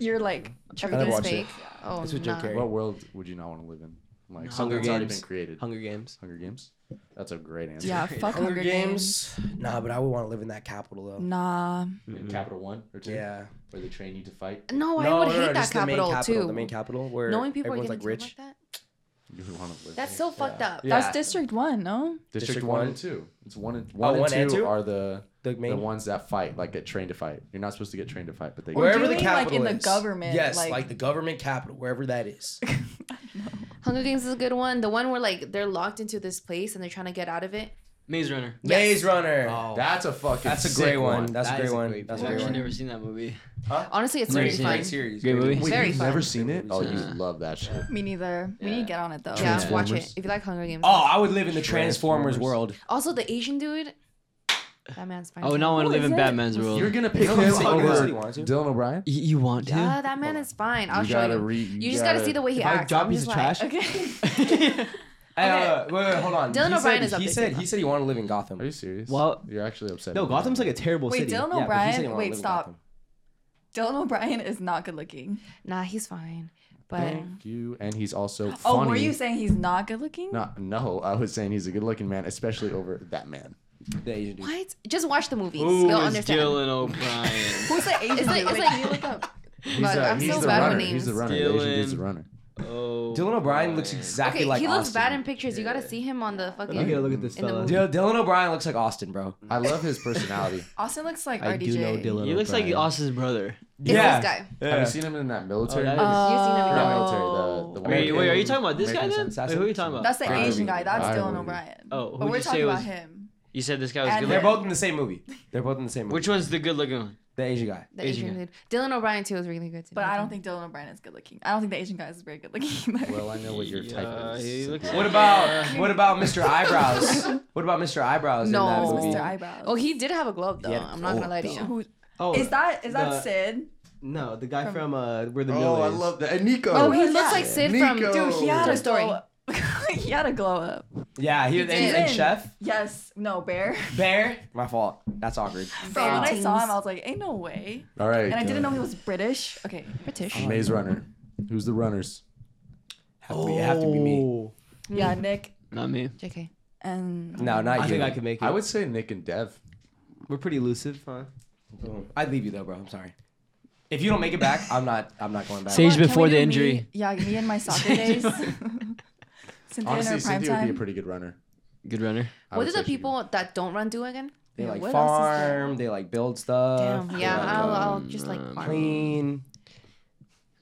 S5: You're like
S3: I'd
S7: Everything's
S3: watch it.
S7: fake. Oh
S3: It's with Jim
S7: nah.
S3: Carrey.
S6: What world would you not want to live in? Like
S4: No.
S6: something's
S2: Hunger
S6: already
S2: Games.
S6: been created.
S2: Hunger Games.
S6: Hunger Games. That's a great answer.
S5: yeah, fuck Hunger, Games.
S3: Nah, but I would want to live in that capital though.
S7: Mm.
S5: Nah.
S6: In Mm-hmm. Capital One or two.
S3: Yeah.
S6: Where they train you to fight.
S7: No, I would hate that
S3: just the main
S7: capital, too.
S3: The main capital where
S7: Knowing people are
S3: everyone's
S7: getting
S3: like rich.
S7: like that.
S6: You would want to live.
S7: That's
S6: there.
S7: so fucked up.
S6: Yeah.
S5: That's District One, no?
S6: District,
S3: District
S6: one,
S3: one. Oh,
S6: and two. It's one and one,
S3: one
S6: and,
S3: and
S6: two
S3: two?
S6: are the
S3: The main.
S6: the ones that fight, like get trained to fight. You're not supposed to get trained to fight, but they.
S5: Or
S6: get
S5: do you mean, like, in the government,
S3: Yes,
S5: like-
S3: like, the government capital, wherever that is.
S7: Hunger Games is a good one. The one where like they're locked into this place and they're trying to get out of it.
S4: Maze Runner.
S3: Maze Runner.
S6: That's a fucking.
S3: Oh. That's a
S6: sick
S3: great one. That's
S2: That
S3: a
S2: is
S3: great
S2: a
S3: one.
S2: great
S3: That's a
S4: I've
S3: great
S4: actually
S3: one.
S4: never seen that movie.
S7: Honestly, it's
S4: Never
S7: really
S4: seen
S7: fun.
S4: it.
S3: series.
S4: Great movie.
S7: Very fun.
S6: never seen it? Oh, you
S4: Yeah.
S6: love that shit.
S5: Me neither. We need
S4: Yeah.
S5: to get on it though.
S7: Yeah, watch
S6: Transformers.
S7: it if you like Hunger Games.
S3: Oh, I would live in the Transformers,
S6: Transformers.
S3: world.
S7: Also, the Asian dude. That man's fine.
S4: I would not want to live in Batman's world.
S6: You're gonna pick
S3: No,
S6: him
S3: fuck,
S6: over
S3: nobody wants to.
S6: Dylan O'Brien.
S4: Y- you want to?
S7: Yeah, that man is fine. I'll
S6: you
S7: show
S6: gotta
S7: you.
S6: read.
S7: You, just gotta, see the way he
S2: If I
S7: acts.
S2: drop
S7: I'm
S2: piece
S7: just
S2: of
S7: like,
S2: trash,
S5: Okay.
S3: Hey,
S7: Okay.
S3: uh, wait, wait, hold on.
S7: Dylan
S3: he
S7: O'Brien
S3: said,
S7: is up
S3: he
S7: there
S3: said
S7: too.
S3: he said he wanted to live in Gotham.
S6: Are you serious?
S4: Well-
S6: you're actually upset.
S2: No,
S6: about
S2: Gotham's
S6: that.
S2: like a terrible
S5: Wait,
S2: city.
S5: Dylan
S3: Yeah, but he said he wanted to
S5: O'Brien.
S3: live
S5: Wait,
S3: in
S5: stop.
S3: Gotham.
S5: Dylan O'Brien is not good looking.
S7: Nah, he's fine. But
S6: Thank you, and he's also funny.
S5: Oh, were you saying he's not good looking?
S6: No, no, I was saying he's a good-looking man, especially over that man.
S3: The Asian dude.
S7: what? Just watch the movies.
S8: Who
S7: You'll
S8: is
S7: understand.
S8: Dylan O'Brien?
S5: Who's the Asian
S7: It's like
S5: dude?
S7: it's like you look up.
S6: He's,
S7: God,
S6: uh,
S7: I'm
S6: he's
S7: so
S6: the
S7: bad
S6: runner.
S7: with names.
S6: He's the runner. The Asian dude's the
S8: Dylan.
S6: runner.
S8: oh,
S3: Dylan O'Brien looks
S8: Brian.
S3: exactly
S7: Okay,
S3: like
S7: he looks
S3: Austin.
S7: bad in pictures. You gotta see him on the
S2: You gotta
S7: fucking.
S2: look at this
S7: In the
S2: fella.
S7: movie.
S3: Dylan, Dylan O'Brien looks like Austin, bro.
S6: I love his personality.
S5: Austin looks like
S2: I
S5: RDJ.
S2: do know Dylan.
S8: he looks like
S2: O'Brien.
S8: Austin's brother.
S7: It's this guy.
S6: Have you seen him in that military?
S2: Oh,
S8: that
S5: Oh.
S6: movie?
S8: is-
S7: You seen him in
S6: Not
S7: that?
S6: military. The, the
S8: Wait,
S6: one-
S8: wait, are you talking about this guy
S3: American
S8: then?
S3: Assassin.
S8: Wait, who are you talking about?
S5: That's the
S6: Brian Regan.
S5: Asian guy. That's
S6: Brian
S5: Dylan
S6: Regan.
S5: O'Brien.
S8: Oh,
S5: but
S8: who'd
S5: we're
S8: you say
S5: talking
S8: was-
S5: about him.
S8: You said this guy was
S5: And
S8: good.
S3: They're
S8: looking.
S3: both in the same movie. They're both in the same movie.
S8: Which one's the good looking one?
S3: The Asian guy.
S7: The
S8: Asian
S7: Asian, dude. Dylan O'Brien too is really good. Too.
S5: But I don't think Dylan O'Brien is good looking. I don't think the Asian guy is very good looking. either.
S3: Well, I know what your
S8: Yeah,
S3: type
S8: he
S3: is.
S8: looks
S3: What
S8: like-
S3: about what about Mr. Eyebrows? what about Mr. Eyebrows
S7: No.
S3: in
S5: Mr.
S3: that movie?
S5: Eyebrows.
S7: Oh, he did have a glove though.
S3: He had a
S7: I'm not gonna
S3: glove,
S7: lie to
S3: though.
S7: you.
S5: Who-
S2: Oh,
S5: is that is that
S2: the-
S5: Sid?
S2: no, the guy from uh, where the mill
S6: Oh, I
S2: is.
S6: love that. And Nico.
S7: Oh, he
S5: yeah.
S7: looks like Sid
S6: Nico.
S7: from.
S6: Dude,
S5: Oh, He had
S7: True
S5: a
S7: story.
S5: glow up. he had a glow up.
S3: Yeah, he,
S7: He
S3: and,
S7: did.
S3: and Chef
S5: Yes. No bear.
S3: Bear. My fault. That's awkward.
S5: Bro, when I saw him, I was like, ain't no way.
S6: All right.
S5: And I didn't
S6: uh,
S5: know he was British. Okay.
S7: British.
S6: Maze Runner. Who's the runners?
S3: Have to be, have to be me.
S2: Oh.
S5: Yeah, Nick
S4: Not me.
S7: JK.
S5: and
S3: No, not
S2: I
S3: you.
S2: think I could make it.
S6: I would say Nick and Dev.
S2: We're pretty elusive, huh?
S3: I'd leave you though, bro. I'm sorry. If you don't make it back, I'm not. I'm not going back.
S4: Sage
S5: Can we
S4: before
S5: do
S4: the
S5: me-
S4: injury.
S5: yeah, me and my soccer days.
S6: Honestly,
S5: Cynthia in her prime
S6: Cynthia would be a
S5: time.
S6: pretty good runner.
S4: Good runner.
S6: I would
S7: What do
S6: say
S7: the
S6: she could.
S7: people that don't run do again?
S3: They like
S7: what else is there?
S3: farm. They like build stuff.
S7: Damn.
S3: they,
S7: Yeah,
S3: like,
S7: I'll,
S3: uh,
S7: I'll just like farm.
S3: clean.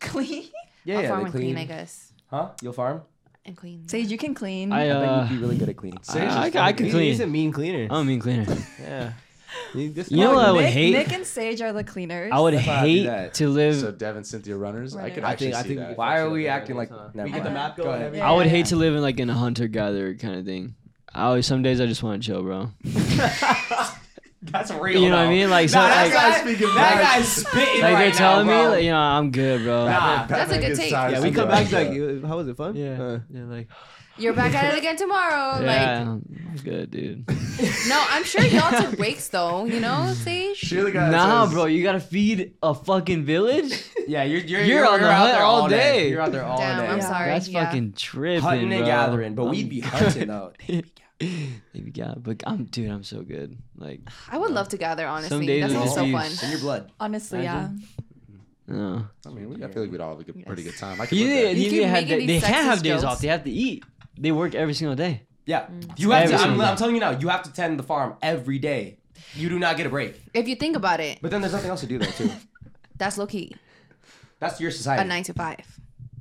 S5: clean.
S3: Yeah,
S7: I'll
S3: yeah,
S7: farm
S3: they
S7: and
S3: clean.
S7: clean, I guess.
S3: Huh? You'll farm?
S7: And clean.
S5: Sage, you can clean.
S4: I
S3: Mm. I
S4: uh,
S3: bet you'd be really good at cleaning.
S4: I, I, I, could
S2: He's- He's a
S4: clean.
S2: mean cleaner.
S4: I'm a mean cleaner.
S2: yeah. Um, You just-
S4: You know what I would
S5: Nick,
S4: hate?
S5: Nick and Sage are the cleaners.
S4: I would
S3: That's why I do
S4: hate
S3: that.
S4: to live.
S6: So Dev and Cynthia runners. I could
S5: Runner.
S2: I
S6: actually
S2: think. I
S6: see
S2: think.
S6: that.
S3: Why are we acting like-
S2: We
S3: Never
S2: get the
S5: mind.
S2: map
S3: Go
S2: going.
S3: ahead.
S2: everything.
S4: I would
S5: Yeah.
S4: hate to live in like in a hunter gatherer kind of thing. I always some days I just want to chill, bro.
S3: That's real.
S4: You know what I
S3: though.
S4: mean? Like, so,
S3: Nah, that
S4: like,
S3: guy's
S6: Guys speaking
S3: That
S6: back.
S3: guy's spitting
S4: like
S3: right
S4: they're telling
S3: now,
S4: me,
S3: bro.
S4: like, you know, I'm good, bro.
S3: Nah.
S7: That's a
S6: Batman
S7: good
S6: gets
S7: take.
S6: tired
S2: Yeah, we come back.
S6: sometimes,
S2: it's Like,
S6: uh,
S2: you- how was it fun?
S4: Yeah.
S2: Uh,
S4: yeah, like,
S7: You're back at it again tomorrow.
S4: yeah,
S7: Like,
S4: I'm good, dude.
S7: no, I'm sure y'all took breaks though. You know, Sage.
S6: Sheila got
S4: Nah,
S6: says-
S4: bro, you gotta feed a fucking village.
S3: Yeah, you're you're,
S4: You're on the
S3: out
S4: hunt
S3: there
S4: all day.
S3: You're out there all
S7: Damn,
S3: day.
S7: I'm sorry.
S4: That's
S7: yeah.
S4: fucking tripping,
S3: Hunting and
S4: bro.
S3: gathering, but
S4: I'm
S3: we'd be
S4: good.
S3: hunting though.
S4: Maybe yeah, but I'm dude, I'm so good. Like,
S7: I would love to gather. Honestly,
S4: Some days
S7: that
S4: it'll
S7: sounds so fun.
S4: just
S3: In your blood.
S5: Honestly, yeah.
S4: Imagine. no.
S6: I mean, we, I feel like we'd all have a good, pretty good time. I could
S4: You,
S6: live
S4: you,
S6: that.
S7: You keep
S4: had
S7: making
S4: that- they
S7: these
S4: can't have
S7: sexist
S4: days
S7: jokes.
S4: off. They have to eat. They work every single day.
S3: Yeah,
S7: Mm.
S3: you have
S4: Every
S3: to. I'm,
S4: single
S3: I'm
S4: day.
S3: telling you now, you have to tend the farm every day. You do not get a break.
S7: If you think about it,
S3: But then there's nothing else to do though, too.
S7: that's low key.
S3: That's your
S7: A
S3: society.
S7: nine to five.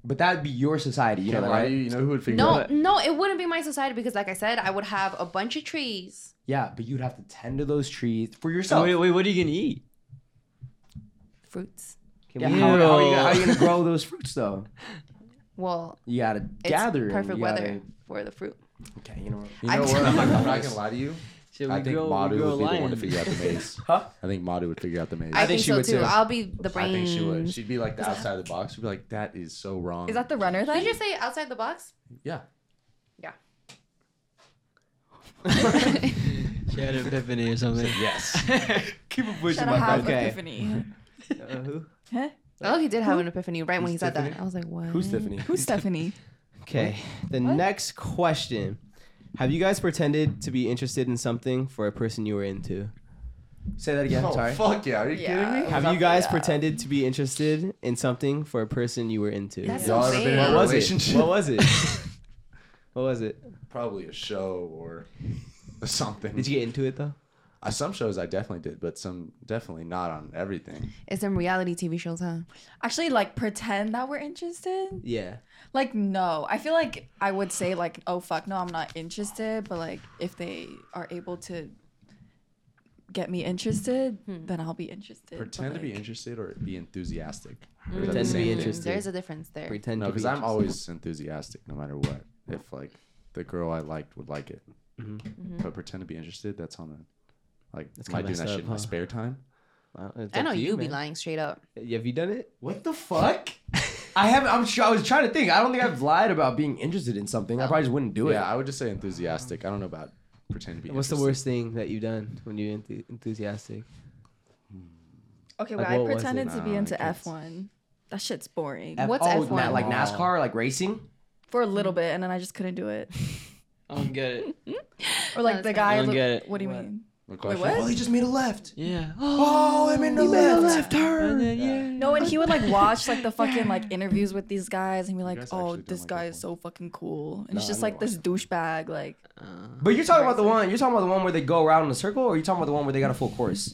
S3: But that'd be your society. You know
S6: Can't
S3: that,
S6: lie to
S3: right?
S6: you, you know who would figure
S7: No,
S6: out?
S7: no, it wouldn't be my society because, like I said, I would have a bunch of trees.
S3: Yeah, but you'd have to tend to those trees for
S4: So
S3: yourself.
S4: wait, wait, what are you gonna eat?
S7: Fruits.
S3: Can
S4: Yeah.
S3: we- how, how are you,
S4: Ew.
S3: how are you gonna grow those fruits though?
S7: Well,
S3: You gotta
S7: it's
S3: gather. and
S7: perfect
S3: you
S7: weather
S3: gotta-
S7: for the fruit.
S3: Okay, you know what?
S6: You
S7: I
S6: know
S7: do-
S6: what? I'm not, I'm not gonna lie to you.
S4: Shit,
S6: I
S4: we
S6: think
S4: grow- we
S6: Madu
S4: grow
S6: would be the one to
S4: lions.
S6: figure out the maze.
S3: Huh?
S6: I think Madu would figure out the maze.
S7: I, think,
S3: she
S7: so
S3: would,
S7: too.
S3: too.
S7: I'll be the brain.
S6: I think she would. She'd be like the outside of the box. She'd be like, "That is so wrong."
S5: Is that the runner
S7: Did
S5: then?
S7: you just say outside the box?
S6: yeah?
S4: She had an epiphany or something.
S6: Yes.
S5: Shut up, have
S2: Okay.
S5: epiphany.
S2: uh, who?
S7: Oh, he did have an epiphany right when he
S2: Who's
S7: said that.
S2: Tiffany?
S7: I was like, what?
S3: Who's Tiffany?
S5: Who's Stephanie?
S2: Okay. The next question. Have you guys pretended to be interested in something for a person you were into?
S3: Say that again.
S6: oh,
S3: sorry.
S6: fuck yeah! Are you
S5: Yeah.
S6: kidding me?
S2: Have you guys
S3: uh,
S5: Yeah.
S2: pretended to be interested in something for a person you were into?
S7: That's
S6: Y'all
S7: so
S6: ever been in
S7: vague.
S6: a
S2: What was it?
S6: relationship?
S2: What was it? what was it?
S6: Probably a show or something.
S2: Did you get into it though?
S6: Uh, some shows I definitely did, but some definitely not on everything.
S7: It's some reality TV shows, huh?
S5: Actually, like pretend that we're interested.
S2: Yeah.
S5: Like no, I feel like I would say like oh fuck no, I'm not interested. But like if they are able to get me interested, then I'll be interested.
S6: Pretend
S5: but,
S6: to be
S5: like, Mm.
S6: interested or be enthusiastic. Or is that the
S2: Pretend to
S6: same
S2: be
S6: thing?
S2: interested.
S7: There's a difference there.
S2: Pretend
S6: No,
S2: to be
S6: because I'm
S2: interested.
S6: always enthusiastic no matter what. If like the girl I liked would like it,
S3: Mm-hmm.
S5: Mm-hmm.
S6: but pretend to be interested, that's on the like.
S2: That's
S6: am I
S2: kinda
S6: doing that
S2: messed
S6: shit
S2: up,
S6: in my
S2: huh?
S6: spare time?
S2: Wow, it's
S7: I
S2: up
S7: know
S2: to
S7: you, be
S2: man.
S7: lying straight up.
S2: Have you done it?
S6: What the fuck?
S3: I haven't. I'm sure. I was trying to think. I don't think I've lied about being interested in something. I probably just wouldn't do it.
S6: yeah, I would just say enthusiastic. I don't know about pretend to be.
S2: What's the
S6: interested.
S2: worst thing that you've done when you're enthu- enthusiastic?
S5: Okay,
S2: Like,
S5: well,
S2: what
S5: I
S2: was it?
S5: pretended to be
S6: Nah,
S5: into
S6: I can't-
S5: F1. That shit's boring
S7: What's
S3: oh,
S7: F1?
S3: na- like NASCAR, like racing.
S5: for a little bit, and then I just couldn't do it.
S4: I don't get it.
S5: Or
S7: No,
S5: like the
S7: it's
S5: guy.
S4: I don't
S5: look-
S4: get it.
S5: What do you
S4: What?
S5: mean?
S6: What
S5: Wait,
S6: question?
S5: what?
S3: Oh, just made a left.
S4: Yeah.
S3: Oh, I'm in the left. left turn.
S5: No, and he would like watch like the fucking like interviews with these guys and be like,
S6: guys
S5: "Oh,
S6: actually don't
S5: this
S6: like
S5: guy
S6: F1.
S5: is so fucking cool," and
S6: Nah,
S5: it's
S6: I
S5: just
S6: never
S5: like this
S6: watched
S5: douchebag. Like,
S3: But you're talking about the one. You're talking about the one where they go around in a circle, or you are talking about the one where they got a full course?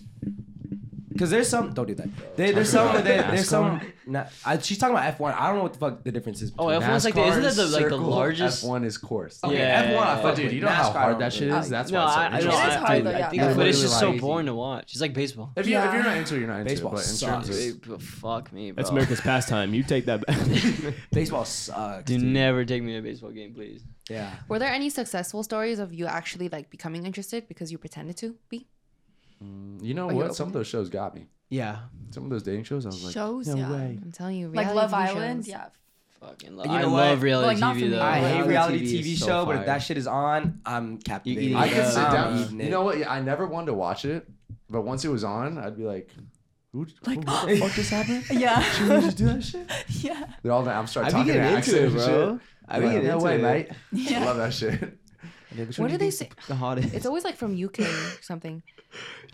S3: Because there's some. Don't do that. They, there's some. Where they, there's some. Nah, I, she's talking about F1. I don't know what the fuck the difference is.
S4: Oh,
S3: between
S4: F1 's like the,
S6: NASCAR
S4: isn't that the like the
S6: circle,
S4: largest?
S6: F1 is course.
S4: Okay,
S3: Yeah, F1, I
S4: yeah,
S3: fuck
S6: But dude,
S3: with.
S6: you know how
S3: NASCAR, I don't
S6: hard that
S3: do
S6: shit
S5: Uh,
S6: is. That's
S4: No,
S6: why.
S4: I,
S6: it's
S4: I
S6: so
S5: It is
S4: don't. I,
S6: interesting.
S5: hard,
S4: I,
S5: though,
S4: I
S5: yeah.
S4: think
S5: Yeah.
S4: the footage is just so
S6: Literally
S4: boring to watch. It's like baseball.
S6: If, you, if you're
S5: Yeah.
S6: not into it, you're not into
S3: Baseball
S6: it. But in
S3: sucks.
S6: terms of
S4: It- but fuck me, bro.
S13: That's America's pastime. You take that back.
S3: Baseball sucks.
S4: Do
S3: Dude.
S4: never take me to a baseball game, please.
S3: Yeah.
S7: Were there any successful stories of you actually like becoming interested because you pretended to be?
S6: You know
S7: Are you
S6: what? Some
S7: open?
S6: of those shows got me.
S2: Yeah.
S6: Some of those dating shows, I was like,
S5: shows, yeah,
S7: I'm telling you,
S5: like
S7: reality
S5: Love
S7: TV
S5: Island,
S7: shows.
S5: yeah.
S4: Fucking love.
S3: You know
S4: I
S3: what?
S4: love
S3: But,
S4: reality
S5: like, not for
S4: TV
S5: me.
S4: though.
S3: I hate reality
S2: Reality TV
S3: TV
S2: is so
S3: show, but if
S2: fire.
S3: that shit is on, I'm captivated.
S2: eat it Um,
S6: I
S2: Yeah.
S6: could sit
S3: I'm
S6: down.
S3: eating
S6: You
S3: it.
S6: know what? I never wanted to watch it, but once it was on, I'd be like, who, like, what the fuck just happened?
S5: Yeah,
S6: Should we just do that shit?
S5: yeah,
S6: They're all I'm
S2: I
S6: starting
S2: be
S6: talking
S2: getting
S6: to
S2: into it,
S6: accents and
S2: bro.
S6: shit.
S2: I be
S6: Like,
S2: getting
S6: no
S2: into
S6: way,
S2: it. Uh-huh.
S6: mate. I
S5: yeah.
S6: love that shit.
S7: What do they say?
S2: The hottest.
S7: It's always like from UK or something.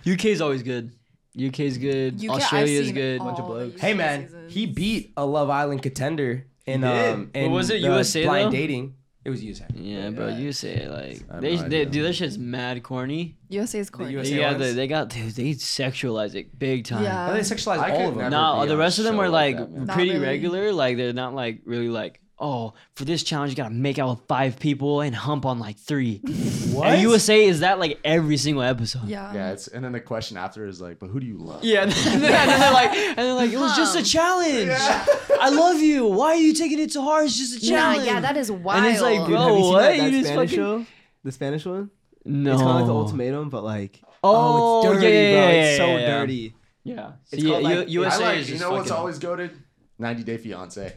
S4: UK is always good. UK is good. Australia is good.
S5: Bunch
S3: Hey man, he beat a Love Island contender in
S2: did?
S3: um
S4: But
S3: in
S4: was it
S3: the
S4: USA
S3: blind
S4: though?
S3: dating. It was USA.
S4: Yeah, bro. You say like
S6: I have
S4: they,
S6: no
S4: they
S6: idea.
S4: dude, that shit's mad corny.
S5: USA is corny.
S3: USA
S4: yeah,
S3: ones?
S4: they, they got dude, they sexualize it big time.
S3: Oh, they
S5: Yeah,
S3: sexualized
S6: I
S3: all
S6: could
S3: of them.
S6: never
S4: No,
S6: be
S4: the
S6: on
S4: rest
S6: a
S4: of them
S6: show
S4: are like
S6: that, man.
S5: Not
S4: pretty
S5: really.
S4: regular. Like they're not like really like oh for this challenge you gotta make out with five people and hump on like three.
S3: What?
S4: and USA is that like every single episode.
S5: yeah.
S6: yeah, it's and then the question after is like, but who do you love?
S4: Yeah, and then, and then they're like, and they're like, it was just a challenge. I love you. Why are you taking it so hard? It's just a
S7: Yeah,
S4: challenge.
S7: yeah, that is wild.
S4: And it's like,
S2: Dude, have
S4: Bro,
S2: you seen
S4: what?
S2: That, that
S4: You just
S2: Spanish
S4: fucking-
S2: show? The Spanish one?
S4: no.
S2: It's kind of like the ultimatum, but like,
S4: Oh,
S2: it's dirty,
S4: yeah, yeah,
S2: bro.
S4: yeah,
S2: it's so
S4: yeah, yeah.
S2: dirty.
S4: Yeah,
S2: It's
S4: See,
S2: called,
S4: U-
S2: like-
S6: I
S4: USA
S6: like,
S4: is
S6: you
S4: just
S6: know what's
S4: fucking-
S6: always goaded? 90 Day Fiance.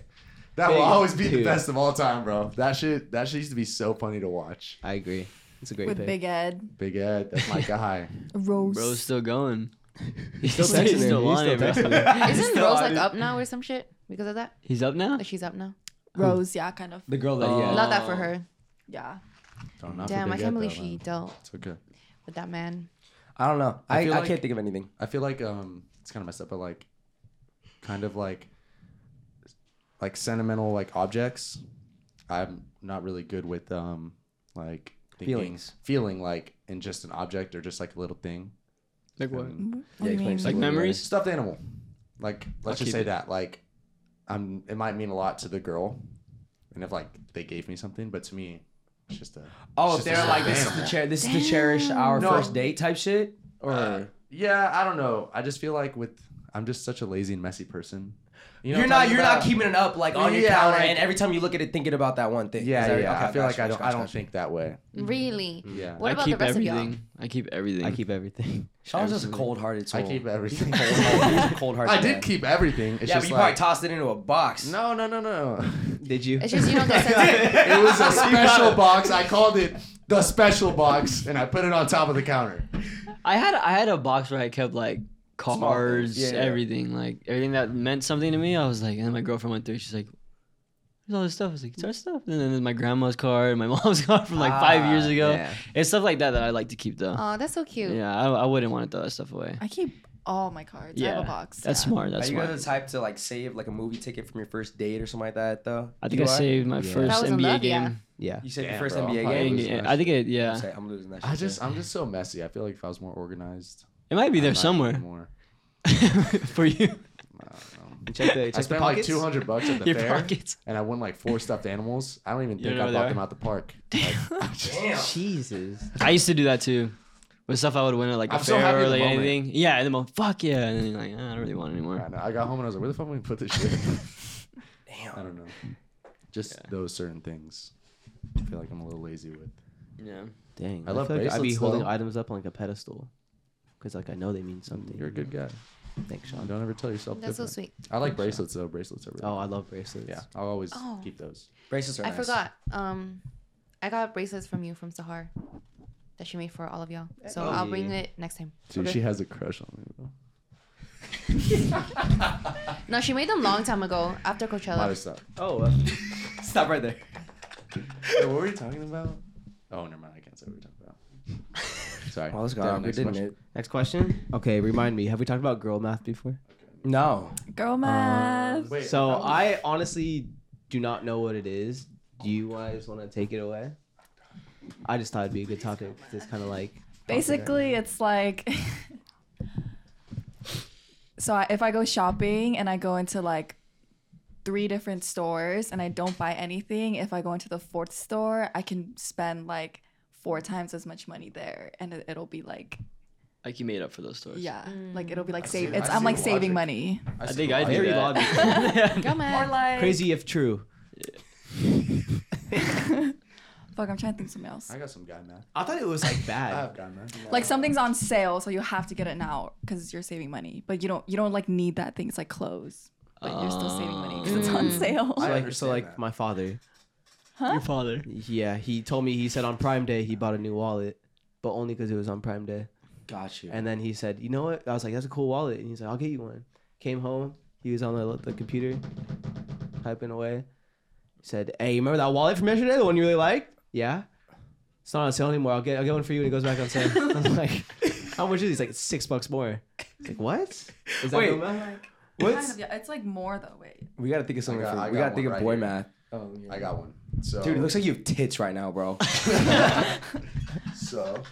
S6: That
S2: Big,
S6: will always be the
S2: dude.
S6: best of all time, bro. That shit, that shit used to be so funny to watch.
S2: I agree. It's a great
S5: With
S2: pick.
S5: Big Ed,
S6: Big Ed, that's my guy.
S5: Rose.
S4: Bro's still going. He's
S2: still texting her. He's
S4: on
S2: still
S4: it, bro.
S2: texting
S7: Isn't Rose like up now or some shit because of that?
S4: He's up now.
S7: Like she's up now.
S5: Rose, yeah, kind of.
S3: The girl that
S2: Uh,
S4: Oh.
S3: he had.
S7: Love that for her.
S5: Yeah.
S6: Don't knock for
S7: Damn, I
S6: Big Ed,
S7: can't believe
S6: though,
S7: she
S6: man.
S7: dealt
S6: It's okay.
S7: with that man.
S3: I don't know. I,
S6: I
S3: I,
S6: feel like-
S3: can't think of anything.
S6: I feel like um, it's kind of messed up, but like, kind of like, like sentimental like objects. I'm not really good with um, like thinking,
S3: Feelings.
S6: feeling like in just an object or just like a little thing.
S4: Like
S6: And-
S5: What do you mean?
S4: Like memories.
S6: stuffed animal. Like let's
S4: keep
S6: just say
S4: it.
S6: that. Like I'm it might mean a lot to the girl. And if like they gave me something, but to me it's just a
S3: Oh,
S6: It's
S3: if
S6: just
S3: they're
S6: a
S3: like this is the
S6: animal.
S3: cher- this is to cherish our
S6: No.
S3: first date type shit or
S6: Uh, yeah, I don't know. I just feel like with I'm just such a lazy and messy person.
S3: you
S6: You know
S3: are
S6: what I'm
S3: not
S6: talking
S3: you're
S6: about?
S3: not keeping it up like on your
S6: Yeah,
S3: counter
S6: like-
S3: and every time you look at it thinking about that one thing. Is
S6: Yeah,
S3: that-
S6: yeah.
S3: okay,
S6: I feel
S3: gotcha,
S6: like I don't
S3: gotcha,
S6: I don't
S3: gotcha.
S6: think that way.
S7: Really?
S6: Yeah.
S7: What
S4: I
S7: about
S4: keep
S7: the rest
S4: everything.
S7: of y'all?
S4: I keep everything.
S2: I keep everything.
S3: Sean's just a cold hearted soul.
S6: I keep everything.
S3: cold hearted.
S6: I did keep everything. It's
S3: Yeah, but
S6: just
S3: you probably
S6: like,
S3: tossed it into a box.
S6: No, no, no, no.
S2: Did you?
S7: It's just you don't get sensitive.
S6: it was a special box. I called it the special box and I put it on top of the counter.
S4: I had I had a box where I kept like cars,
S3: Yeah, yeah.
S4: everything, like everything that meant something to me. I was like, and then my girlfriend went through. She's like, "There's all this stuff." I was like, "It's our stuff." And then my grandma's car and my mom's car from like five years
S3: Ah,
S4: ago.
S3: yeah.
S4: It's stuff like that that I like to keep though.
S7: Oh, that's so cute.
S4: yeah, I, I wouldn't want to throw that stuff away.
S5: I keep all my cards. I have
S4: Yeah,
S5: a box.
S4: That's
S5: yeah.
S4: smart. That's
S3: Are you
S4: smart.
S3: guys the type to like save like a movie ticket from your first date or something like that though?
S4: I think
S3: you
S4: I
S3: are?
S4: saved my first
S7: was in
S4: NBA
S7: love,
S4: game.
S7: yeah.
S2: yeah.
S3: You said your
S6: Damn,
S3: first
S6: bro,
S3: NBA
S6: I'm
S3: game.
S6: losing
S4: Yeah,
S6: that
S4: I think it. Yeah,
S3: Say, I'm losing that shit.
S6: I just I'm just so messy. I feel like if I was more organized,
S4: it might be
S6: I'm
S4: there
S6: not
S4: somewhere
S6: anymore.
S4: for you.
S2: Check the, check
S6: I
S2: the
S6: spent like
S2: pockets.
S6: two hundred bucks at the
S4: Your
S6: fair,
S4: pockets.
S6: and I won like four stuffed animals. I don't even
S4: You
S6: think
S4: know
S6: I
S4: where
S6: bought
S4: they
S6: them
S4: are?
S6: out the park. Like, I'm just-
S2: Jesus.
S4: I used to do that too. With stuff I would win at like a
S6: I'm so
S4: fair
S6: happy in
S4: or
S6: the
S4: like
S6: moment.
S4: anything. Yeah, and then I'm fuck yeah, and then you're like, "Ah, I don't really want it anymore.
S6: I, know. I got home and I was like, "Where the fuck am I gonna put this shit?" Damn. I don't know. Just those certain things. I feel like I'm a little lazy with.
S4: Yeah.
S2: Dang.
S6: I love
S2: feel like I'd be
S6: bracelets,
S2: holding
S6: though.
S2: items up on like a pedestal. Because like I know they mean something.
S6: You're a good guy.
S2: Thanks, Sean.
S6: Don't ever tell yourself.
S7: That's so
S6: different.
S7: sweet.
S6: I like bracelets though. Bracelets are. Really
S2: Oh, I love bracelets.
S6: Yeah, I'll always
S7: Oh.
S6: keep those.
S3: Bracelets are
S7: I
S3: nice.
S7: forgot. Um, I got bracelets from you from Sahar that she made for all of y'all. So
S2: Hey.
S7: I'll bring it next time.
S6: Dude, she has a crush on me. Bro.
S7: No, she made them long time ago after Coachella.
S6: Might stop.
S2: Oh, well. stop right there.
S6: Wait, what were we talking about? Oh, never mind. I can't say what we were talking about. Sorry.
S3: Well, it's
S6: Damn,
S3: gone.
S6: next
S3: didn't
S6: question.
S3: it?
S2: Next question. Okay, remind me. Have we talked about girl math before?
S3: No.
S6: Uh,
S5: Girl math.
S6: Wait,
S2: so
S6: that was-
S2: I honestly do not know what it is. Do you guys want to take it away? I just thought it'd be a good topic. It's kind of like
S5: Basically, it's like. so I, if I go shopping and I go into like three different stores and I don't buy anything, if I go into the fourth store, I can spend like four times as much money there, and it, it'll be like
S4: Like you made up for those stories.
S5: yeah, like it'll be like
S6: Mm. I
S5: save.
S6: see-
S5: It's
S6: I
S5: I'm
S6: see
S5: like
S6: the
S5: saving
S6: logic.
S5: money.
S4: I,
S6: see
S4: think
S6: the
S4: I
S6: logic.
S4: do
S2: Very
S4: that.
S7: Girl math.
S5: Or like
S2: crazy if true.
S5: Fuck, I'm trying to think of something else.
S6: I got some guy math.
S2: I thought it was like
S6: I
S2: bad.
S6: have guy math.
S5: Like something's on sale, so you have to get it now because you're saving money. But you don't you don't like need that thing. It's like clothes, but you're still saving money because it's on
S7: Mm.
S5: sale.
S2: So like,
S6: I
S2: so
S6: understand
S2: like
S6: that.
S2: my father.
S5: Uh-huh.
S4: Your father.
S2: Yeah, he told me he said on Prime Day he bought a new wallet, but only because it was on Prime Day.
S3: Got you.
S2: And then he said, "You know what?" I was like, "That's a cool wallet." And he's like, "I'll get you one." Came home. He was on the, the computer, typing away. He said, "Hey, you remember that wallet from yesterday? The one you really liked? Yeah. It's not on sale anymore. I'll get I'll get one for you when it goes back on sale." I was like, "How much is it?" He's like, "It's six bucks more." It's like, "What? Is that
S3: Wait.
S2: good math?"
S5: Kind
S3: What's
S5: of, yeah. It's like more though. Wait.
S3: we gotta think of something.
S6: I got-
S3: for-
S6: I
S3: we
S6: got
S3: gotta think
S6: one
S3: of
S6: right
S3: boy
S6: here.
S3: math.
S6: I got one. So
S3: Dude, it looks like you have tits right now, bro.
S6: so.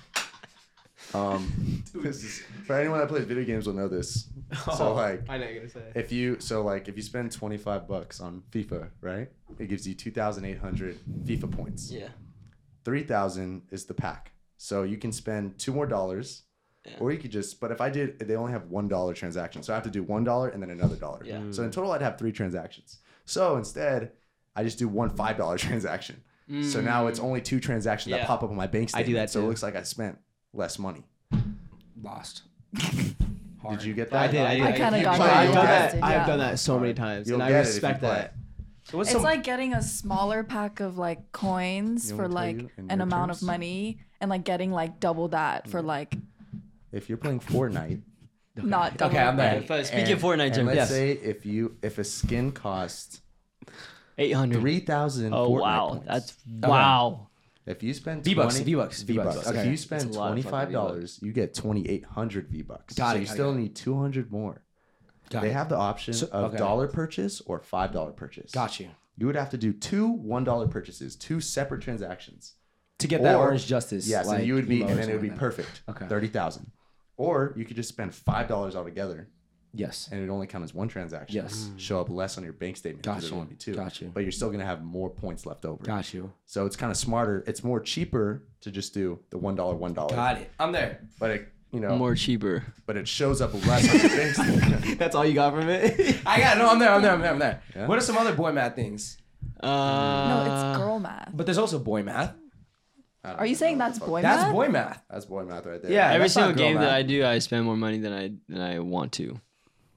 S3: um,
S6: This is, for anyone that plays video games will know this. So like
S2: Oh, I know what you're gonna say.
S6: if you so like if you spend 25 bucks on FIFA, right? It gives you 2800 FIFA points.
S4: Yeah.
S6: 3000 is the pack. So you can spend two more dollars
S4: Yeah.
S6: or you could just but if I did they only have $1 transaction. So I have to do $1 and then another dollar.
S4: Yeah.
S6: So in total I'd have 3 transactions. So instead I just do one $5 transaction. So now it's only two transactions
S4: Yeah.
S6: that pop up on my
S2: I
S6: bank statement.
S2: do that
S6: So it
S2: too.
S6: looks like I spent less money.
S3: lost.
S6: Did you get that?
S2: I did. I did.
S5: I kinda
S6: You
S5: got
S6: play,
S5: that.
S2: I've
S6: you'll
S2: done
S6: get
S2: that.
S6: it.
S2: I've
S5: Yeah.
S2: done that so many times,
S6: You'll
S2: and I
S6: get it if you
S2: respect
S6: play.
S2: that. So what's
S5: It's
S2: some-
S5: like getting a smaller pack of like coins
S6: You
S5: for
S6: want me to tell
S5: like
S6: you in
S5: an
S6: your
S5: amount of
S6: terms?
S5: money and like getting like double that for like
S6: If you're playing Fortnite,
S5: not double.
S3: Okay, I'm
S4: Yeah,
S3: back.
S4: if I- speaking of Fortnite,
S6: and
S4: Jim,
S6: let's
S4: yes.
S6: say if you if a skin costs
S4: 800.
S6: three thousand.
S4: Oh, wow.
S6: Points,
S4: That's wow.
S6: if you spend
S3: V-Bucks,
S6: 20
S3: V-Bucks, V-Bucks.
S6: V-Bucks.
S3: Okay.
S6: If you
S4: That's
S6: spend
S4: a lot
S6: twenty
S4: of fucking
S6: five dollars, you get twenty eight hundred V bucks.
S3: Got
S6: so
S3: it,
S6: You
S3: got it,
S6: still
S3: got it.
S6: need two hundred more.
S3: Got
S6: they
S3: it.
S6: have the option
S3: So-
S6: of
S3: okay.
S6: dollar purchase or five dollar purchase.
S3: Got you.
S6: You would have to do two one dollar purchases, two separate transactions.
S3: To get that
S6: Or-
S3: orange justice.
S6: Yes,
S3: like,
S6: and you would be,
S3: emo
S6: and
S3: or
S6: then it would be
S3: something like that.
S6: perfect.
S3: Okay.
S6: thirty thousand. Or you could just spend five dollars altogether,
S3: Yes.
S6: and it only count as one transaction.
S3: Yes.
S6: show up less on your bank statement because
S3: Got
S6: it
S3: you.
S6: only be two.
S3: Got you.
S6: But you're still gonna have more points left over.
S3: Got you.
S6: So it's kind of smarter. It's more cheaper to just do the one dollar, one dollar.
S3: Got it. I'm there.
S6: But it, you know,
S4: More cheaper.
S6: but it shows up less on your bank statement.
S2: that's all you got from it.
S3: I got no. I'm there. I'm there. I'm there. I'm there.
S6: Yeah.
S3: What are some other boy math things?
S4: Uh,
S5: No, it's girl math.
S3: But there's also boy math.
S6: I don't
S5: Are you
S6: know
S5: saying
S6: what the
S5: that's
S6: fuck-
S5: boy
S3: That's
S5: math?
S3: boy math.
S6: That's boy math right there.
S3: Yeah.
S4: Every
S3: that's not
S4: single
S3: girl
S4: game that
S3: math.
S4: I do, I spend more money than I than I want to.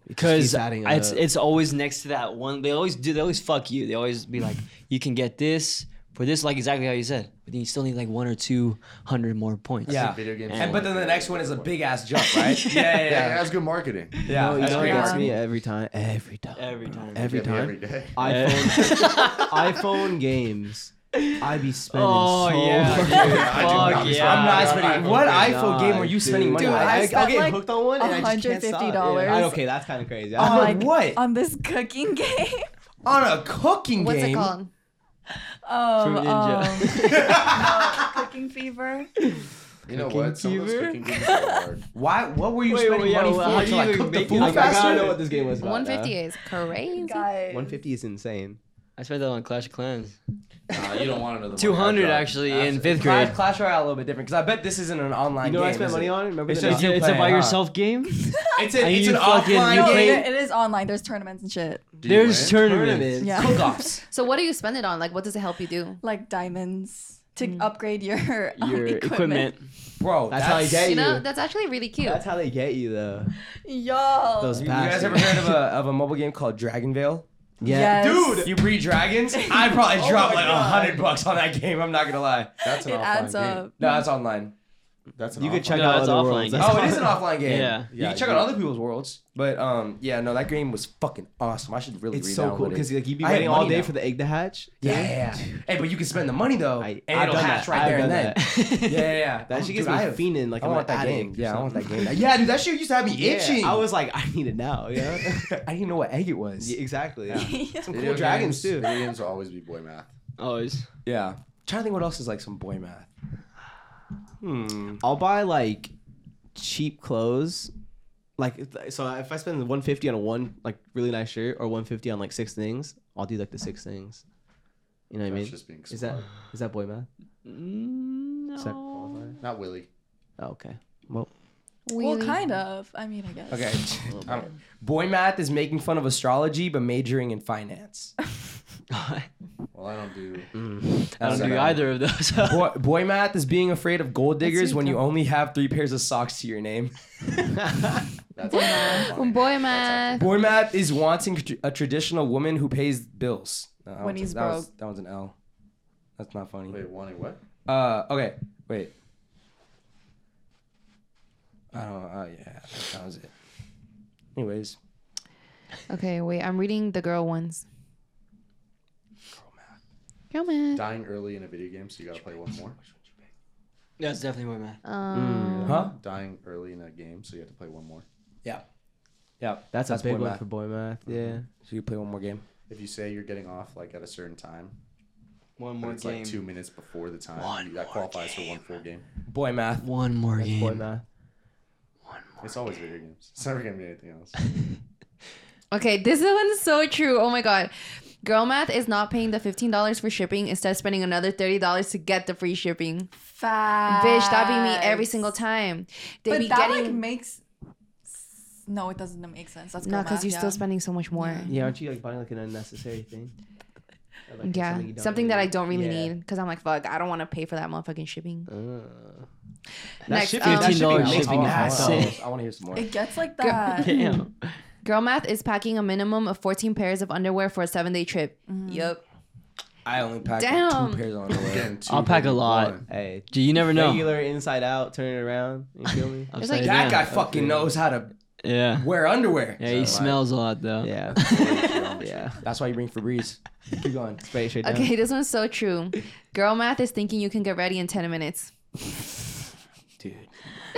S4: Because
S2: keeps adding
S4: it's
S2: up.
S4: it's always next to that one. They always do. They always fuck you. They always be like, you can get this for this, like exactly how you said, but then you still need like one or two hundred more points.
S3: Yeah.
S6: Video games.
S3: And but then the next one is a big ass jump, right? yeah, yeah,
S6: Yeah,
S3: yeah.
S6: that's good marketing.
S3: Yeah,
S2: No, you
S3: that's
S2: know what
S3: great
S2: gets
S3: marketing.
S2: me every time? Every time.
S4: Every time.
S2: Every
S6: Get me
S2: time. Uh,
S6: Every day.
S2: iPhone, iPhone games. I be spending
S4: Oh
S2: so
S4: yeah.
S2: much.
S4: dude.
S6: I do
S4: Fuck
S6: not-
S4: yeah.
S3: I'm not
S6: Yeah.
S3: spending.
S6: iPhone
S3: What
S6: game.
S3: iPhone game were you spending money
S5: Dude,
S3: on?
S5: I
S2: I,
S5: spent
S2: will get
S5: like
S2: hooked on one and I just can't stop.
S5: $150
S2: Yeah. I- Okay, that's kind of crazy.
S3: Oh,
S2: I-
S5: on like
S3: what?
S5: on this cooking game.
S3: on a cooking
S7: What's
S3: game.
S7: it called?
S5: Um,
S4: Fruit Ninja.
S5: um, no, cooking fever.
S6: You know
S4: Cooking
S6: what? Some of those
S4: fever?
S6: cooking games are hard.
S3: Why? What were you
S4: Wait,
S3: spending
S4: wait, yeah,
S3: money
S4: well, how
S3: for?
S4: do
S3: To
S4: you
S3: like
S4: even
S3: cook the
S4: make it?
S3: food
S2: I, I gotta know
S3: faster?
S2: what this game was about.
S7: One fifty is crazy.
S5: Guys.
S2: One fifty is insane.
S4: I spent that on Clash of
S6: Oh
S4: Clans.
S6: Nah, you don't want another.
S4: Two hundred actually in fifth grade.
S3: Clash, Clash Royale a little bit different because I bet this isn't an online
S2: You know
S3: game.
S2: what I spent
S3: is
S2: money
S3: it?
S2: on? Remember
S3: It's
S2: the
S3: just
S2: dog?
S3: you
S4: it's
S3: play,
S4: a by
S3: huh?
S4: yourself game.
S3: It's, a,
S4: And
S3: it's
S4: you
S3: an
S4: fucking-
S3: offline
S4: you
S5: No,
S4: play-
S3: game.
S4: pay-
S5: it, it is online. There's tournaments and shit.
S4: There's tournaments.
S5: Yeah.
S3: Cook offs.
S7: So what do you spend it on? Like, what does it help you do?
S5: Like diamonds. to
S7: Mm.
S5: upgrade your own
S2: Your equipment.
S5: equipment.
S3: Bro,
S2: that's, how they get you.
S7: You know, that's actually really cute.
S2: that's how they get you though.
S5: Yo.
S2: Those
S3: You guys ever
S2: bastards.
S3: heard of a of a mobile game called Dragon Veil?
S5: Yes.
S3: Dude, you breed dragons? I probably
S5: Oh
S3: dropped
S5: my
S3: like a
S5: God.
S3: hundred bucks on that game. I'm not gonna lie.
S6: That's an
S5: It
S6: offline
S5: adds
S6: game.
S5: up.
S3: No, it's online.
S6: That's an
S2: You
S6: offline.
S2: could check
S4: No,
S2: out
S4: it's
S2: other
S4: offline.
S2: worlds.
S4: It's
S3: Oh, it is an offline game.
S4: Yeah.
S3: you
S6: Yeah,
S3: can check
S6: you-
S3: out other people's worlds. But um, yeah, no, that game was fucking awesome. I should really.
S2: It's so cool because
S3: because
S2: like you'd be
S3: I had
S2: waiting all
S3: money
S2: day
S3: now.
S2: for the egg to hatch.
S3: yeah, hey, but you can spend the money though,
S2: I-
S3: and
S2: I've
S3: it'll
S2: done
S3: hatch
S2: that.
S3: right
S2: I've
S3: there and
S2: done
S3: then. yeah, yeah, yeah.
S2: That
S3: Oh,
S2: shit
S3: dude,
S2: gets me
S3: I have-
S2: fiending like
S3: I
S2: I'm
S3: want
S2: an
S3: that
S2: addict
S3: game.
S2: or
S3: Yeah, I want that
S2: something.
S3: game. Yeah, dude, that shit used to have me
S2: Yeah,
S3: itching.
S2: I was like, I need it now. Yeah.
S3: I didn't know what egg it was.
S2: Yeah, exactly. Some
S6: Video
S2: cool dragons
S6: games-
S2: too.
S6: Video games will always be boy math.
S4: Always.
S3: Yeah. Trying to think what else is like some boy math. Hmm.
S2: I'll buy like cheap clothes. Like if- so if I spend 150 on a one like really nice shirt or 150 on like six things, I'll do like the six things. You know what I
S6: That's
S2: mean?
S6: just being
S2: Is that is that boy math?
S3: Mm,
S2: Is that
S4: No.
S2: qualifier?
S6: Not Willy.
S2: Oh, okay. Well,
S5: Well,
S7: Really?
S5: kind of. I mean, I guess.
S3: Okay.
S2: Oh,
S3: I don't- boy math is making fun of astrology but majoring in finance.
S6: Well, I don't do.
S4: I don't do either of those.
S3: Boy, boy math is being afraid of gold diggers
S7: really
S3: when you
S7: dumb.
S3: only have three pairs of socks to your name.
S6: That's not funny.
S7: Boy math.
S3: Boy math is wanting tr- a traditional woman who pays bills. No, that
S5: When
S3: one's-
S5: he's
S3: that was- that one's an L. That's not funny.
S6: Wait, wanting what?
S3: Uh, okay, wait. I don't. Oh yeah, that was it. Anyways,
S7: Okay, wait. I'm reading the girl ones. Girl math.
S6: Dying early in a video game, so you gotta play one more.
S4: That's definitely my man.
S7: Um,
S3: huh?
S6: Dying early in a game, so you have to play one more.
S3: Yeah,
S2: that's, a big
S3: boy
S2: one
S3: math.
S2: for boy math. Yeah.
S3: So you play one more game.
S6: If you say you're getting off like at a certain time,
S4: One
S6: but
S4: more
S6: it's
S4: game.
S6: like two minutes before the time,
S4: One
S6: you- that
S4: more
S6: qualifies for one full game.
S3: Boy math.
S4: One more
S2: That's
S4: game.
S2: boy math.
S6: It's always video games. It's never gonna be anything else.
S7: Okay, this one's so true. Oh my god. Girl math is not paying the $15 for shipping instead of spending another $30 to get the free shipping.
S5: Facts.
S7: Bitch, that be me every single time. They
S5: but
S7: be
S5: that
S7: getting
S5: like makes. No, it doesn't make sense. That's
S7: No,
S5: because
S7: because you're still spending so much more. Yeah,
S2: Yeah, aren't you like buying like an unnecessary thing? Or, like,
S7: something,
S2: you don't
S7: that I
S2: really-
S7: don't really
S2: Yeah.
S7: need because I'm like, fuck, I don't want to pay for that motherfucking shipping.
S2: Uh,
S7: Next,
S2: should be-
S7: um,
S2: that should be
S4: $15
S2: makes me
S4: shipping
S2: mad.
S4: is
S2: So-
S4: insane.
S3: I want to hear some more.
S5: It gets like
S7: Girl-
S5: that.
S4: Damn.
S7: Girl math is packing a minimum of 14 pairs of underwear for a seven day trip.
S5: Mm-hmm.
S7: Yup.
S3: I only packed
S7: Damn.
S3: two pairs of underwear.
S6: Again, two
S4: I'll pack a
S6: versus
S4: lot.
S6: one.
S2: Hey,
S4: Gee, you never know.
S2: regular inside out, turn it around. You feel me?
S4: I'm
S7: It's
S4: saying,
S7: like-
S3: that
S4: yeah.
S3: guy fucking knows how to
S4: Yeah.
S3: wear underwear.
S4: Yeah, he smells a lot though.
S2: yeah, yeah.
S3: That's why you bring Febreze. Keep going.
S2: Spray it straight down.
S7: Okay, this one's so true. Girl math is thinking you can get ready in 10 minutes.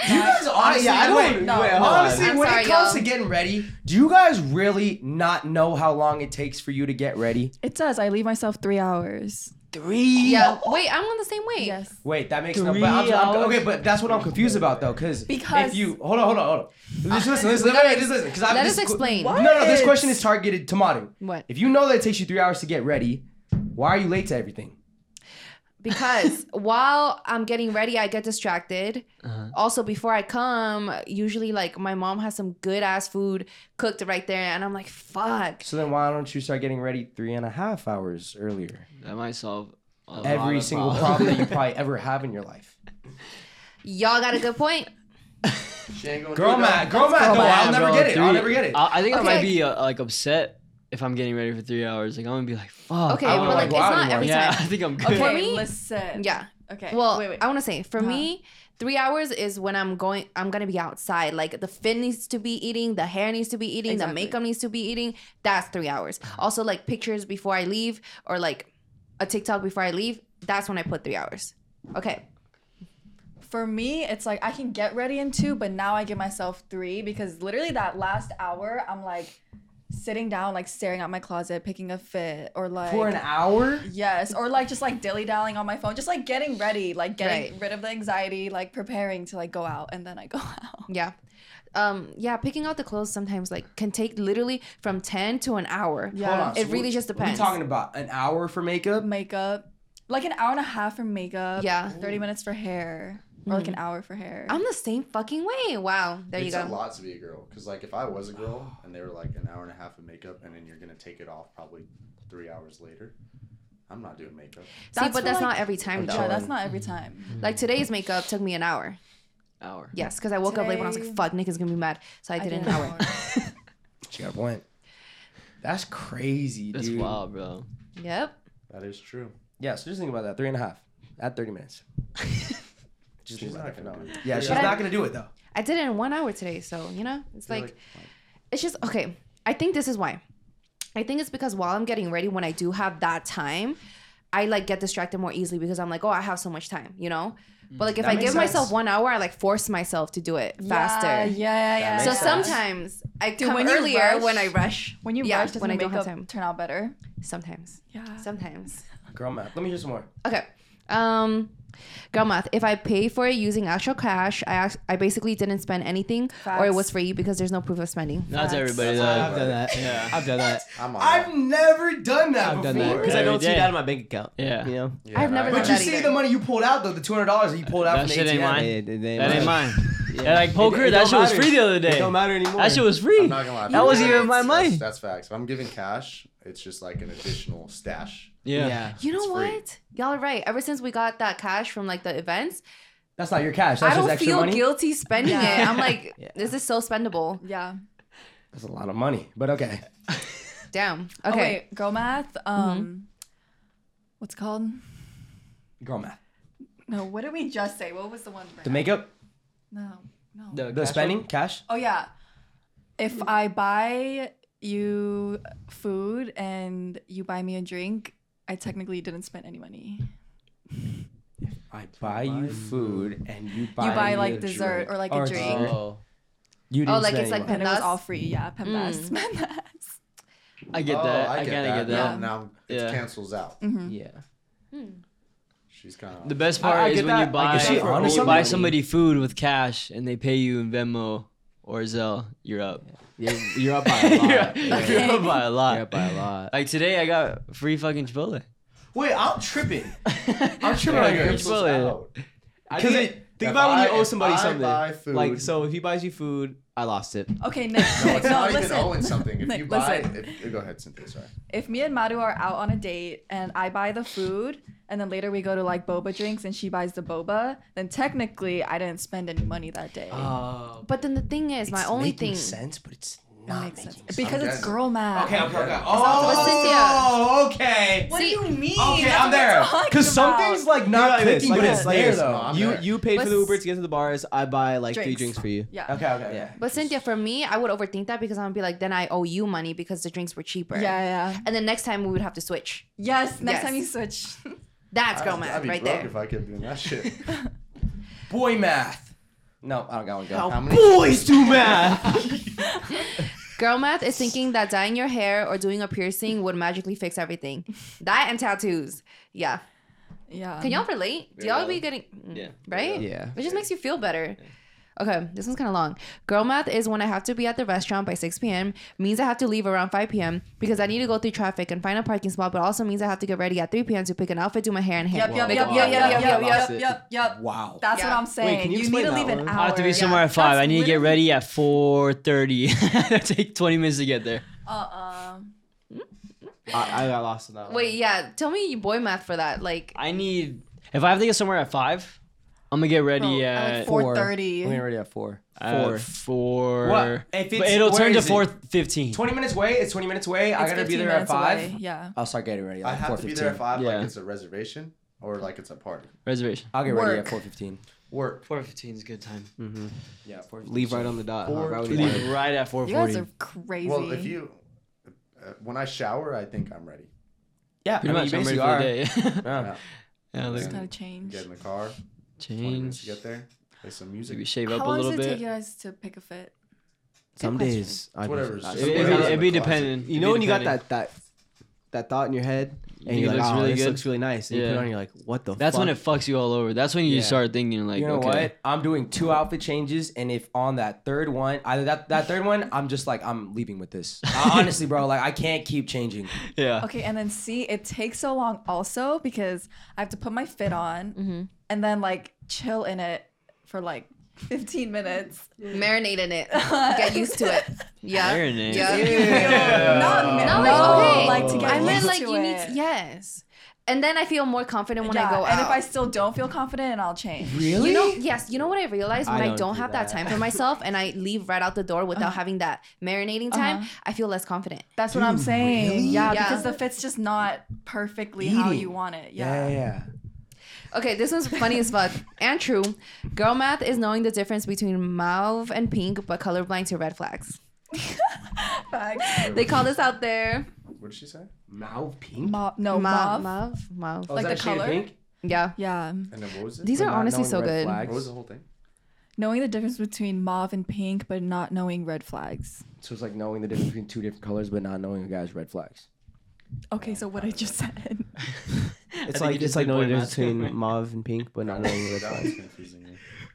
S3: You guys honestly,
S2: yeah, I don't-
S3: wait,
S2: no, hold on.
S3: honestly,
S7: I'm
S3: when
S7: sorry,
S3: it comes
S7: y'all.
S3: to getting ready, do you guys really not know how long it takes for you to get ready?
S5: It does. I leave myself three hours.
S3: Three.
S7: Yeah. Wait, I'm on the same way.
S5: Yes.
S3: Wait, that makes no. But I'm, I'm, okay, but that's what I'm confused about though, because
S5: Because-
S3: if you hold on, hold on, hold on. Just listen, listen, wait, wait, just listen, because
S7: Let us explain.
S3: No, no, this question is targeted to Madu.
S7: What?
S3: If you know that it takes you three hours to get ready, why are you late to everything?
S7: because while I'm getting ready, I get distracted. Also, before I come, usually like my mom has some good ass food cooked right there, and I'm like, fuck.
S3: So then why don't you start getting ready three and a half hours earlier?
S4: That might solve a lot
S3: Every
S4: of
S3: single problem
S4: problems.
S3: that you probably ever have in your life.
S7: Y'all got a good point.
S6: She ain't gonna
S3: Girl
S6: do
S3: math,
S6: that.
S3: girl math,
S4: Come
S3: though. I'll
S4: on,
S3: never
S4: bro,
S3: get it. I'll
S4: three-
S3: never get it.
S4: I, I think I might
S7: Okay.
S4: be uh, like upset if I'm getting ready for three hours. Like I'm gonna be like, fuck.
S7: Okay,
S4: I
S7: but
S4: wanna,
S7: like it's
S3: go out
S7: not
S3: anymore.
S7: every
S4: yeah, I
S7: time.
S4: think I'm good.
S5: Okay,
S7: For me-
S5: listen.
S7: Yeah.
S5: Okay.
S7: Well,
S5: wait, Uh-huh. wait.
S7: I want to say for me, three hours is when I'm going. I'm gonna be outside. Like the fin needs to be eating, the hair needs to be eating,
S5: Exactly. Uh-huh.
S7: the makeup needs to be eating. That's three hours. Also, like pictures before I leave, or like a TikTok before I leave. That's when I put three hours. Okay.
S5: for me, it's like I can get ready in two, but now I give myself three because literally that last hour, I'm like sitting down, like staring at my closet, picking a fit, or like
S3: For an hour?
S5: yes, or like just like dilly dallying on my phone, just like getting ready, like getting
S7: Right.
S5: rid of the anxiety, like preparing to like go out, and then I go out.
S7: Yeah. Um, yeah, picking out the clothes sometimes like can take literally from ten to an hour.
S5: Yeah.
S3: Hold on.
S7: It
S3: so
S7: really
S3: we-
S7: just depends.
S3: We're talking about an hour for makeup.
S5: Makeup, like an hour and a half for makeup.
S7: Yeah. Mm-hmm.
S5: thirty minutes for hair, or like an hour for hair.
S7: I'm the same fucking way. Wow. There
S6: it's
S7: you
S6: a
S7: go.
S6: lot to be a girl. Cause like if I was a girl and they were like an hour and a half of makeup and then you're gonna take it off probably three hours later, I'm not doing makeup.
S7: See, but that's not every time though.
S5: Yeah, that's not every time.
S7: Like today's makeup took me an hour.
S4: Hour.
S7: Yes, because I woke up late when I was
S5: Today-
S7: like, "Fuck, Nick is gonna be mad," so I did an hour.
S3: She got a point. That's crazy,
S4: That's
S3: dude.
S4: wild, bro.
S7: yep.
S6: That is true.
S3: Yeah, so just think about that. Three and a half at 30 minutes. just think
S6: She's
S3: about
S6: not
S3: that for an
S6: gonna
S3: hour.
S6: do it.
S3: Yeah, she's
S7: But I-
S3: not going to do it, though.
S7: I did it in one hour today, so you know, it's like, it's just okay. I think this is why. I think it's because while I'm getting ready, when I do have that time, I like get distracted more easily because I'm like, oh, I have so much time, you know. But like if
S3: Mm. That
S7: I
S3: makes
S7: give myself
S3: sense.
S7: one hour, I like force myself to do it faster.
S5: Yeah, yeah, yeah.
S7: So
S5: yeah.
S7: sometimes I
S5: Dude,
S7: come
S5: when you
S7: earlier
S5: rush-
S7: when I rush.
S5: when you
S7: Yeah,
S5: rush, doesn't
S7: when I don't
S5: makeup
S7: have time.
S5: turn out better?
S7: Sometimes.
S5: Yeah.
S7: Sometimes.
S3: Girl math. Let me hear some more.
S7: Okay. Um, girl math. If I pay for it using actual cash, I act- I basically didn't spend anything, or it
S5: Facts.
S7: was free because there's no proof of spending.
S4: That's everybody.
S2: Uh, I've
S4: though.
S2: done that. Yeah. I've done that.
S6: I'm on. that.
S3: I've never done that
S2: I've
S3: before.
S2: done that because I
S4: Every
S2: don't see
S4: day.
S2: it out of my bank account.
S4: Yeah.
S2: You know.
S6: Yeah,
S7: I've never
S6: right.
S7: done
S3: But you
S7: that
S3: see
S7: either.
S3: the money you pulled out though, the two hundred dollars that you pulled out
S4: That
S3: from
S4: shit
S3: the
S4: ain't
S3: ATM.
S4: mine.
S2: It, it
S4: That ain't mine. Yeah, like poker,
S2: It
S4: that
S2: don't
S4: shit was
S2: matter.
S4: free the other
S2: It
S4: day.
S2: don't matter anymore.
S4: That shit was free.
S6: I'm not gonna lie.
S4: That wasn't even my
S6: That's-
S4: money.
S6: That's facts. If I'm giving cash, it's just like an additional stash.
S4: Yeah.
S7: You know
S6: It's free.
S7: what? Y'all are right. Ever since we got that cash from like the events,
S3: That's not your cash.
S7: I
S3: That's just
S7: don't
S3: extra
S7: feel
S3: money.
S7: guilty spending it. I'm like,
S2: Yeah.
S7: this is so spendable.
S5: Yeah.
S3: That's a lot of money. But okay.
S7: Damn.
S5: Okay.
S7: Okay.
S5: Oh,
S7: Mm-hmm.
S5: wait, girl math. Um, what's it called?
S3: Girl math.
S5: No, what did we just say? What was the one?
S3: The
S5: brand?
S3: makeup,
S5: no, no.
S3: the spending, cash.
S5: Oh yeah. If I buy you food and you buy me a drink, I technically didn't spend any money.
S3: I buy you food and you buy
S5: you buy
S3: me
S5: like
S3: a
S5: dessert
S3: drink.
S5: or like a drink.
S3: Oh. You didn't
S7: Oh, like
S3: spend
S7: it's like
S3: any
S5: And
S3: money.
S5: it was
S7: Pendas?
S5: all free, yeah. Pendas.
S7: Mm.
S5: Pendas.
S4: I get
S6: Oh,
S4: that. I,
S6: I,
S4: kind
S6: that.
S4: of get
S6: Now,
S4: that.
S6: now
S4: Yeah. Mm-hmm.
S6: it cancels out.
S3: Yeah.
S6: She's kind of.
S4: The best
S3: I- I
S4: part is
S3: get
S4: when you
S3: that. I
S4: buy
S3: get
S5: that for
S4: when
S3: only
S4: you
S3: somebody.
S4: buy somebody food with cash and they pay you in Venmo or Zelle, you're up.
S2: Yeah, you're up by a lot.
S4: Yeah. You're up by a lot.
S2: You're up by a lot.
S4: Like today, I got free fucking Chipotle.
S3: Wait, I'm tripping. I'm tripping
S4: Yeah,
S3: on
S4: you're
S3: here.
S4: tripping. Chipotle.
S2: Because
S3: think-
S2: it, think
S6: if
S2: about when
S6: I-
S2: you owe somebody
S6: if I
S2: something.
S6: buy food-
S2: Like, so if he buys you food, I lost it.
S5: Okay, Nick.
S6: No,
S5: Nick,
S6: it's
S5: no,
S6: not
S5: listen.
S6: even owing something. If
S5: Nick,
S6: you buy,
S5: listen.
S6: if, go ahead, Cynthia. Sorry.
S5: if me and Madu are out on a date and I buy the food and then later we go to like boba drinks and she buys the boba, then technically I didn't spend any money that day.
S3: Oh.
S7: But then the thing is, my
S3: It's
S7: only
S3: making
S7: thing.
S3: sense, but it's
S5: That
S3: not
S5: makes
S3: making
S5: sense.
S3: sense.
S5: Because
S6: I'm
S5: it's
S6: getting it.
S5: girl math.
S3: Okay, okay, okay.
S7: But
S3: Oh, okay.
S5: What
S7: See-
S5: do you mean?
S3: Okay,
S5: That's
S3: I'm
S5: what we're
S3: there.
S5: talking
S3: Because some
S5: about.
S3: things like not
S2: like this,
S3: clicking,
S2: like
S3: but
S2: this,
S3: it's
S2: like
S3: there
S2: this.
S6: No,
S3: though.
S6: I'm
S2: You
S6: there.
S2: you paid for the
S7: Let's-
S2: Uber to get to the bars. I buy like three
S5: Drinks.
S2: drinks for you.
S5: Yeah.
S3: Okay, okay, okay.
S7: But Cynthia, for me, I would overthink that because I'm gonna be like, then I owe you money because the drinks were cheaper.
S5: Yeah, yeah.
S7: And then next time we would have to switch.
S5: Yes, next
S7: Yes.
S5: time you switch.
S7: That's girl
S6: I'd- I'd
S7: math
S6: be
S7: right
S6: broke
S7: there.
S6: If I kept doing that shit.
S3: Boy math. No, I don't got one. Go.
S6: How many?
S2: Boys do math.
S7: Girl math is thinking that dyeing your hair or doing a piercing would magically fix everything. That and tattoos. Yeah.
S5: yeah.
S7: Can y'all relate? Do
S6: Yeah.
S7: y'all be getting mm,
S4: Yeah.
S7: right?
S2: Yeah.
S7: It just makes you feel better. Okay, this one's kind of long. Girl math is when I have to be at the restaurant by 6 p.m. means I have to leave around 5 p.m. because I need to go through traffic and find a parking spot, but also means I have to get ready at 3 p.m. to pick an outfit, do my hair and hair.
S5: Yep, yep,
S7: Make
S5: yep,
S7: up-
S5: yep,
S2: yeah, yeah,
S5: yep, yep,
S2: yeah,
S5: yep,
S2: yeah.
S5: yep, yep.
S3: Wow.
S5: That's
S7: Yeah.
S5: what I'm saying.
S2: can you
S5: you,
S2: explain
S5: need to
S2: that
S5: leave an
S2: one?
S5: hour.
S4: I have to be somewhere at
S5: That's
S4: five. I need to get
S5: literally-
S4: ready at four thirty. Take twenty minutes to get there.
S5: Uh-uh.
S2: I, I got lost in that one.
S7: Wait, yeah. Tell me your boy math for that. Like,
S4: I need if I have to get somewhere at five, I'm gonna get
S5: Bro,
S4: ready
S5: I
S4: at
S5: like
S4: four.
S5: four-
S3: Four.
S5: 4:30.
S3: We already at four.
S4: At four.
S3: What? If
S4: But
S3: it's-
S4: it'll
S3: where
S4: turn to
S3: is it?
S4: four fifteen.
S3: Twenty minutes away. It's twenty minutes away. I
S5: It's
S3: gotta be
S5: 15
S3: there at
S5: minutes
S3: five.
S5: away, Yeah.
S3: I'll start getting ready. Like
S6: I have to be there at
S3: 4:15.
S6: five.
S4: Yeah.
S6: Like it's a reservation or like it's a party.
S4: Reservation.
S3: I'll get ready at
S5: Work.
S3: four fifteen.
S6: Work.
S4: Four fifteen is a good time.
S3: Yeah, four fifteen.
S2: Leave right on the dot. huh?
S6: Four
S2: Right when you
S4: Leave
S2: want.
S4: right at four
S5: You guys
S4: forty.
S5: are crazy.
S6: Well, if you, uh, when I shower, I think I'm ready.
S3: Yeah,
S4: Pretty
S3: I mean,
S4: much,
S3: you
S4: I'm ready
S3: basically
S4: for the
S3: are.
S4: day.
S3: Yeah.
S4: yeah, like,
S5: Just gotta change.
S6: Get in the car. 20 minutes
S4: change.
S6: to get there. Play some music.
S4: Maybe shave
S5: How
S4: up a
S5: long does
S4: little
S5: it take
S4: bit.
S5: you guys to pick a fit?
S2: Some
S7: question.
S2: days. I
S6: Whatever.
S2: just-
S4: It'd,
S6: Just
S4: it'd
S6: wear
S4: be,
S6: it
S4: it'd
S6: in
S4: be
S6: the closet.
S4: dependent.
S2: You know when you got that that that thought in your head and
S4: Think
S2: you're like,
S4: it looks
S2: oh,
S4: really
S2: this
S4: good?"
S2: looks really nice. And you put
S4: Yeah.
S2: it on, you're like, what the?
S4: That's
S2: fuck?
S4: when it fucks you all over. That's when you
S2: Yeah.
S4: start thinking like,
S3: You know
S4: okay,
S3: what? I'm doing two outfit changes, and if on that third one, either that that third one, I'm just like I'm leaving with this. I, honestly, bro, like I can't keep changing.
S4: yeah,
S5: Okay, and then see, it takes so long also because I have to put my fit on
S7: Mm-hmm.
S5: and then like chill in it for like 15 minutes.
S7: marinate in it. Get used to it. Yeah.
S4: Marinate.
S7: Yeah.
S5: No,
S7: No,
S5: no,
S7: it's okay.
S5: like to get
S7: I meant
S5: used
S7: like
S5: to
S7: you need.
S5: it.
S7: yes. And then I feel more confident when I
S5: Yeah,
S7: go
S5: and
S7: out.
S5: if I still don't feel confident, and I'll change.
S7: You know, yes. You know what I realized when
S5: I
S7: I don't,
S5: don't do
S7: have that.
S5: that.
S7: time for myself and I leave right out the door without having that marinating time,
S5: Uh-huh.
S7: I feel less confident.
S5: That's what I'm saying. Yeah,
S7: Yeah.
S5: because the fit's just not perfectly how
S7: Eating.
S5: you want it. Yeah.
S7: Okay, this one's funny as fuck and true. Girl math is knowing the difference between mauve and pink, but colorblind to red flags. They call this out there.
S6: What did she say?
S3: Mouth pink.
S5: Mauve, no,
S7: Mau-
S5: Oh, mauve.
S7: mauve, mauve.
S5: Oh, is Like that the a shade of color? pink?
S7: Yeah.
S5: Yeah.
S6: And then what was it?
S7: These
S6: For
S7: are
S6: not
S7: honestly
S6: knowing
S7: so
S6: red
S7: good.
S6: flags? What was the whole thing?
S5: Knowing the difference between mauve and pink, but not knowing red flags.
S3: So it's like knowing the difference between two different colors, but not knowing a guy's red flags.
S5: Okay, so what I just said.
S2: It's like it's like knowing the difference between mauve and pink, but not knowing the
S6: That
S2: difference.
S6: was confusing me.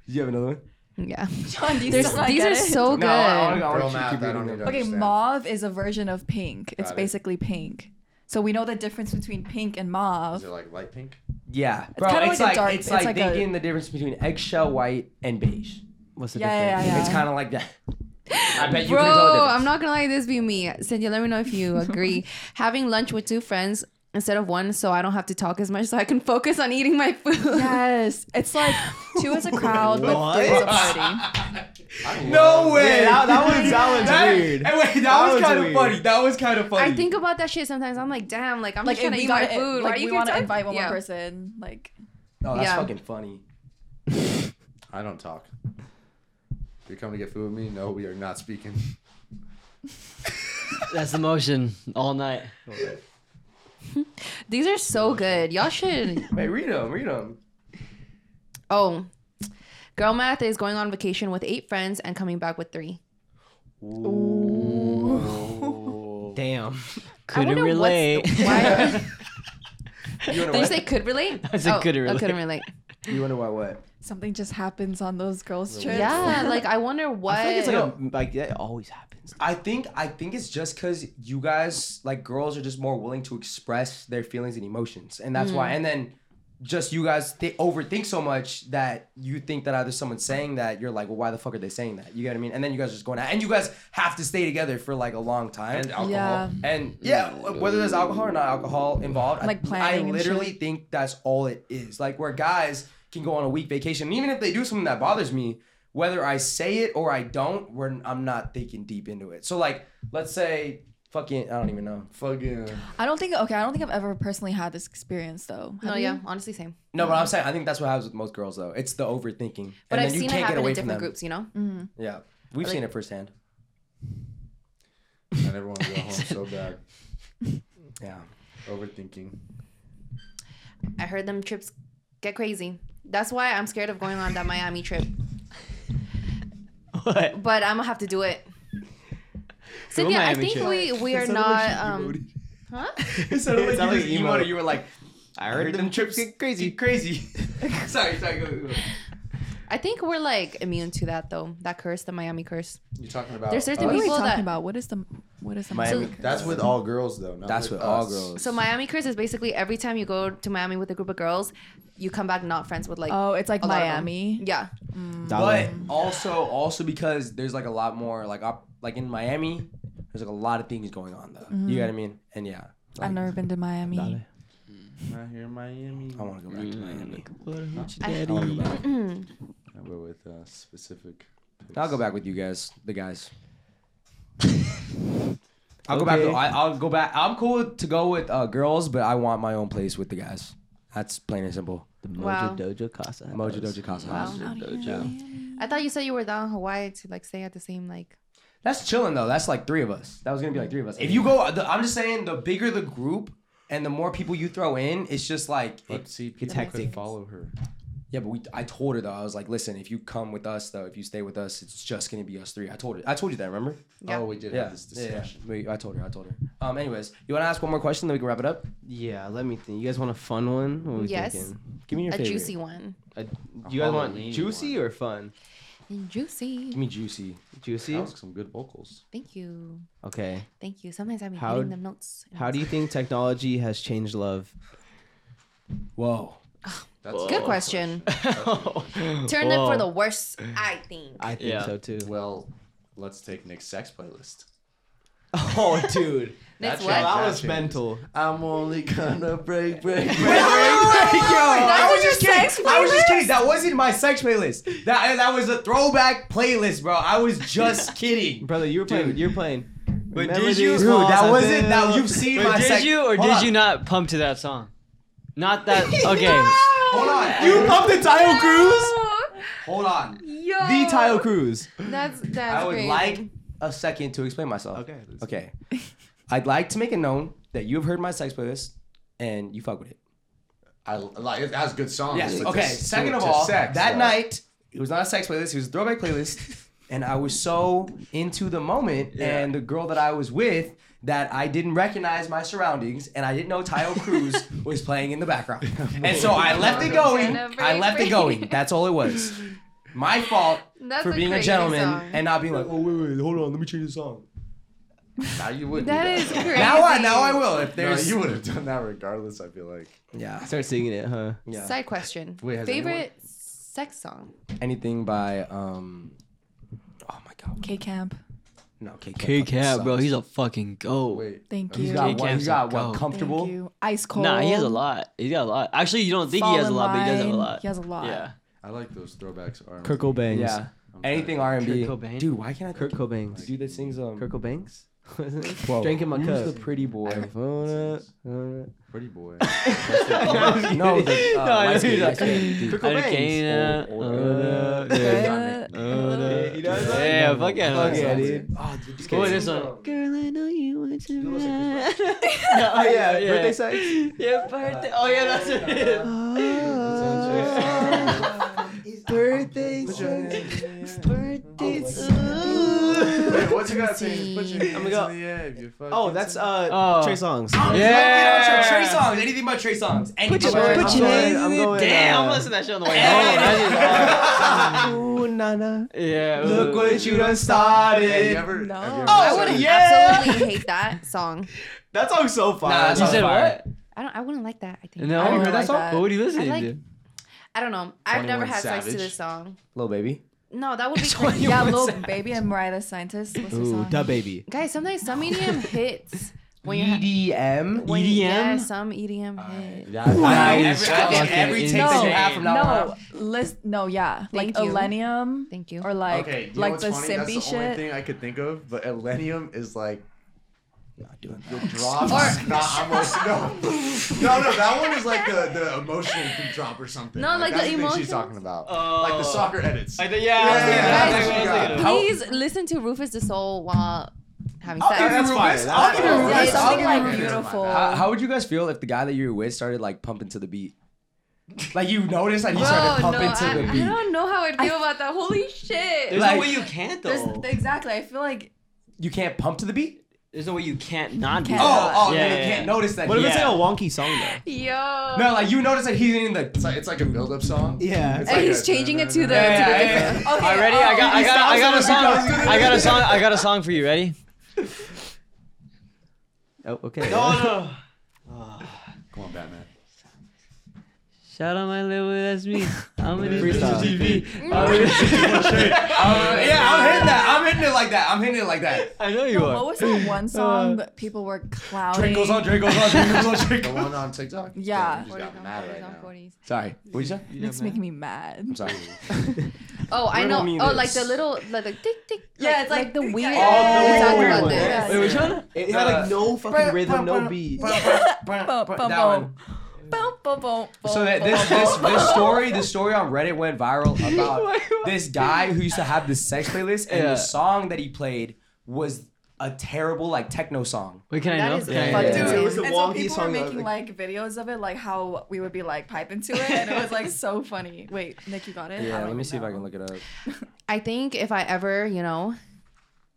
S2: Do you have another one?
S7: Yeah.
S5: John, do you
S7: There's-
S5: still not
S7: these
S5: get
S7: are
S5: it?
S7: so good.
S6: Girl math, I don't
S3: Oh,
S6: need to
S5: Okay,
S6: understand.
S5: mauve is a version of pink.
S6: Got
S5: It's
S6: it.
S5: basically pink. So we know the difference between pink and mauve.
S6: Is it like light pink?
S3: Yeah,
S5: It's
S3: bro. It's,
S5: kinda
S3: like,
S5: like a dark-
S3: it's,
S5: it's
S3: like,
S5: like a-
S3: thinking the difference between eggshell white and beige. What's
S5: the Yeah, yeah, difference? yeah,
S3: It's
S5: yeah.
S3: kind of like that. I bet you
S7: Bro,
S3: can tell the difference.
S7: I'm not gonna lie, this be me. Cynthia, let me know if you agree. Having lunch with two friends instead of one, so I don't have to talk as much, so I can focus on eating my food.
S5: Yes, it's like two is a crowd, but
S7: What?
S5: three is a party.
S3: No way.
S2: Yeah, that- that one's- that one's weird.
S3: and wait, that,
S2: That
S3: was
S2: one's
S3: kind of
S2: weird.
S3: funny. That was kind of funny.
S7: I think about that shit sometimes. I'm like, damn, like I'm
S5: Like
S7: just
S5: if
S7: trying to
S5: we
S7: eat
S5: gotta e-
S7: my food.
S5: like
S7: Why do
S5: we
S7: you
S5: want to
S7: talk-
S5: invite one
S7: Yeah.
S5: more person. Like
S3: Oh, that's
S7: Yeah.
S3: fucking funny.
S6: I don't talk. If you come to get food with me, no, we are not speaking.
S4: That's the motion all night.
S7: These are so good. Y'all should.
S3: Wait, read them. Read them.
S7: Oh, girl math is going on vacation with eight friends and coming back with three.
S2: Damn.
S7: I
S4: Couldn't
S7: wonder what's
S4: relate.
S7: the- why-
S3: You
S7: Did you say could relate?
S4: I said
S7: Oh,
S4: couldn't
S7: oh, couldn't relate.
S4: relate.
S3: You wonder why what?
S5: something just happens on those girls' trips.
S7: Yeah, like I wonder what.
S2: I feel like it's like, a, like that always happens.
S3: I think I think it's just because you guys like girls are just more willing to express their feelings and emotions, and that's why.
S7: Mhm.
S3: And then just you guys th- overthink so much that you think that either someone's saying that you're like, well, why the fuck are they saying that? You get what I mean? And then you guys are just going out, and you guys have to stay together for like a long time.
S6: And alcohol. Mm.
S5: Yeah.
S3: And yeah, wh- whether there's alcohol or not alcohol involved, I-
S5: Like
S3: I
S5: planning and
S3: literally think that's all it is. Like where guys can go on a week vacation, and even if they do something that bothers me, whether I say it or I don't, we're, I'm not thinking deep into it. So like, let's say fucking, I don't even know.
S6: Fucking.
S5: I don't think okay, I don't think I've ever personally had this experience though.
S7: no,
S5: Have
S7: yeah,
S5: you?
S7: honestly, same.
S3: No, but I'm saying I think that's what happens with most girls though. It's the overthinking,
S7: But
S3: and
S7: I've
S3: then you
S7: seen it
S3: can't get
S7: happen
S3: away
S7: in
S3: from them.
S7: different groups, you know.
S5: Mhm.
S3: Yeah, we've
S7: Like-
S3: seen it firsthand.
S6: And everyone go home so bad.
S3: Yeah.
S6: Overthinking.
S7: I heard them trips get crazy. That's why I'm scared of going on that Miami trip.
S4: What?
S7: But I'm gonna have to do it. Cynthia, I
S4: Miami
S7: think
S4: trip.
S7: we we are not. Um, huh?
S3: It sounded like
S2: It
S3: you
S2: sounded
S3: just
S2: like
S3: emoted.
S2: emote.
S3: You were like, I heard them trips get crazy, crazy. sorry, sorry. Go, go, go.
S7: I think we're like immune to that though. That curse, the Miami curse.
S6: You're talking about.
S7: There's certain
S5: What are we
S7: people
S5: talking
S7: that-
S5: about? What is the what is the
S3: Miami.
S7: So-
S6: That's with all girls though. Not
S3: That's
S6: with
S3: with all
S6: us.
S3: girls.
S7: So Miami curse is basically every time you go to Miami with a group of girls, you come back not friends with like.
S5: Oh, it's like
S7: a lot of them.
S5: Miami.
S7: Yeah.
S3: but also, also because there's like a lot more like up, like in Miami, there's like a lot of things going on though. You know what I mean? And yeah,
S5: I've never been to Miami.
S6: Not here in Miami.
S3: I want to go back to Miami.
S7: I-
S3: I wanna go back.
S6: I go with uh, specific. picks.
S3: I'll go back with you guys, the guys. I'll go back.
S2: Okay.
S3: with- I, I'll go back. I'm cool to go with uh, girls, but I want my own place with the guys. That's plain and simple.
S2: The Mojo
S7: Wow. Oh,
S2: Dojo Casa.
S3: Mojo Dojo Casa House.
S7: Wow.
S2: Dojo.
S7: I thought you said you were down in Hawaii to like stay at the same like.
S3: That's chilling though. That's like three of us. That was gonna be like three of us. If you go, the, I'm just saying, the bigger the group and the more people you throw in, it's just like.
S6: But
S3: It,
S6: see, people could
S2: hectic.
S6: follow her.
S3: yeah, but we, I told her though. I was like, listen, if you come with us though, if you stay with us, it's just gonna be us three. I told her. I told you that. Remember?
S7: Yeah.
S6: Oh, we did have this
S3: Yeah, yeah,
S6: discussion.
S3: yeah. Wait, I told her. I told her. Um. Anyways, you wanna ask one more question, then we can wrap it up.
S2: Yeah, let me think. You guys want a fun one? What we
S7: Yes.
S2: thinking? Give me your
S7: a
S2: favorite.
S7: juicy one.
S2: A- Uh, you guys want
S6: Halloween
S2: juicy or fun?
S7: Juicy.
S3: Give me juicy.
S2: Juicy.
S6: That was some good vocals.
S7: Thank you.
S2: Okay.
S7: Thank you. Sometimes I've been
S2: How-
S7: hitting them notes.
S2: How do you think technology has changed love?
S3: Whoa.
S6: That's a
S3: Oh,
S7: Good question.
S4: Oh.
S7: Turn
S2: Turn
S7: it for the worst, I think.
S2: I think
S4: Yeah.
S2: so too.
S6: Well, let's take Nick's sex playlist.
S2: Oh, dude. That
S6: That changes,
S7: That's what?
S2: was
S6: changes.
S2: mental.
S6: I'm only gonna break, break, break, break, break.
S3: I
S5: That's
S3: was
S5: your
S3: just kidding.
S5: sex
S3: I was just kidding.
S5: playlist?
S3: That wasn't my sex playlist. That that was a throwback playlist, bro. I was just kidding.
S2: Brother, you were playing.
S3: Dude.
S2: You were playing.
S4: But
S2: Remember
S4: did you-
S2: these
S3: Dude,
S2: walls
S3: that
S2: I
S3: wasn't. That
S2: built?
S3: you've seen
S4: But
S3: my
S4: did
S3: sex.
S4: you or
S3: Hold
S4: did
S3: on.
S4: you not pump to that song? Not that. Okay.
S3: Hold on.
S2: You bumped the Tile Cruz.
S3: Hold on.
S7: Yo.
S2: The Tile Cruz.
S7: That's that's
S3: I would
S7: crazy.
S3: like a second to explain myself.
S2: Okay.
S3: Okay. I'd like to make it known that you have heard my sex playlist and you fuck with it.
S6: I like it has good songs.
S3: Yes.
S6: but
S3: okay.
S6: just
S3: Second
S6: to-
S3: of
S6: to
S3: all,
S6: sex,
S3: that
S6: though.
S3: night it was not a sex playlist. It was a throwback playlist, and I was so into the moment and the girl that I was with that I didn't recognize my surroundings and I didn't know Tayo Cruz was playing in the background, and so I left it going. I left it going. That's all it was. My fault
S7: That's
S3: for
S7: a
S3: being a
S7: crazy
S3: gentleman
S7: song.
S3: and not being like, oh wait, wait, hold on, let me change the song.
S6: Now you wouldn't.
S7: That
S6: do
S7: is crazy.
S3: Now I, now I will. If
S6: No,
S3: there's
S6: you would have done that regardless. I feel like.
S3: yeah,
S2: Start singing it, huh?
S3: yeah.
S7: Side question.
S3: Wait, has
S7: Favorite
S3: anyone-
S7: sex song?
S3: anything by um, oh my god,
S5: K Camp.
S3: no, K
S4: K Cab, bro, he's a fucking go.
S6: Oh, Wait.
S5: Thank you.
S3: He's got one.
S4: Camp's
S3: He's
S4: a
S3: got one.
S4: goat.
S3: Comfortable.
S5: Thank you. Ice cold.
S4: Nah, he has a lot. He's got a lot. Actually, you don't think
S5: Fall
S4: he has a
S5: in
S4: lot, but he does have a
S5: Line.
S4: lot.
S5: He has a lot.
S4: Yeah.
S6: I like those throwbacks. R&B.
S2: Kirk Cobangs.
S3: Yeah.
S6: I'm sorry.
S3: Anything R and B.
S4: Kurt Cobain?
S3: Dude, why can't I?
S2: Kurt Cobangs.
S3: this dude that sings um.
S2: Kirk Cobangs.
S3: Whoa.
S2: Drinking my
S3: Who's the
S2: cup.
S3: pretty boy?
S2: Ivona, Ivona.
S6: Pretty boy.
S3: no, the uh,
S4: No, I know
S3: light-skinned-
S4: he's not.
S3: light-skinned dude.
S2: Kurt Cobains.
S4: Cocaine,
S3: Oh,
S4: uh,
S3: oh,
S4: uh,
S3: yeah.
S5: Uh,
S4: yeah.
S2: Uh, he does that?
S4: Yeah, fuck yeah.
S2: Fuck yeah,
S4: that's-
S2: dude.
S3: Oh, dude, this
S4: What
S3: kid-
S4: is this one? Girl, I know you want to.
S3: looks like
S4: oh
S2: Uh, yeah, birthday sex?
S4: Yeah, birthday. Oh yeah, that's what it. is.
S2: Birthday
S3: Put your
S2: sex.
S3: hands-
S6: Oh.
S2: Birthday
S6: Wait,
S2: sex.
S6: what's you got saying? Put your hands
S2: go-
S6: in the air. if you fucking
S2: Oh, that's
S6: tonight.
S2: uh
S4: Oh.
S2: Trey Songs.
S4: Yeah.
S3: Trey songs. Anything but Trey songs. Anything
S4: your-
S3: but Trey
S4: put
S3: songs.
S4: your
S2: hands in it.
S4: Damn, I'm
S2: uh,
S4: listening to that shit Oh, on the way
S3: Hey.
S4: home. Oh, That shit is hard.
S2: Ooh, nana.
S4: Yeah.
S2: Look what you done
S6: Have you
S2: started.
S6: ever?
S5: No. Oh,
S6: have you ever
S7: I
S3: Oh,
S6: said-
S7: wouldn't
S2: yeah.
S7: absolutely hate that song.
S2: That song's so fire.
S3: Nah, that
S4: You
S3: song's
S4: said
S3: fire.
S4: what?
S7: I don't. I wouldn't like that. I think.
S4: No,
S5: I
S4: I
S5: don't
S4: heard
S5: like
S4: that song.
S5: that.
S4: But what are you listening
S7: like-
S4: to?
S7: I don't know. I've
S6: 21
S7: never had sex to
S6: Savage.
S7: this song.
S3: Little baby.
S7: No, that would be
S4: That's why
S7: crazy.
S4: you
S5: Yeah,
S4: wouldn't
S5: Lil
S4: say-
S5: Baby and Mariah the Scientist. What's her
S2: Ooh,
S5: song?
S2: da baby.
S7: Guys, sometimes some EDM hits when you're.
S3: E
S7: Ha-
S3: EDM.
S7: when, Yeah,
S4: EDM?
S7: some EDM hits.
S3: Yeah, I- I-
S4: Nice.
S3: I think
S4: Fucking
S3: every take that you
S4: insane.
S3: have from now on.
S5: No, list. No, yeah,
S7: Thank
S5: like
S7: you.
S5: Millennium
S7: Thank you.
S5: or like
S6: okay, you know
S5: like
S6: what's
S5: the
S6: funny? That's the
S5: Simpy
S6: only
S5: shit.
S6: thing I could think of, but Elenium is like
S3: Not doing
S6: the drop. not almost no. No, no, that one is like the, the emotional drop or something.
S7: No, like
S6: that's
S7: the
S6: the thing she's
S7: emotions.
S6: talking about. like the soccer edits.
S4: I
S6: I,
S4: think, yeah, I was
S6: Yeah,
S4: thinking
S6: yeah,
S4: that.
S6: yeah.
S4: That's what I was
S6: Yeah.
S4: thinking of.
S7: Please listen to Rufus the Soul while having sex.
S3: That's fire. That's
S2: I'll give you
S3: fire.
S2: Rufus.
S5: Yeah,
S3: I'll
S5: something
S3: give you
S5: like
S3: Rufus.
S5: beautiful.
S3: How, how would you guys feel if the guy that you were with started like pumping to the beat? Like you noticed that he started
S7: Bro, no,
S3: pumping to
S7: I,
S3: the
S7: I
S3: beat.
S7: don't know how I feel
S5: I-
S7: about that. Holy shit!
S4: There's
S3: Like-
S4: no way you can't
S5: There's,
S4: though.
S5: exactly. I feel like
S3: You can't pump to the beat.
S4: There's no way you can't not do
S5: Can't.
S4: that.
S3: Oh, oh,
S4: Yeah,
S3: no,
S4: yeah,
S3: you can't
S4: yeah.
S3: notice that.
S2: What if
S3: he-
S2: it's like a wonky song though?
S7: Yo.
S3: no, like you notice that he's in the.
S6: it's, like, it's like a build up song.
S2: Yeah.
S6: It's
S7: and
S6: like
S7: he's
S6: a-
S7: changing it to the.
S3: Yeah, yeah,
S7: to
S3: yeah,
S7: the
S3: Oh,
S7: different-
S3: yeah.
S7: Okay.
S4: Alright, ready? I got, I got, I got a song. I got a song. I got a song for you. Ready?
S2: Oh, okay.
S4: no.
S6: Come on, Batman.
S4: Shout out my label, that's me. I'm in the
S2: Freestyle.
S4: TV.
S5: Mm.
S4: I'm in
S3: Uh, yeah, I'm hitting that. I'm hitting it like that. I'm hitting it like that.
S4: I know you
S5: no, what
S4: are.
S5: was that one song that people were clowning?
S3: Drake goes on. Drake goes on. Drake goes on. Drake
S6: The
S3: goes on.
S6: one on TikTok?
S5: Yeah.
S6: You just got mad right now.
S3: Sorry. What you say?
S5: It's making me mad.
S3: I'm sorry.
S7: Oh, I know.
S3: Riddle me
S7: Oh,
S3: this.
S7: like the little, like the tick tick.
S5: Yeah, it's like-
S7: the weird.
S5: yeah,
S7: we
S5: yeah,
S7: talked
S5: yeah,
S7: about
S5: yeah, yeah.
S7: this.
S4: Wait, which one?
S2: It had like no fucking rhythm, no beat.
S5: Bum, bum,
S3: That
S5: bum.
S3: one.
S5: Bum, bum, bum, bum,
S3: So that this
S5: bum,
S3: this
S5: bum,
S3: this
S5: bum.
S3: story this story on Reddit went viral about this guy who used to have this sex playlist and
S4: Yeah.
S3: the song that he played was a terrible like techno song.
S4: Wait, can I
S7: That
S4: know?
S7: is
S4: Can I-
S7: fucked
S2: yeah,
S5: Dude,
S2: yeah. It was a
S5: and
S2: wonky
S5: so people
S2: song,
S5: were
S2: though,
S5: making like videos of it, like how we would be like piping to it, and it was like so funny. Wait, Nick, you got it?
S3: Yeah,
S5: don't
S3: let me
S5: even
S3: see if I
S5: know.
S3: can look it up.
S7: I think if I ever, you know,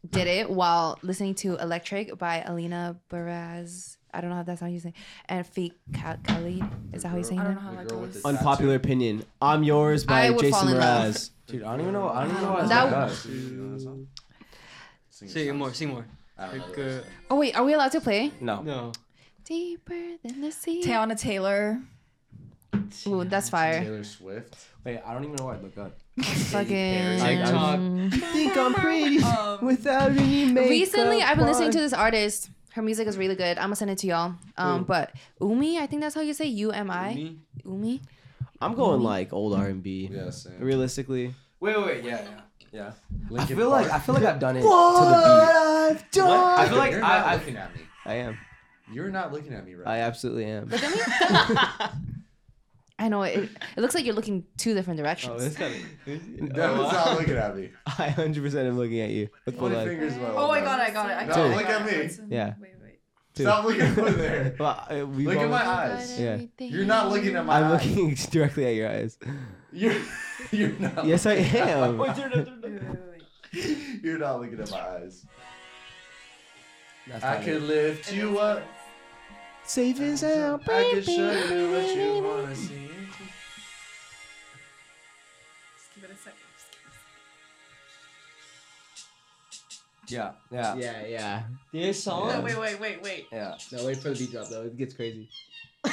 S7: did it while listening to Electric by Alina Baraz. I don't know how that song you say. And Fake Khalid. Is that how you say
S5: I don't
S7: it?
S5: know how that
S6: girl with
S5: goes.
S6: the-
S2: Unpopular opinion. I'm yours
S7: I
S2: by
S7: would
S2: Jason
S7: fall in love.
S2: Mraz.
S3: Dude, I don't even know. I don't even know
S5: That-
S3: what
S7: That-
S3: that was.
S4: Sing more. Sing more.
S6: I don't know
S4: Like,
S6: this.
S4: uh,
S7: Oh, wait. Are we allowed to play?
S3: No.
S4: No.
S7: Deeper than the sea.
S5: Tayana Taylor.
S7: Ooh, that's fire.
S6: Taylor Swift.
S3: Wait, I don't even know what I looked up.
S7: Fucking.
S4: TikTok.
S2: You think I'm pretty
S5: Um,
S2: without any makeup
S7: Recently, I've been listening
S2: on?
S7: to this artist. Her music is really good. I'm gonna send it to y'all. Um,
S2: Who?
S7: but Umi, I think that's how you say U M I. Umi.
S2: I'm going like old R and B. Realistically.
S3: Wait, wait, wait, yeah, yeah, yeah.
S2: Linkin
S3: I feel like I
S2: Park.
S3: feel like I've done it to
S2: What
S3: the
S2: I've
S3: beat.
S2: done.
S3: What? I feel
S6: You're
S3: like
S6: not
S3: I,
S6: looking
S3: I
S6: at me.
S2: I am.
S6: You're not looking at me right.
S2: I absolutely am.
S7: I know it. It looks like you're looking two different directions.
S2: Oh, it's gotta- Oh,
S6: Devin's not looking at me.
S2: I 100% am looking at you. With full
S6: Only
S2: eyes.
S6: fingers low.
S5: Oh, I got it, I got it, I
S6: No,
S5: got it, I
S6: look
S5: got
S6: at
S5: it.
S6: me.
S2: Yeah. Two.
S6: Stop looking over there.
S2: Well, I- we've
S6: Look at my
S2: always-
S6: eyes.
S2: Yeah.
S6: You're not looking at my
S2: I'm
S6: eyes.
S2: looking directly at your eyes.
S6: You're, you're not.
S2: Yes, I
S6: looking at
S2: am.
S6: my- You're not looking at my eyes. I
S2: not
S6: could lift you
S2: uh,
S6: up.
S2: Safe as hell,
S6: I could show you what you wanna see.
S5: Just give it a second. Just give it
S3: yeah, yeah,
S2: Yeah, yeah.
S8: This song?
S5: a- Wait, wait, wait, wait.
S3: yeah.
S2: No, wait for the beat drop though. It gets crazy.
S7: no!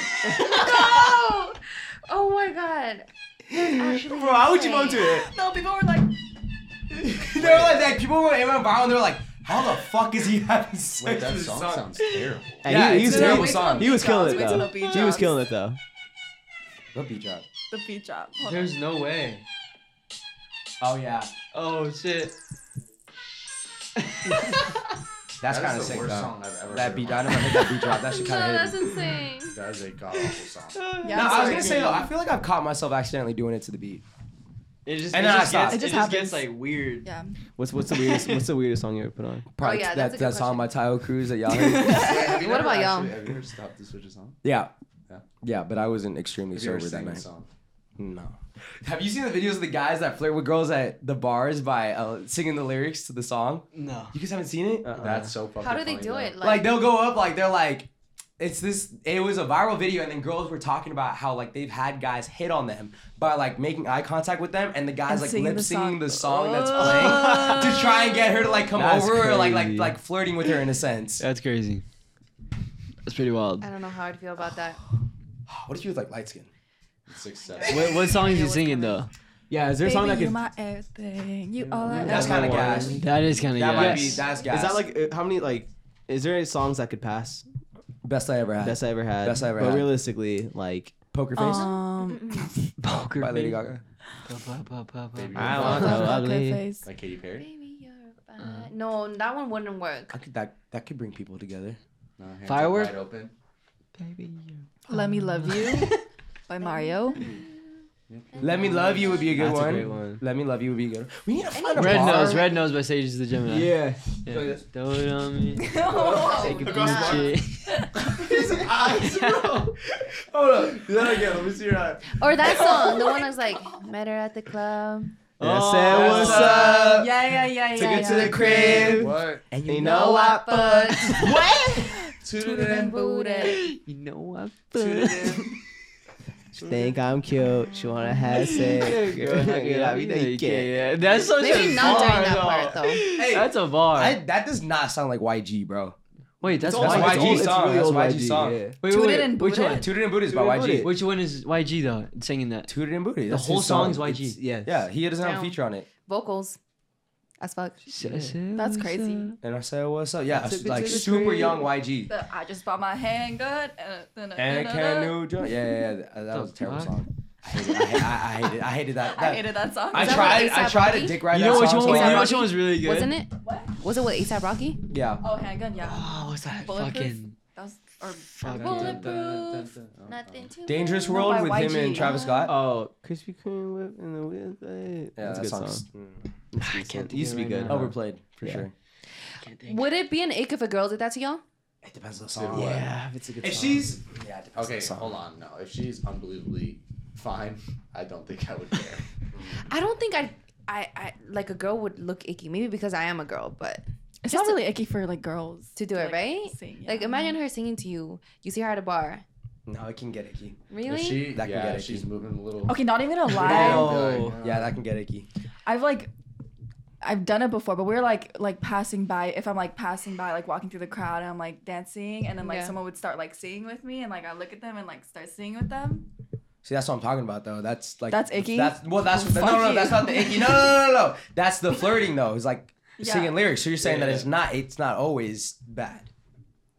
S7: Oh my god. Actually
S2: Bro, how would you
S7: insane.
S2: bump to it?
S5: No, people were like,
S3: they were like that. People were it went viral. They were like, "How the fuck is he having sex
S6: Wait, that
S3: with his
S6: song
S3: son?"
S6: sounds terrible.
S2: And
S3: Yeah,
S2: he, he
S3: it's
S2: was
S3: a
S2: terrible
S3: terrible
S2: song.
S3: song.
S2: He was killing it
S5: Wait till
S2: though.
S5: the beat
S2: He was
S5: drops.
S2: killing it though.
S3: The beat drop.
S5: the beat drop. Hold on.
S8: There's no way.
S3: Oh yeah,
S8: Oh shit.
S3: that's
S6: That
S3: kind of
S6: is the
S3: sick
S6: worst
S3: though.
S6: song I've ever
S3: That
S6: heard
S3: beat
S6: in my
S3: drop. I never hit that beat drop. That shit
S7: No,
S3: kind of
S7: that's
S3: hit.
S7: insane.
S6: That is a god awful song.
S3: No,
S5: Yeah,
S3: I was
S5: sorry.
S3: gonna say though. I feel like I've caught myself accidentally doing it to the beat.
S8: It just,
S3: And
S8: it
S3: then I
S8: just,
S3: stopped.
S8: gets,
S5: It
S8: it
S5: just
S8: just,
S5: happens.
S8: gets like weird.
S5: Yeah.
S2: What's what's the weirdest what's the weirdest song you ever put on?
S3: Probably
S7: Oh,
S3: that
S7: yeah, that's a good
S3: that song by
S7: question.
S3: Tyler Cruz that y'all heard.
S6: Wait, have you
S7: What
S6: never
S7: about y'all?
S6: actually- Have you ever stopped to switch a song?
S3: yeah.
S6: Yeah.
S3: Yeah, but I wasn't extremely
S6: Have you ever
S3: sober that
S6: sang a
S3: night.
S6: song?
S3: No. Have you seen the videos of the guys that flirt with girls at the bars by uh, singing the lyrics to the song?
S8: No.
S3: You guys haven't seen it?
S6: That's so fucking
S7: How do they
S6: funny,
S7: do
S6: though.
S7: it?
S3: like, they'll go up like they're like it's this it was a viral video and then girls were talking about how like they've had guys hit on them by like making eye contact with them and the guys
S5: And
S3: like
S5: singing
S3: lip
S5: the
S3: singing
S5: song.
S3: the song that's playing to try and get her to like come
S2: That's
S3: over or like like
S2: crazy.
S3: like flirting with her in a sense.
S4: That's crazy. That's pretty wild.
S7: I don't know how I'd feel about that.
S3: What if you was like light skin?
S6: Success.
S4: What, what song is he singing though?
S2: Yeah, is there a song that
S5: Baby,
S2: could?
S5: you my everything. You all I
S3: That's
S5: ever
S3: kinda
S5: wanted.
S3: gas.
S4: That is kind of
S3: That might
S4: yes.
S3: be that's guys.
S2: Is that like uh, how many like? Is there any songs that could pass?
S3: best I ever had?
S2: Best I ever had.
S3: Best I ever
S2: but
S3: had.
S2: realistically, like
S3: Poker face
S5: Um,
S4: poker.
S3: by Lady
S4: face.
S3: Gaga.
S4: Ba, ba, ba, ba,
S6: Baby,
S4: ba.
S2: I
S6: you're
S2: want
S6: fine.
S2: that lovely.
S5: face.
S6: Like Katy Perry?
S7: Baby, you're fine. Uh, No, that one wouldn't work.
S3: I could, that that could bring people together.
S6: No, hands up
S4: Firework?
S6: Wide open.
S5: Let me love you by
S7: Um,
S5: Mario.
S3: Let me love you would be a good
S2: That's a
S3: one.
S2: great one.
S3: Let me love you would be a good. One. We need to find a
S4: Red
S3: bar.
S4: Nose, Red Nose by Sages the Gemini.
S2: Yeah.
S4: Yeah. Throw it on me.
S7: No.
S4: Take a beat
S6: His eyes, bro. Hold up. Do that again. Let me see your eye.
S7: Or that song, the one that's like met her at the club.
S2: Yeah,
S4: Oh,
S2: say
S4: that's
S2: what's
S4: a-
S2: up.
S5: yeah, yeah, yeah,
S2: Took it to the crib.
S6: What?
S2: And
S3: you
S2: know I
S6: Tooted in.
S4: shit. You know what?
S6: Tooted in.
S2: think I'm cute. She wanna have sex. Yeah, we know you can't.
S4: Yeah, that's such
S7: Maybe
S4: a
S7: not
S4: bar,
S7: during that
S4: though.
S7: part though.
S3: Hey,
S4: That's a bar.
S3: I, that does not sound like YG, bro.
S4: wait, that's,
S3: It's
S4: why-
S3: YG
S2: old- it's
S3: song,
S2: really
S3: that's
S2: old
S3: YG song.
S2: yeah.
S4: Wait,
S5: Tooted
S4: wait,
S5: and
S4: which
S5: booted.
S4: one?
S3: Tooted and Booted is by YG.
S4: Which one is YG though? Singing that.
S3: Tooted and Booted.
S4: The
S3: that's
S4: whole
S3: his
S4: song is
S3: song.
S4: YG.
S2: It's- Yeah.
S3: Yeah, he doesn't have a
S7: Damn.
S3: feature on it.
S7: Vocals. As fuck.
S5: That's crazy.
S3: And I said, what's up? Yeah,
S2: Took it
S3: like
S2: to the
S3: super
S2: crib.
S3: young YG.
S5: The, I just bought my handgun and
S3: And can you join? Yeah, yeah, yeah. That, that
S4: The
S3: was a terrible
S4: fuck?
S3: song. I hated, I, I, I hated, I hated that. that
S5: I hated that song.
S3: I
S7: Is that
S3: tried,
S7: what
S3: I
S7: A$AP
S3: tried to
S7: Rocky?
S3: dick ride
S4: You
S3: that
S4: know which
S3: song.
S4: one?
S3: so
S4: Was, you
S3: hard.
S4: know which one was really good?
S7: Wasn't it?
S5: What?
S7: Was it with ASAP Rocky?
S3: Yeah.
S5: Oh, handgun, yeah.
S4: Oh, what's that
S5: Bulletproof?
S4: fucking?
S5: That was or
S4: Fucking-
S7: Bulletproof.
S6: Oh,
S7: Nothing too
S3: Dangerous
S5: No,
S3: World
S5: by
S3: with him and
S5: YG.
S3: Travis Scott.
S2: Oh, Krispy Kreme whip in the wind. Yeah,
S3: yeah,
S2: that's a
S3: that mm,
S2: good
S3: song's-
S2: song.
S4: I can't.
S2: It used to be
S4: think
S2: good.
S4: of it right now.
S3: Overplayed for
S2: Yeah.
S3: sure.
S7: Would it be an ick if a girl did that to y'all?
S3: It depends on the
S6: song.
S3: Yeah,
S2: Yeah, if it's a good
S6: If
S2: song.
S6: she's
S3: it depends on
S6: okay,
S3: the song.
S6: hold on. No, if she's unbelievably fine, I don't think I would care.
S7: I don't think I, I, I like a girl would look icky. Maybe because I am a girl, but
S5: It's
S7: Just
S5: not
S7: to-
S5: really icky for like girls
S7: to do it
S5: like,
S7: right.
S5: Sing, yeah.
S7: Like imagine her singing to you. You see her at a bar.
S3: No, it can get icky.
S7: Really?
S6: If she,
S3: That could
S6: yeah,
S3: get
S6: if she's
S3: icky.
S6: moving a little.
S5: Okay, not even gonna lie.
S3: Oh,
S6: Yeah.
S3: yeah, that can get icky.
S5: I've like I've done it before, but we're like like passing by. If I'm like passing by, like walking through the crowd, and I'm like dancing, and then like
S7: Yeah.
S5: someone would start like singing with me, and like I look at them and like start singing with them.
S3: See, that's what I'm talking about, though. That's like
S5: That's icky?
S3: That's well, that's
S5: Fuck
S3: no, no, no,
S5: you.
S3: that's not the icky. No, no, no, no, no. That's the flirting, though. It's like
S5: Yeah.
S3: singing lyrics. So you're saying that
S6: Yeah.
S3: it's not, it's not always bad.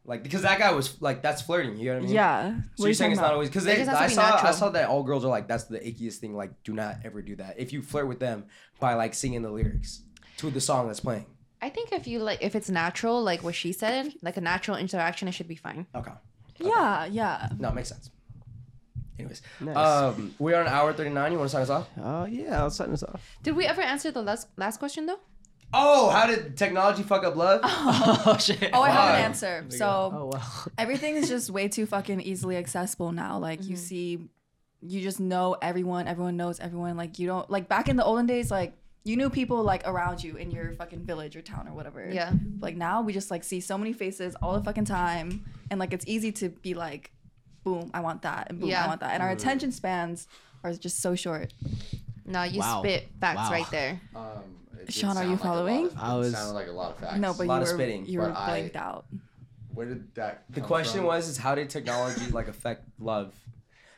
S3: Like because that guy was like that's flirting. You know what I mean?
S5: Yeah.
S3: So
S5: What are
S3: you're saying
S5: you talking
S3: it's not
S5: about?
S3: always because
S5: It
S3: they
S5: just has
S3: I
S5: to be
S3: saw I
S5: natural.
S3: saw that all girls are like that's the ickiest thing. Like do not ever do that. If you flirt with them by like singing the lyrics to the song that's playing.
S7: I think if you like, if it's natural, like what she said, like a natural interaction, it should be fine.
S3: Okay.
S5: Yeah, yeah.
S3: No, it makes sense. Anyways, um, we are on hour thirty nine. You want to sign us off?
S2: Oh yeah, I'll sign us off.
S7: Did we ever answer the last last question though?
S3: Oh, how did technology fuck up love? Oh shit.
S5: Oh, I have an
S3: Wow.
S5: answer. So
S3: Oh,
S5: everything is just way too fucking easily accessible now. Like you see, you just know everyone. Everyone knows everyone. Like you don't like back in the olden days, like you knew people like around you in your fucking village or town or whatever.
S7: Yeah.
S5: Like now we just like see so many faces all the fucking time, and like it's easy to be like, boom, I want that, and boom,
S7: Yeah.
S5: I want that, and our
S7: Mm.
S5: attention spans are just so short.
S7: No, you
S5: Wow.
S7: spit facts
S5: Wow.
S7: right there.
S6: Um,
S5: Sean, are you following?
S6: I was sounded like a lot of facts.
S5: No, but
S3: Lot
S5: you
S3: of
S5: were
S3: spitting,
S5: you were
S3: but I-
S5: blanked out.
S6: Where did that?
S3: The
S6: come
S3: question
S6: from?
S3: was is how did technology like affect love?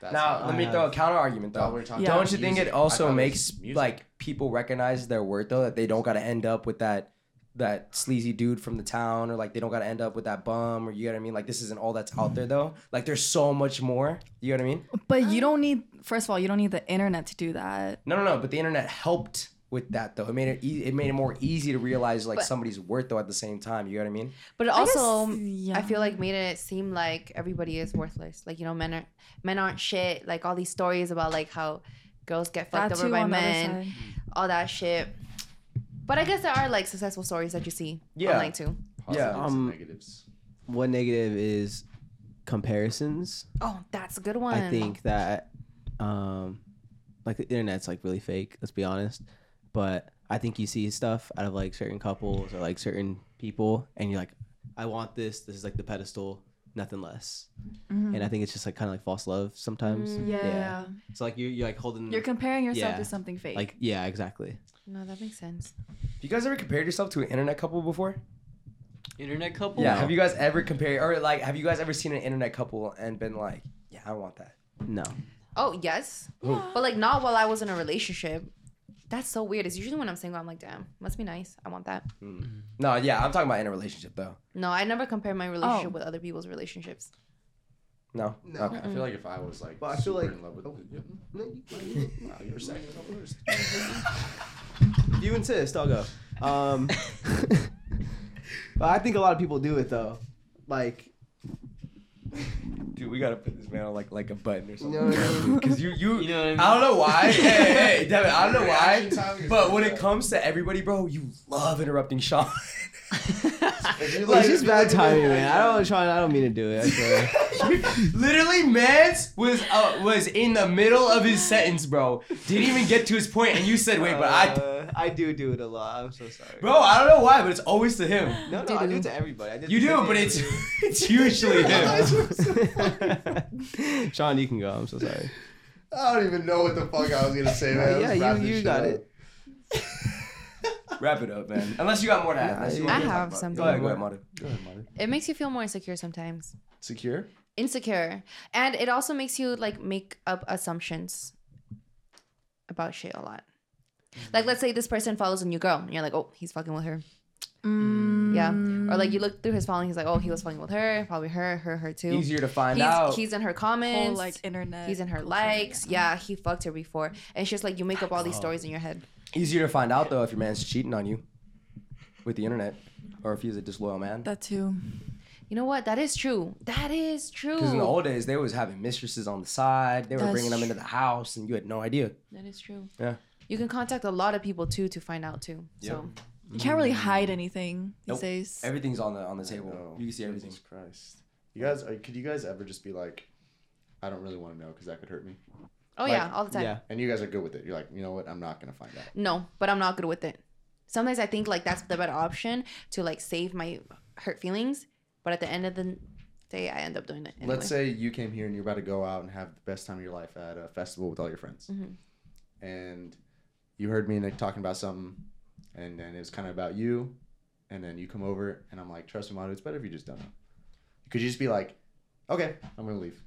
S6: That's
S3: now
S6: what
S3: let
S6: I
S3: me
S6: have.
S3: throw a counter argument though.
S6: Thought we were talking
S3: Don't
S6: about
S3: you think
S6: music.
S3: it
S6: I thought
S3: also
S6: it was
S3: makes
S6: music.
S3: like people recognize their worth though that they don't gotta end up with that that sleazy dude from the town or like they don't gotta end up with that bum or you know what I mean? Like this isn't all that's out there though. Like there's so much more. You know what I mean?
S5: But you don't need. First of all, you don't need the internet to do that.
S3: No, no, no. But the internet helped with that though. It made it e- it made it more easy to realize like
S7: But-
S3: somebody's worth though at the same time. You know what I mean?
S7: But it
S5: I guess,
S7: also, I,
S5: yeah.
S7: feel like made it seem like everybody is worthless. Like you know, men are men aren't shit. Like all these stories about like how girls get fucked
S5: That
S7: over
S5: too,
S7: by
S5: on the other
S7: men,
S5: side.
S7: all that shit. But I guess there are like successful stories that you see
S2: Yeah.
S7: online too.
S2: Yeah.
S6: Positives and
S2: Um,
S6: negatives.
S2: One negative is comparisons.
S7: Oh, that's a good one.
S2: I think that um like the internet's like really fake, let's be honest. But I think you see stuff out of like certain couples or like certain people and you're like, I want this, this is like the pedestal, nothing less.
S5: Mhm.
S2: And I think it's just like kinda like false love sometimes.
S5: Mm, yeah, yeah.
S2: So like you're you're like holding
S5: You're comparing yourself
S2: Yeah.
S5: to something fake.
S2: Like yeah, exactly.
S7: No, that makes sense.
S3: You guys ever compared yourself to an internet couple before?
S4: Internet couple.
S3: Yeah. Have you guys ever compared or like have you guys ever seen an internet couple and been like, yeah, I want that?
S2: No.
S7: Oh yes,
S3: Who?
S7: but like not while I was in a relationship. That's so weird. It's usually when I'm single, I'm like, damn, must be nice. I want that.
S3: No, yeah, I'm talking about in a relationship though.
S7: No, I never compare my relationship
S6: Oh.
S7: with other people's relationships.
S3: No.
S6: No. I feel like if I was like
S2: Well, I feel
S6: super
S2: like- Oh,
S6: in love with,
S2: No, you,
S6: wow, you're second or first.
S2: If you insist, I'll go. Um, but I think a lot of people do it though. Like,
S3: Dude, we gotta put this man on like like a button or something.
S2: know what I mean?
S3: Cause you you,
S4: You know what I mean?
S3: I don't know why. hey, hey, Devin, I don't know
S6: Reaction time
S3: why.
S6: is
S3: But when
S6: like
S3: it comes to everybody, bro, you love interrupting Sean.
S6: If you
S2: it's
S6: like-
S2: just bad timing, man. I don't, Sean, I don't mean to do it. I swear.
S3: Literally, Mans was uh, was in the middle of his sentence, bro. Didn't even get to his point, and you said, "Wait, but I."
S2: Uh, I do do it a lot. I'm so sorry.
S3: Bro, I don't know why, but it's always to him.
S2: No, no, I do it to everybody. I did
S3: You
S2: it to
S3: do, but it's it's usually him.
S2: everybody. Sean, you can go. I'm so sorry.
S6: I don't even know what the fuck I was gonna say, man.
S2: Yeah,
S6: Let's
S2: you-
S6: wrap this
S2: you
S6: shit
S2: got
S6: up.
S2: it.
S3: Wrap it up, man. Unless you got more to add. Unless you
S7: I
S3: want to talk
S7: have
S3: about it.
S7: something.
S3: Go ahead, go ahead, Madu.
S6: Go ahead, Marty.
S7: It makes you feel more insecure sometimes.
S6: Secure.
S7: Insecure. And it also makes you like make up assumptions about shit a lot. Like let's say this person follows a new girl and you're like, oh, he's fucking with her.
S5: Mm.
S7: Yeah. Or like you look through his following, he's like, oh, he was fucking with her, probably her, her, her too.
S3: Easier to find
S7: he's,
S3: out.
S7: He's in her comments.
S5: Whole, like, internet
S7: He's in her likes. Yeah. he fucked her before. And it's just like you make up all these stories in your head.
S3: Easier to find out though if your man's cheating on you with the internet, or if he's a disloyal man.
S5: That too.
S7: You know what? That is true. That is true.
S3: Because in the old days, they was having mistresses on the side. They were
S7: That's
S3: bringing them
S7: true.
S3: into the house, and you had no idea.
S7: that is true.
S3: Yeah.
S7: You can contact a lot of people too to find out too.
S3: Yep.
S7: So
S5: You can't really hide anything these
S3: Nope.
S5: days.
S3: Everything's on the on the table. You can see everything.
S6: Christ. You guys, are, could you guys ever just be like, I don't really want to know because that could hurt me.
S7: Oh
S6: Like-
S7: yeah, all the time.
S6: And you guys are good with it. You're like, you know what? I'm not gonna find out.
S7: No, but I'm not good with it. Sometimes I think like that's the better option to like save my hurt feelings, but at the end of the day, I end up doing it. Anyway.
S6: Let's say you came here and you're about to go out and have the best time of your life at a festival with all your friends,
S7: Mhm.
S5: Mm-hmm.
S6: and you heard me and Nick talking about something, and then it was kind of about you, and then you come over and I'm like, trust me, Manu, it's better if you just don't know. Could you just be like, okay, I'm gonna leave.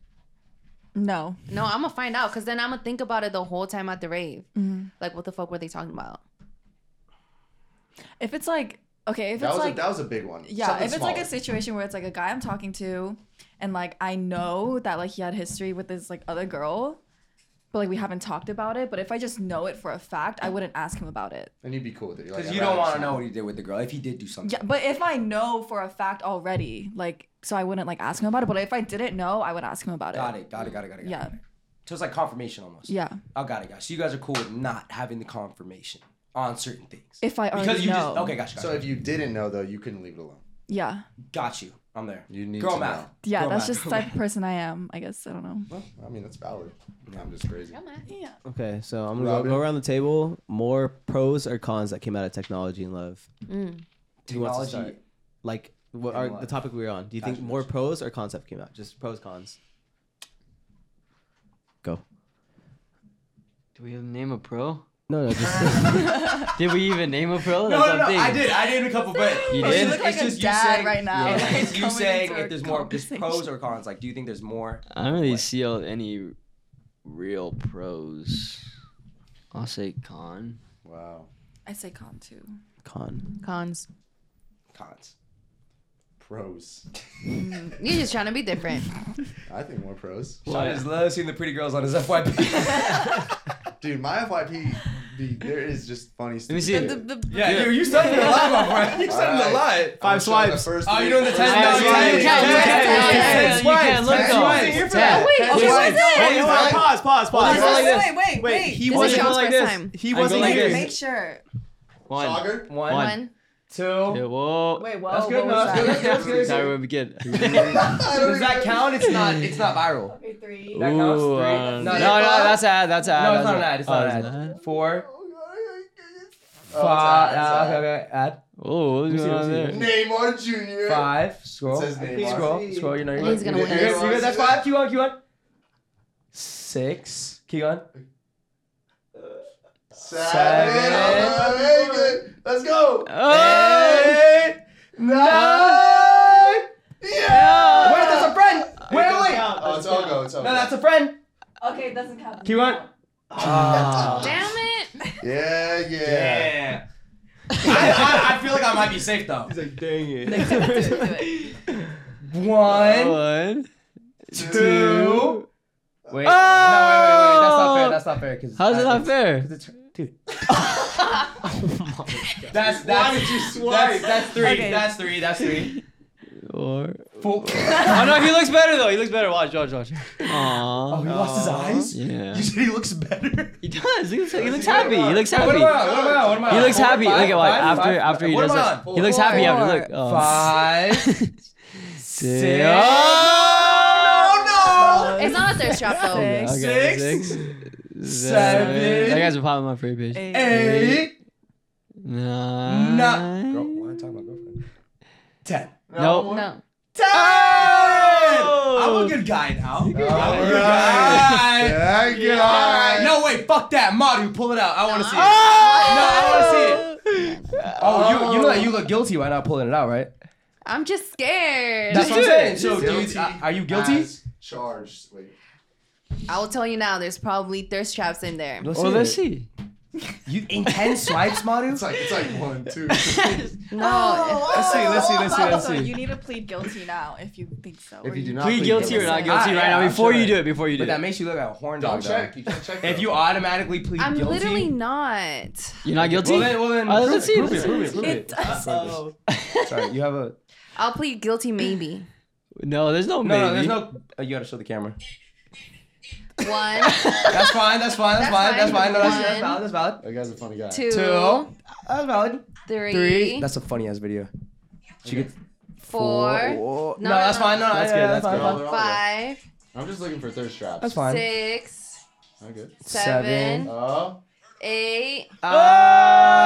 S5: No.
S7: No, I'm gonna find out because then I'm gonna think about it the whole time at the rave.
S5: Mhm.
S7: Like, what the fuck were they talking about?
S5: If it's like Okay, if
S6: That
S5: it's
S6: was a-
S5: like
S6: that was a big one.
S5: Yeah,
S6: Something
S5: if it's like a
S6: smaller.
S5: situation where it's like a guy I'm talking to, and like I know that like he had history with this like other girl, but like we haven't talked about it. But if I just know it for a fact, I wouldn't ask him about it.
S6: And you'd be cool with it. You're like,
S3: Because
S6: I'd
S3: you don't
S6: rather
S3: want to
S6: see-
S3: know what he did with the girl if he did do something.
S5: Yeah, but if I know for a fact already, like so I wouldn't like ask him about it. But if I didn't know, I would ask him about
S3: Got
S5: it.
S3: it. Got it. Got it. Got it. Got
S5: Yeah.
S3: it. So it's like confirmation almost.
S5: Yeah.
S3: I got it, guys. So you guys are cool with not having the confirmation on certain things.
S5: If I already
S3: Because you
S5: know.
S3: just okay, gotcha.
S6: So if you didn't know though, you couldn't leave it alone.
S5: Yeah.
S3: got you, I'm there.
S6: You need
S3: Girl
S6: to
S3: math.
S6: know.
S5: Yeah,
S3: Girl
S5: that's
S3: math.
S5: just the type of person I am. I guess I don't know.
S6: I mean, that's valid. I'm just crazy.
S5: Yeah.
S2: Okay, so I'm gonna go, go around the table. More pros or cons that came out of technology and love.
S7: Mm.
S2: Who wants to
S3: Technology
S2: start? Like what
S3: and
S2: are
S3: love.
S2: the topic we were on? Do you think
S3: Gotcha,
S2: more pros or cons have came out? Just pros cons. Go.
S8: Do we even name a pro?
S2: No, no, just
S8: Did we even name a pro?
S3: No,
S8: That's the
S3: no, no.
S8: thing.
S3: I did. I did a couple, but
S8: You did?
S3: it's just-
S8: You look
S5: like
S3: it's
S5: a
S3: just you
S5: dad
S3: saying-
S5: right now,
S3: Yeah.
S5: like,
S3: It's you
S5: coming
S3: saying
S5: into
S3: if
S5: a
S3: there's more just pros
S5: conversation.
S3: or cons. Like, do you think there's more?
S8: I don't really see all- any real pros. I'll say con.
S6: Wow.
S5: I say con too.
S2: con.
S7: Cons.
S3: Cons.
S6: Pros.
S7: You're just trying to be different.
S6: I think more pros.
S3: Sean just loves seeing the pretty girls on his FYP.
S6: Dude, my FYP, be, there is just funny stuff.
S8: Let me see it.
S3: yeah, dude, you started a lot, my friend. You started a lot.
S2: Five swipes.
S3: Oh, you're doing the ten.
S8: Yeah,
S3: No,
S8: yeah,
S3: ten,
S8: yeah,
S3: ten,
S8: yeah,
S3: ten,
S7: yeah,
S3: ten,
S7: yeah,
S3: ten,
S8: yeah, you
S3: ten,
S8: can't look
S3: ten,
S8: though.
S3: ten,
S8: Ten.
S3: ten.
S7: Wait, okay, what is it?
S2: Wait, wait, pause, pause, pause.
S8: Hold on,
S2: Wait,
S8: hold
S7: Wait, wait,
S2: he
S7: This
S2: wasn't
S7: is Sean's
S2: like
S7: first
S2: this.
S7: time.
S2: He
S8: I
S2: wasn't
S8: go like
S2: here.
S8: this.
S9: Make sure.
S8: One.
S6: Soccer?
S3: One,
S7: One.
S8: Yeah,
S3: two.
S8: whoa.
S9: Wait, whoa,
S3: That's
S9: what was
S3: good enough.
S9: that?
S3: That's good. That's good.
S8: Sorry, we'll be good.
S3: Does that count? It's not. It's not viral.
S9: Okay, three.
S8: Ooh,
S3: counts? Three?
S8: uh, no,
S3: No,
S8: no, that's
S3: that's not-
S8: a ad. That's a ad.
S3: No, it's
S8: that's
S3: not an
S8: a-
S3: ad. It's
S8: oh,
S3: not an ad. Four,
S6: Oh,
S3: five.
S6: it's
S3: uh,
S6: a-
S3: Okay, okay. Add
S8: Oh, what's going on
S6: it's a-
S8: there?
S6: Neymar Jr.
S3: five. Scroll.
S6: says Neymar.
S3: Scroll. Scroll. You know you're
S7: He's
S3: good.
S7: gonna
S3: You're
S7: win
S3: good,
S6: this.
S3: you're good. That's five. Keep on. Keep on. Six. Keep on.
S6: Seven.
S3: Seven.
S6: Oh, very good. Let's go.
S8: Oh!
S3: Eight. Nine.
S6: Yeah.
S3: Wait, that's a friend. Wait, wait. wait.
S6: Oh, it's all go. It's all
S3: No, that's a friend.
S9: Okay, it doesn't count.
S3: Keep on. Ah.
S7: Damn it.
S6: Yeah, yeah.
S3: Yeah. I, I, I feel like I might be safe though.
S2: He's like, dang it.
S3: One,
S8: One.
S3: two. Wait. No, wait, wait, wait. That's not fair. That's not fair. Cause
S8: How's it
S3: that
S8: not
S3: is-
S8: fair?
S3: 'cause it's- Dude. That's that's
S6: did you
S3: that's,
S6: swipe?
S3: that's three.
S5: Okay.
S3: That's three. That's three.
S8: Or...
S3: Four.
S8: Oh no, he looks better though. He looks better. Watch, watch, watch. Aww.
S3: Oh, he lost his eyes.
S8: Yeah.
S3: You said he looks better.
S8: He does. He looks, he looks happy. He looks
S3: What
S8: happy.
S3: am I on? What am I on? What am I on?
S8: He looks
S3: Four,
S8: happy.
S3: five,
S8: Look at what
S3: five,
S8: after
S3: five,
S8: after he
S3: what
S8: does
S3: am I
S8: that.
S3: on?
S8: He looks happy after.
S5: Four,
S8: Look. Oh.
S3: Five.
S8: Six.
S3: Oh,
S7: It's not a thirst drop though.
S8: Okay,
S5: Six.
S8: okay,
S3: Six.
S8: seven. That
S3: Seven.
S8: guy's been popping my free page.
S5: Eight.
S3: no. Eight.
S8: Nine.
S3: Girl, why am I talking about girlfriend? Ten.
S8: Nope.
S7: No.
S3: Ten. I'm a good guy now. I'm a good guy.
S6: Yeah,
S3: All
S6: yeah.
S3: right. No, wait. Fuck that, Maru. Pull it out. I want to see it.
S8: Oh.
S3: No, I want to see it. Oh, you you know that you look guilty by not pulling it out, right?
S7: I'm just scared.
S3: That's what I'm
S8: do
S3: saying.
S8: it.
S3: So, do you,
S6: Guilty
S3: uh, are you guilty?
S6: as Charged. Wait.
S7: I will tell you now, there's probably thirst traps in there.
S3: Oh, Let's
S8: Well, let's see.
S3: You in ten swipes, Maru?
S6: It's like it's like one, two.
S9: Oh.
S7: No.
S3: Let's see. Let's see. Let's see. Let's
S5: So
S3: see.
S5: you need to plead guilty now if you think so. or
S6: If you do not
S8: Plead guilty or not guilty
S3: Ah,
S8: right
S3: yeah,
S8: now
S3: I'm
S8: before
S3: sure.
S8: you do it. Before you do
S3: But that
S8: it.
S3: makes you look like a horn
S6: Don't
S3: dog. though.
S6: check. You can't check.
S3: If
S6: though.
S3: you automatically plead
S7: I'm
S3: guilty,
S7: literally not.
S8: You're not guilty. Oh.
S3: Well then, well then,
S8: Uh,
S3: prove
S8: let's
S3: it,
S8: see,
S3: prove
S8: let's
S3: it,
S8: see,
S3: prove it,
S8: let's
S3: prove
S7: It
S3: it.
S7: does.
S3: Sorry, you have a
S7: I'll plead guilty maybe.
S8: No, there's no
S3: no, no.
S8: maybe.
S3: There's no. Oh, you gotta show the camera.
S7: One,
S3: That's fine. That's fine. That's, fine. That's
S7: That's fine.
S3: fine. No, that's, that's
S7: One.
S3: valid. That's valid.
S6: that guy's a funny guy.
S7: two,
S3: Two. That's valid.
S7: three,
S3: That's a funny ass video. She gets
S7: four,
S3: Four. No,
S7: No, no,
S3: that's
S7: no.
S3: fine. No,
S2: That's
S3: yeah,
S2: good,
S3: yeah,
S2: that's
S3: fine,
S2: good.
S3: fine.
S6: They're all
S7: five,
S6: good. I'm just looking for thirst traps.
S3: That's fine.
S7: six,
S6: I'm good.
S7: seven,
S6: Oh,
S7: eight,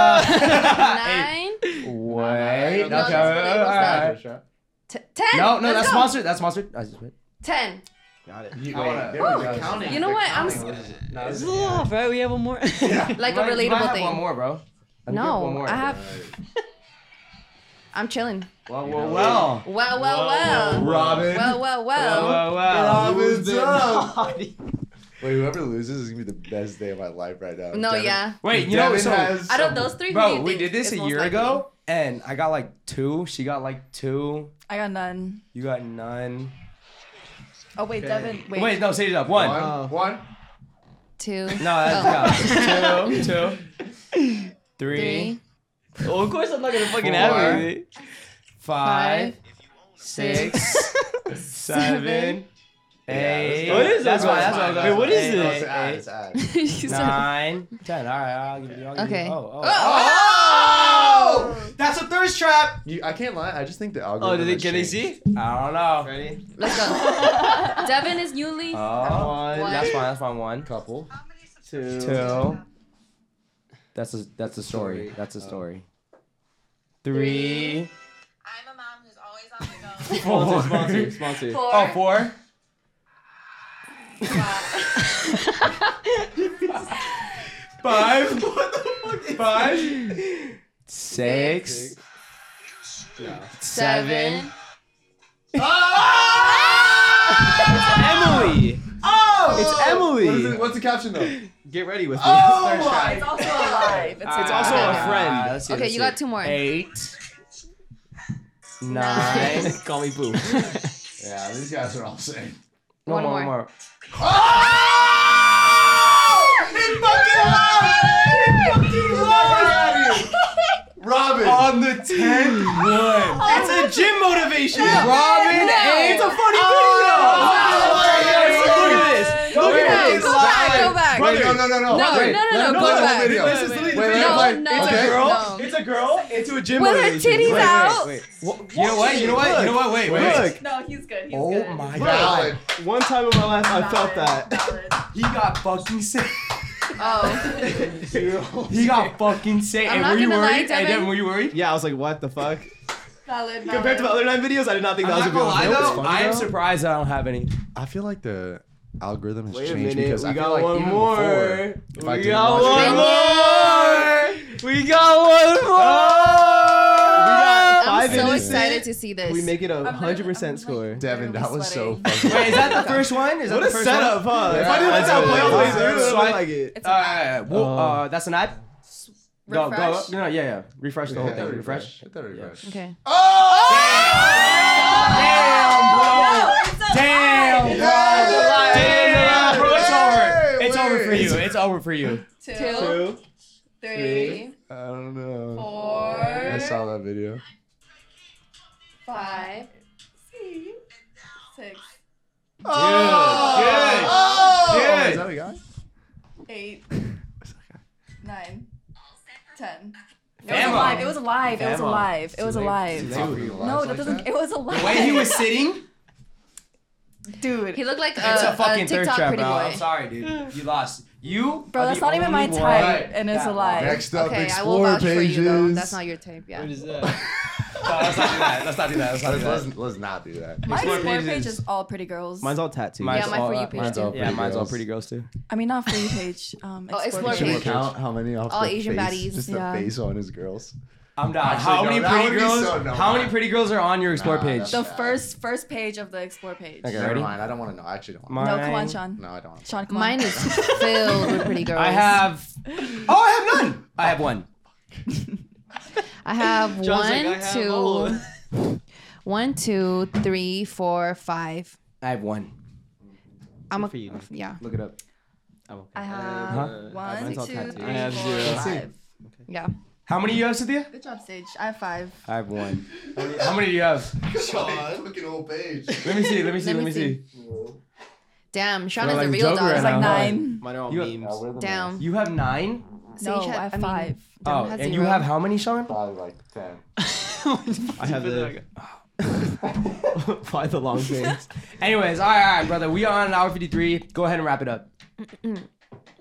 S3: Ah!
S7: nine,
S3: Wait. Okay.
S7: No,
S3: all
S7: that's really what's
S3: right, all right.
S6: thirst trap.
S7: t- ten.
S3: No, no,
S7: Let's
S3: that's
S7: go.
S3: sponsored. That's sponsored. I just wait.
S7: Ten.
S3: Got it.
S6: You,
S3: I wanna-
S6: wait, there we go.
S7: You know what? I'm s-
S3: No,
S8: This
S3: this
S8: is
S3: is-
S8: a little off, right? We have one more.
S7: like
S3: You
S7: a
S3: might- you might
S7: relatable
S3: have One
S7: thing.
S3: more, bro. I think you have one
S7: No,
S3: more.
S7: I have. I'm chilling.
S3: Well, well, well.
S7: Well, well, well,
S6: Robin.
S7: well, well, well.
S3: Well, well, well.
S6: Robin's done. Wait, whoever loses is gonna be the best day of my life right now.
S7: No, yeah.
S3: Wait, you know,
S6: Devin
S3: so
S6: has-
S7: Out of those three, who do
S3: bro,
S7: you
S3: we
S7: think
S3: did this
S7: is
S3: a
S7: most
S3: year
S7: likely?
S3: ago, and I got like two. She got like two.
S5: I got none.
S3: You got none.
S5: Oh wait, Devin. Wait.
S3: Wait, no, say it up. One.
S7: Oh.
S6: One, one.
S7: Two.
S3: No, that's
S7: Oh.
S3: got two, two, three,
S7: Three.
S4: Well, of course I'm not gonna fucking
S3: Four.
S4: have it.
S3: five,
S7: Six.
S3: seven, eight.
S4: Oh, it is
S3: That's
S4: okay.
S3: why. That's why.
S4: Wait, what is
S3: Eight,
S4: this?
S3: eight,
S6: It's add, it's add.
S7: You
S3: eight,
S7: said-
S3: Nine, ten. All right, I'll give you. I'll give
S7: Okay.
S3: You. Oh, oh.
S7: Oh!
S3: That's a thirst trap.
S6: You, I can't lie. I just think the algorithm.
S4: Oh, did they,
S6: has
S4: can they
S6: changed.
S4: see?
S3: I don't know.
S4: Ready?
S7: Let's go. Devin is newly.
S3: Oh,
S7: One.
S3: That's fine. That's fine. One,
S6: Couple.
S3: two. That's a that's a story. That's
S4: Oh.
S3: a story. Three.
S14: I'm a mom who's always on the go.
S3: Four.
S4: Sponsor, sponsor.
S7: four.
S3: Oh, four. Five. What the fuck? Five. Six. Seven.
S7: Seven.
S3: Emily.
S6: Oh,
S3: It's Emily.
S6: What is it- what's the caption though?
S4: Get ready with
S3: Oh my.
S5: It's also alive. It's,
S3: It's
S5: alive.
S3: also a
S7: Okay.
S3: friend.
S7: Okay, you got two more.
S3: Eight. Nine.
S4: Call me boo.
S6: Yeah, these guys are all saying.
S7: One more.
S6: Oh! He fucking lost! He fucking lost! Robin!
S3: On the tenth one.
S7: Oh.
S3: It's a gym motivation. Robin ate a funny
S6: Oh,
S3: video. Look at this.
S7: No, go
S3: Look at
S7: back, go back.
S6: Wait, no, no, no, no.
S7: No, no,
S6: Wait,
S7: no, no,
S6: let-
S7: go
S6: let-
S7: back.
S6: let me-
S3: This is the
S6: Wait,
S3: video.
S6: let me
S7: No,
S6: play.
S7: no.
S6: Okay.
S3: It's a girl.
S7: No.
S3: It's a girl into a gym
S7: With her
S3: motivation.
S7: titties
S3: Wait,
S7: out.
S3: Wait, wait. You know what? You know what? You know what? Wait, wait.
S2: Look,
S5: No, he's good. He's
S3: Oh
S5: good.
S3: my
S6: Valid.
S3: god.
S2: one time in my life I felt
S5: Valid,
S2: that.
S5: valid.
S3: He got fucking sick.
S7: Oh.
S3: He got fucking sick.
S7: I'm
S3: And
S7: not
S3: were you
S7: gonna lie,
S3: worried? Hey,
S7: Devin.
S3: Devin, were you worried?
S2: Yeah, I was like, what the fuck?
S5: Valid,
S2: Compared to the
S5: valid.
S2: other nine videos, I did not think that was a good one. You know what's funny,
S3: I am
S2: though?
S3: surprised I don't have any.
S6: I feel like the algorithm has
S2: Wait a
S6: changed
S2: minute,
S6: because I
S2: we
S6: feel
S2: got
S6: like
S2: one
S6: even
S2: more.
S6: before, if I
S4: We
S6: didn't
S4: got
S6: watch it-
S4: one more. We got one
S3: Oh!
S2: got
S4: more.
S7: I'm
S2: five
S7: so
S2: minutes in.
S7: excited to see this.
S2: We make it a
S5: I'm
S2: hundred
S5: literally- I'm
S2: percent score.
S5: like-
S6: Devin, that was so
S5: Sweating.
S6: fucking.
S3: Wait, is that the first one? Is
S2: What a
S3: that the first one?
S2: setup, huh? If
S6: Yeah.
S2: I didn't let that play all the way through, it would've
S3: Swipe.
S2: been like it.
S5: It's alive.
S3: Uh, well, uh, that's an ad. Go, go.
S5: Refresh.
S3: No, yeah, yeah. Refresh the whole
S6: Yeah,
S3: thing.
S6: refresh.
S3: Refresh.
S6: Hit that refresh.
S7: Okay.
S3: Damn,
S5: No, it's
S3: bro. Damn, bro.
S6: Yeah.
S3: Damn, bro. It's
S6: Yeah.
S3: over. It's
S6: Wait.
S3: over for you. It's over for you.
S5: Two,
S7: Two.
S5: three,
S6: I don't know.
S5: four,
S6: I saw that video.
S5: five, six,
S6: Oh,
S3: Good.
S6: is that
S3: Good.
S6: a guy?
S5: eight, nine, ten. It was
S3: Famo.
S5: alive. It was alive. It was
S3: Famo.
S5: alive. It was alive. No, that
S6: Like
S5: doesn't. It was alive.
S3: The way he was sitting,
S5: dude.
S7: He looked like a,
S3: it's a fucking
S7: a
S3: thirst
S7: TikTok
S3: trap,
S7: pretty
S3: bro. I'm
S7: boy.
S3: sorry, dude. You lost. You.
S5: Bro,
S3: are
S5: that's
S3: the
S5: not even my
S3: only
S5: type,
S3: one-
S5: and it's
S3: That-
S5: alive.
S6: Next up,
S7: Okay, I will
S6: explore
S7: vouch
S6: pages.
S7: for you though. That's not your type. Yeah.
S4: What is that?
S3: No, let's not do that. Let's not do that. Let's not do
S6: Let's,
S3: that.
S6: let's, let's not do that.
S5: My
S3: Explore
S5: explore page,
S3: pages.
S5: is all pretty girls.
S2: Mine's all tattooed.
S7: Mine's- Yeah, my For You page
S3: mine's
S7: too.
S3: all
S6: Yeah,
S3: pretty
S6: mine's all
S3: girls.
S6: pretty
S3: girls too.
S5: I mean, not for you page. Um,
S7: Oh,
S5: explore,
S7: explore
S6: Should
S5: page.
S6: we
S7: page.
S6: count how many off
S7: All
S6: the
S7: Asian
S6: face?
S7: baddies,
S6: Just the
S5: yeah.
S6: face on his girls.
S3: I'm down.
S6: Actually,
S3: how
S6: no,
S3: many
S6: that
S3: pretty
S6: would be
S3: girls?
S6: so dumb.
S3: how many pretty girls are on your explore
S6: Nah,
S3: page?
S5: The
S6: Yeah.
S5: first first page of the explore page.
S3: Okay.
S6: Never
S3: ready?
S6: mind. I don't want to know. I actually don't want
S3: My-
S5: No, come
S3: Mine-
S5: on, Sean.
S6: to know. No, I don't want to.
S5: Sean, come on.
S7: Mine is filled with pretty girls.
S3: I have. Oh, I have none. I have one.
S7: I have one,
S4: John's like, I have all of
S7: two,
S4: them.
S7: one, two, three, four, five.
S3: I have one.
S7: I'm a
S2: for you.
S7: yeah.
S3: Look it up.
S5: I have
S3: Huh?
S5: one,
S2: Mine's all
S5: two,
S2: tattooed.
S5: three,
S4: I have
S5: four,
S4: zero.
S5: five.
S7: Yeah.
S3: How many do you have, Cynthia?
S5: Good job, Sage. I have five.
S3: I have one. How many do you have?
S6: Sean, fucking old page.
S3: Let me see. Let me see. Let, me see.
S7: Damn, Sean
S3: We're
S7: is
S3: like
S7: a real
S3: Joker
S7: dog.
S3: right
S5: It's like
S3: now.
S5: nine.
S2: Mine are all
S3: You-
S2: memes.
S7: Damn.
S3: You have nine.
S7: So
S5: no,
S7: each had-
S5: I have
S7: I mean-
S5: five.
S7: Devin
S3: oh,
S7: has
S3: and you
S7: zero.
S3: have how many, Sean?
S6: Probably like ten.
S2: I have the why the long things.
S3: Anyways, all right, all right, brother. We are on an hour fifty-three. Go ahead and wrap it up.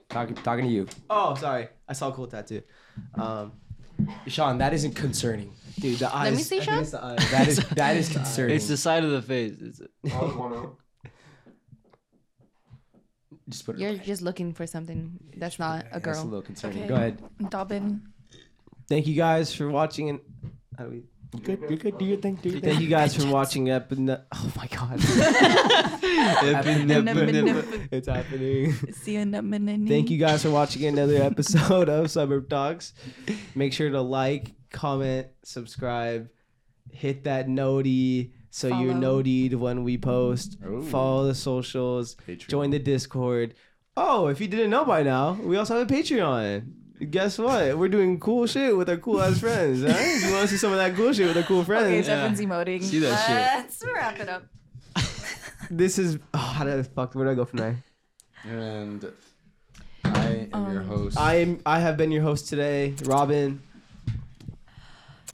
S3: Talking, talking to you,
S2: Oh, sorry. I saw a cool tattoo. Um,
S3: Sean. That isn't concerning.
S2: dude, the eyes.
S7: Let me see,
S2: I think
S7: Sean.
S2: it's the eyes.
S3: That is that is concerning.
S4: It's the side of the face. It's
S3: just put it.
S7: You're
S3: away.
S7: just looking for something that's not a
S3: That's a
S7: girl.
S3: little concerning.
S5: Okay.
S3: Go ahead.
S5: Dobbin.
S2: Thank you guys for watching. And how do we? Good, you're good. Do your thing. Do your
S3: thing.
S2: Thank you guys for watching. Up and oh my god, it's happening.
S5: See you in a minute.
S2: Thank you guys for watching another episode of Suburb Talks. Make sure to like, comment, subscribe, hit that noti so you're
S3: Follow.
S2: notied when we post. Follow the socials, join the Discord. Oh, if you didn't know by now, we also have a Patreon. Guess what? We're doing cool shit with our cool ass friends. Huh? You want to see some of that cool shit with our cool friends?
S5: Okay, Jeffrey's emoting.
S2: See that shit.
S5: Let's wrap it up.
S2: This is oh, how the fuck. Where do I go from there?
S6: And I am
S5: Um,
S6: your host.
S2: I am. I have been your host today, Robin.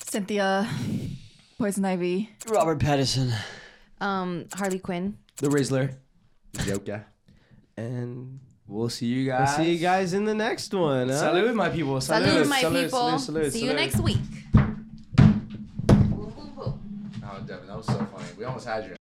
S5: Cynthia, Poison Ivy,
S4: Robert Pattinson.
S7: Um, Harley Quinn.
S2: The Rizzler.
S6: Yoka.
S2: And
S3: we'll see you
S2: We'll
S3: guys.
S2: see you guys in the next one. Huh?
S3: Salute, my people.
S7: Salute,
S3: Salute,
S7: my
S3: salute,
S7: people.
S3: salute, salute,
S7: See you
S3: salute.
S7: next week.
S6: Oh, Devin, that was so funny. We almost had you.